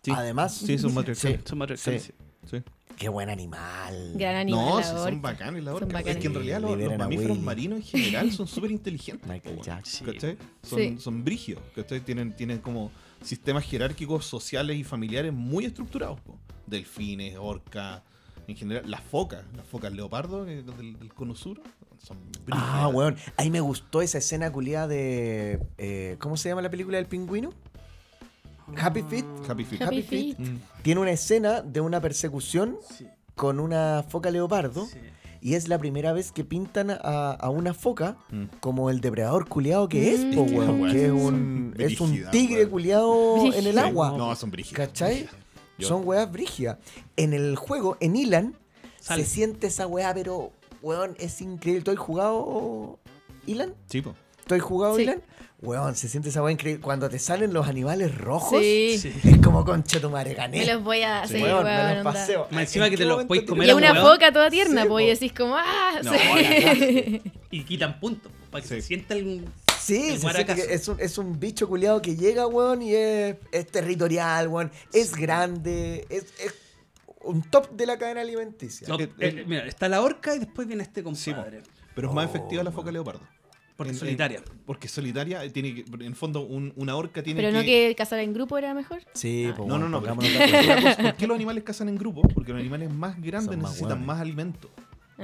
Speaker 4: Sí.
Speaker 2: Además,
Speaker 4: Sí, son matriarcales.
Speaker 1: Son matriarcales,
Speaker 2: Sí.
Speaker 4: Sí.
Speaker 2: Qué buen animal.
Speaker 3: Gran animal.
Speaker 4: No,
Speaker 3: la
Speaker 4: sí,
Speaker 3: orca.
Speaker 4: son bacanes las
Speaker 3: Son
Speaker 4: orcas. Es
Speaker 3: bacanes.
Speaker 4: que en realidad los, los
Speaker 2: Liberan a
Speaker 4: mamíferos
Speaker 2: Willy.
Speaker 4: marinos en
Speaker 3: *laughs*
Speaker 4: general son súper inteligentes.
Speaker 2: Michael
Speaker 4: po,
Speaker 2: Jackson.
Speaker 4: ¿cachai? Son,
Speaker 3: Sí.
Speaker 4: son brigios. ¿cachai? Tienen, tienen como sistemas jerárquicos, sociales y familiares muy estructurados. po. Delfines, orcas, en general. Las focas, las focas leopardo eh, del, del cono sur son brígidas.
Speaker 2: Ah, weón. Ahí me gustó esa escena culiada de. eh, ¿Cómo se llama la película del pingüino? Happy Feet.
Speaker 4: Happy Feet.
Speaker 3: Happy
Speaker 2: Happy Feet.
Speaker 3: Feet.
Speaker 4: Mm.
Speaker 2: Tiene una escena de una persecución
Speaker 1: Sí,
Speaker 2: con una foca leopardo.
Speaker 1: sí.
Speaker 2: Y es la primera vez que pintan a, a una foca
Speaker 4: Mm.
Speaker 2: como el depredador culiado que es,
Speaker 3: Mm.
Speaker 2: po,
Speaker 3: Es que
Speaker 2: weón,
Speaker 4: la weá
Speaker 2: que es
Speaker 4: son
Speaker 2: un, es un
Speaker 4: brígidas,
Speaker 2: tigre
Speaker 4: weón.
Speaker 2: culiado en el
Speaker 3: Brígidas.
Speaker 2: agua.
Speaker 4: No, son brígidas.
Speaker 2: ¿Cachai?
Speaker 4: Yo-
Speaker 2: Son weas brígidas. En el juego, en Ilan,
Speaker 1: Sale.
Speaker 2: se siente esa wea, pero weón, es increíble. ¿Tú has jugado Ilan?
Speaker 4: Sí, po.
Speaker 2: ¿Tú has jugado
Speaker 3: Sí.
Speaker 2: Ilan? Weón, se siente esa wea increíble. Cuando te salen los animales rojos,
Speaker 3: Sí.
Speaker 2: es como concha tu madre, gané.
Speaker 3: Me los voy a. Sí,
Speaker 2: Weón, me
Speaker 3: weón,
Speaker 2: los
Speaker 3: onda.
Speaker 2: paseo.
Speaker 1: Más encima
Speaker 2: ¿En
Speaker 1: que
Speaker 2: qué
Speaker 1: te los
Speaker 2: momento
Speaker 1: podéis
Speaker 2: te-
Speaker 1: comer
Speaker 3: Y
Speaker 1: Mira,
Speaker 3: a una
Speaker 1: weón.
Speaker 3: foca toda tierna,
Speaker 2: Sí,
Speaker 3: pues, y
Speaker 2: po.
Speaker 3: decís como, ah,
Speaker 4: No,
Speaker 3: sí. *laughs*
Speaker 1: Y quitan puntos, pues, para que
Speaker 4: Sí.
Speaker 1: se sienta el...
Speaker 2: Sí,
Speaker 1: El
Speaker 2: se siente
Speaker 1: guaracazo.
Speaker 2: que es, un, es un bicho culiado que llega, weón, y es, es territorial, weón. Es grande, es, es un top de la cadena alimenticia.
Speaker 1: No,
Speaker 4: eh,
Speaker 1: eh, mira, está la orca y después viene este
Speaker 4: Sí, po.
Speaker 1: compadre.
Speaker 4: Pero es más efectiva la
Speaker 2: Oh.
Speaker 4: foca leopardo.
Speaker 1: porque
Speaker 4: En-
Speaker 1: es solitaria.
Speaker 4: en- porque es solitaria, eh, tiene que, en fondo un- una orca tiene
Speaker 3: Pero no
Speaker 4: que...
Speaker 3: que cazar en grupo era mejor.
Speaker 2: Sí, po,
Speaker 4: Ah, No, no,
Speaker 2: weón,
Speaker 4: no. pero-
Speaker 2: pongámonos de acuerdo.
Speaker 4: *laughs* ¿Por qué- por qué los animales cazan en grupo? Porque los animales más grandes
Speaker 2: Son más
Speaker 4: necesitan
Speaker 2: hueones.
Speaker 4: más alimento.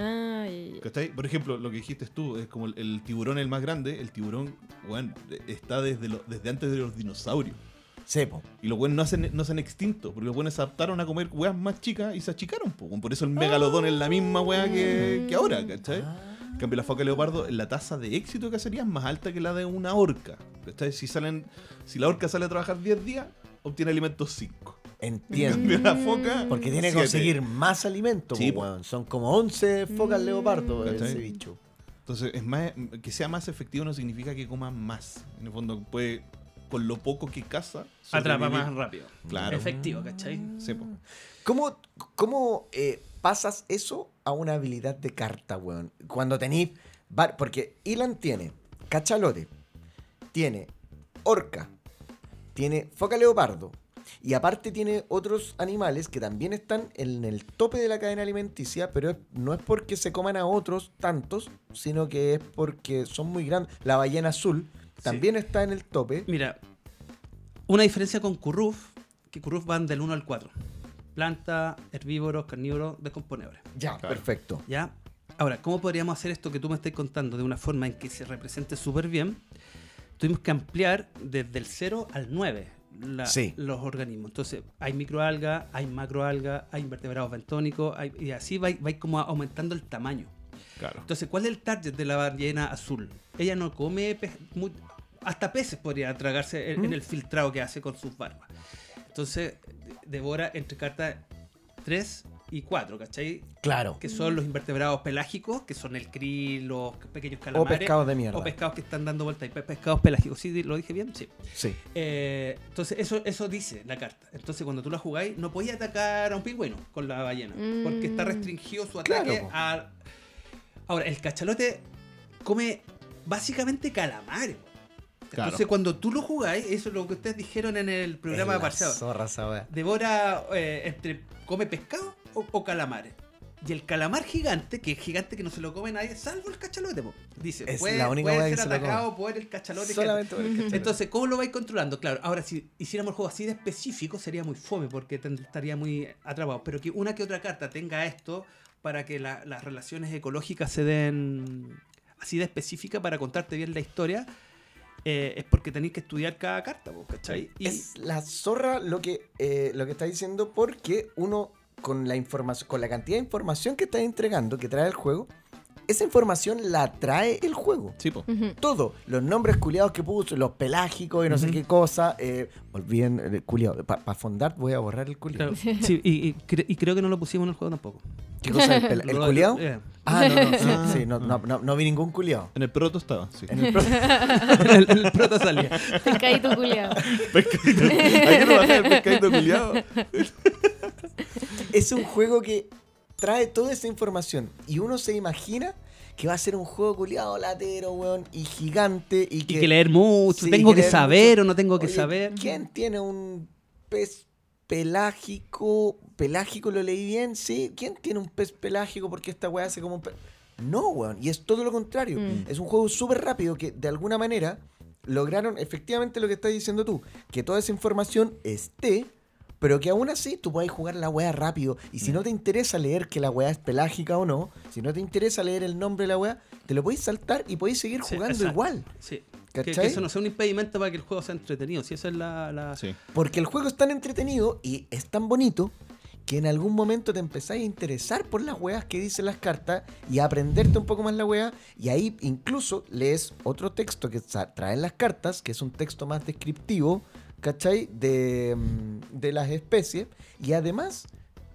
Speaker 3: Ay.
Speaker 4: ¿Cachai? Por ejemplo, lo que dijiste tú, es como el, el tiburón el más grande, el tiburón, weón, está desde, lo- desde antes de los dinosaurios.
Speaker 2: Sí, po.
Speaker 4: Y los buenos no hacen, no se han extinto, porque los buenos se adaptaron a comer weas más chicas y se achicaron. po. Por eso el
Speaker 2: Ah.
Speaker 4: megalodón es la misma wea que, que ahora, ¿cachai? En cambio, la foca leopardo, la tasa de éxito que sería es más alta que la de una orca. ¿cachai? Si, salen, si la orca sale a trabajar 10 días, obtiene alimentos 5. En
Speaker 2: Entiendo.
Speaker 4: *laughs* cambio, la foca.
Speaker 2: Porque tiene que
Speaker 4: siete.
Speaker 2: conseguir más alimento,
Speaker 4: Sí,
Speaker 2: po,
Speaker 4: po.
Speaker 2: weón. Son como 11 focas leopardo
Speaker 4: ¿Cachai?
Speaker 2: ese bicho.
Speaker 4: Entonces, es más, que sea más efectivo no significa que coma más. En el fondo, puede, con lo poco que caza,
Speaker 1: Atrapa
Speaker 4: sobrevivir.
Speaker 1: más rápido.
Speaker 4: Claro.
Speaker 1: Efectivo, ¿cachai?
Speaker 4: Sí, po.
Speaker 2: ¿Cómo, cómo eh, pasas eso a una habilidad de carta, weón? Cuando tenéis... var- Porque Ilan tiene cachalote, tiene orca, tiene foca leopardo. Y aparte tiene otros animales que también están en el tope de la cadena alimenticia, pero es- no es porque se coman a otros tantos, sino que es porque son muy grandes. La ballena azul también está en el tope.
Speaker 1: Mira, una diferencia con Curruf, que Curruf van del 1 al 4. Planta, herbívoros, carnívoros, descomponedores.
Speaker 2: Ya,
Speaker 4: Claro.
Speaker 2: perfecto.
Speaker 1: ¿Ya? Ahora, ¿cómo podríamos hacer esto que tú me estás contando de una forma en que se represente súper bien? Tuvimos que ampliar desde el 0 al 9 la-
Speaker 2: Sí.
Speaker 1: los organismos. Entonces, hay microalga, hay macroalga, hay invertebrados bentónicos, hay- y así vais vais como aumentando el tamaño.
Speaker 4: Claro.
Speaker 1: Entonces, ¿cuál es el target de la ballena azul? Ella no come pe- mu- hasta peces podría tragarse en, en el filtrado que hace con sus barbas. Entonces, de- devora entre cartas 3 y 4, ¿cachai?
Speaker 2: Claro.
Speaker 1: Que son los invertebrados pelágicos, que son el krill, los pequeños
Speaker 2: O
Speaker 1: calamares.
Speaker 2: pescados de mierda.
Speaker 1: o pescados que están dando vuelta y pe- pescados pelágicos. ¿Sí lo dije bien? Sí.
Speaker 2: sí.
Speaker 1: Eh, entonces, eso, eso dice la carta. Entonces, cuando tú la jugáis, no podías atacar a un pingüino con la ballena.
Speaker 3: Mm.
Speaker 1: Porque está restringido su
Speaker 2: Claro,
Speaker 1: ataque
Speaker 2: po.
Speaker 1: a. Ahora, el cachalote come básicamente calamares. po.
Speaker 4: Claro.
Speaker 1: Entonces, cuando tú lo jugáis, eso es lo que ustedes dijeron en el programa
Speaker 2: Es la
Speaker 1: pasado.
Speaker 2: zorra esa wea.
Speaker 1: Devora eh, entre. come pescado o, o calamares. Y el calamar gigante, que es gigante que no se lo come nadie, salvo el cachalote. po. Dice,
Speaker 2: Es
Speaker 1: puede,
Speaker 2: la única
Speaker 1: puede
Speaker 2: wea que
Speaker 1: ser
Speaker 2: se lo come.
Speaker 1: atacado por el cachalote.
Speaker 2: Solamente por el
Speaker 3: Ujú.
Speaker 2: cachalote.
Speaker 1: Entonces, ¿cómo lo vais controlando? Claro, ahora si hiciéramos el juego así de específico sería muy fome porque tend- estaría muy atrapado. Pero que una que otra carta tenga esto para que la- las relaciones ecológicas se den así de específica para contarte bien la historia, eh, es porque tenéis que estudiar cada carta, vos, ¿cachai? Y
Speaker 2: es la zorra lo que, eh, lo que está diciendo porque uno, con la, información con la cantidad de información que está entregando, que trae el juego, esa información la trae el juego.
Speaker 4: Sí, po.
Speaker 3: Ujú.
Speaker 2: Todo,
Speaker 3: *laughs*
Speaker 2: los nombres culiados que puso, los pelágicos y no sé qué cosa. Eh, olviden el culiado. Para fondar voy a borrar el culiado.
Speaker 1: claro, *laughs* sí, y, y cre- y creo que no lo pusimos en el juego tampoco.
Speaker 2: ¿Qué cosa? ¿El, pel- el
Speaker 1: Lo-
Speaker 2: culiao?
Speaker 1: eh, *laughs*
Speaker 2: Ah, no, no, sí,
Speaker 4: Ah.
Speaker 2: sí, no, no, no, no vi ningún culiado.
Speaker 4: En el proto estaba, sí.
Speaker 2: En el pro-
Speaker 1: el, el prota
Speaker 2: *laughs*
Speaker 1: salía.
Speaker 3: Pescadito culiao.
Speaker 4: *laughs* Pescadito. Hay que trabajar el pescadito culiado.
Speaker 2: es un juego que trae toda esa información y uno se imagina que va a ser un juego culiado latero, weón, y gigante y que...
Speaker 1: Y que leer mucho,
Speaker 2: Sí,
Speaker 1: tengo que,
Speaker 2: leer
Speaker 1: saber
Speaker 2: mucho.
Speaker 1: o no tengo que
Speaker 2: Oye,
Speaker 1: saber.
Speaker 2: ¿Quién tiene un pez pelágico? Pelágico lo leí bien, sí. ¿Quién tiene un pez pelágico porque esta weá hace como un pez? No, weón, y es todo lo contrario.
Speaker 3: Mm.
Speaker 2: Es un juego súper rápido que de alguna manera lograron efectivamente lo que estás diciendo tú, que toda esa información esté, pero que aún así tú puedas jugar la weá rápido. Y
Speaker 1: Mm.
Speaker 2: si no te interesa leer que la weá es pelágica o no, si no te interesa leer el nombre de la weá, te lo podéis saltar y podéis seguir
Speaker 1: Sí,
Speaker 2: jugando
Speaker 1: exacto.
Speaker 2: igual.
Speaker 1: Sí. Que,
Speaker 2: ¿Cachai?
Speaker 1: que eso no sea un impedimento para que el juego sea entretenido. Si esa es la. la-
Speaker 4: Sí.
Speaker 2: Porque el juego es tan entretenido y es tan bonito que en algún momento te empezás a interesar por las weas que dicen las cartas y a aprenderte un poco más la wea. Y ahí incluso lees otro texto que sa- traen las cartas, que es un texto más descriptivo, ¿cachai? De, mm, de las especies. Y además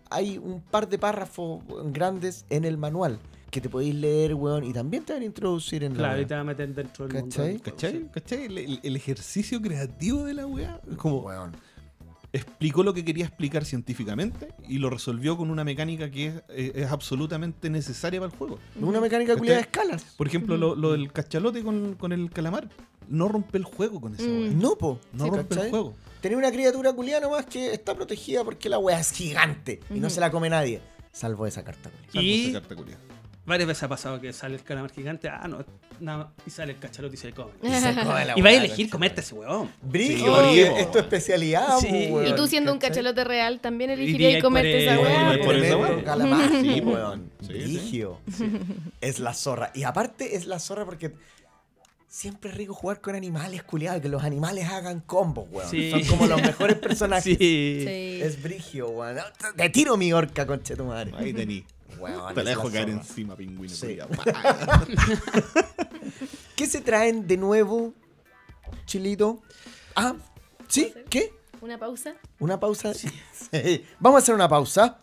Speaker 2: hay un par de párrafos grandes en el manual que te podéis leer, weón, y también te van a introducir en la
Speaker 1: Claro, y
Speaker 2: wea.
Speaker 1: te va a meter dentro del mundo.
Speaker 2: ¿Cachai?
Speaker 1: del juego, sí.
Speaker 4: ¿Cachai? ¿Cachai? El, el- el ejercicio creativo de la weá. es Como
Speaker 2: Weón.
Speaker 4: explicó lo que quería explicar científicamente y lo resolvió con una mecánica que es, eh, es absolutamente necesaria para el juego.
Speaker 2: Una mecánica culiada de escalas.
Speaker 4: Por ejemplo, lo, lo del cachalote con, con el calamar. No rompe el juego con esa
Speaker 3: Mm.
Speaker 4: weá.
Speaker 2: No, po.
Speaker 4: No
Speaker 2: Sí,
Speaker 4: rompe
Speaker 2: ¿cachai?
Speaker 4: el pues, juego.
Speaker 2: Tenía una criatura culiada nomás que está protegida porque la wea es gigante y no
Speaker 3: Ujú.
Speaker 2: se la come nadie. Salvo esa carta, culiá.
Speaker 4: Salvo
Speaker 1: Y-
Speaker 4: esa carta culia.
Speaker 1: Varias veces ha pasado que sale el calamar gigante, ah, no, nada más, y sale el cachalote y se come.
Speaker 2: Y
Speaker 3: *laughs*
Speaker 2: se come la
Speaker 1: Y va a
Speaker 2: wea,
Speaker 1: elegir
Speaker 2: concha,
Speaker 1: comerte ese huevón.
Speaker 2: Brígido,
Speaker 4: Sí,
Speaker 2: porque
Speaker 4: obvio.
Speaker 2: es tu especialidad,
Speaker 1: Sí.
Speaker 2: po, weón,
Speaker 3: Y tú siendo un
Speaker 2: ¿cachai?
Speaker 3: cachalote real también
Speaker 1: Iría
Speaker 3: elegirías
Speaker 1: y
Speaker 3: comerte esa
Speaker 1: por el- por
Speaker 3: weá. po.
Speaker 4: el-
Speaker 2: Tremendo
Speaker 4: weón.
Speaker 2: calamar,
Speaker 4: Sí,
Speaker 2: po,
Speaker 4: po.
Speaker 2: weón.
Speaker 4: Sí, sí.
Speaker 2: Brígido. Es la zorra. Y aparte es la zorra porque siempre es rico jugar con animales, culiado, que los animales hagan combos, weón.
Speaker 1: Sí.
Speaker 2: Son como los mejores personajes.
Speaker 1: Sí.
Speaker 3: Sí.
Speaker 2: Es brígido, weón. Te tiro mi orca, conche tu madre.
Speaker 4: Ahí tení.
Speaker 2: Weón,
Speaker 4: Te la
Speaker 2: es
Speaker 4: dejo caer
Speaker 2: zorra.
Speaker 4: encima, pingüino.
Speaker 2: Sí.
Speaker 4: culiao. *laughs*
Speaker 2: ¿Qué se traen de nuevo, Chilito? Ah, ¿sí? ¿Qué?
Speaker 3: ¿Una pausa?
Speaker 2: ¿Una pausa? Sí. *laughs* Vamos a hacer una pausa.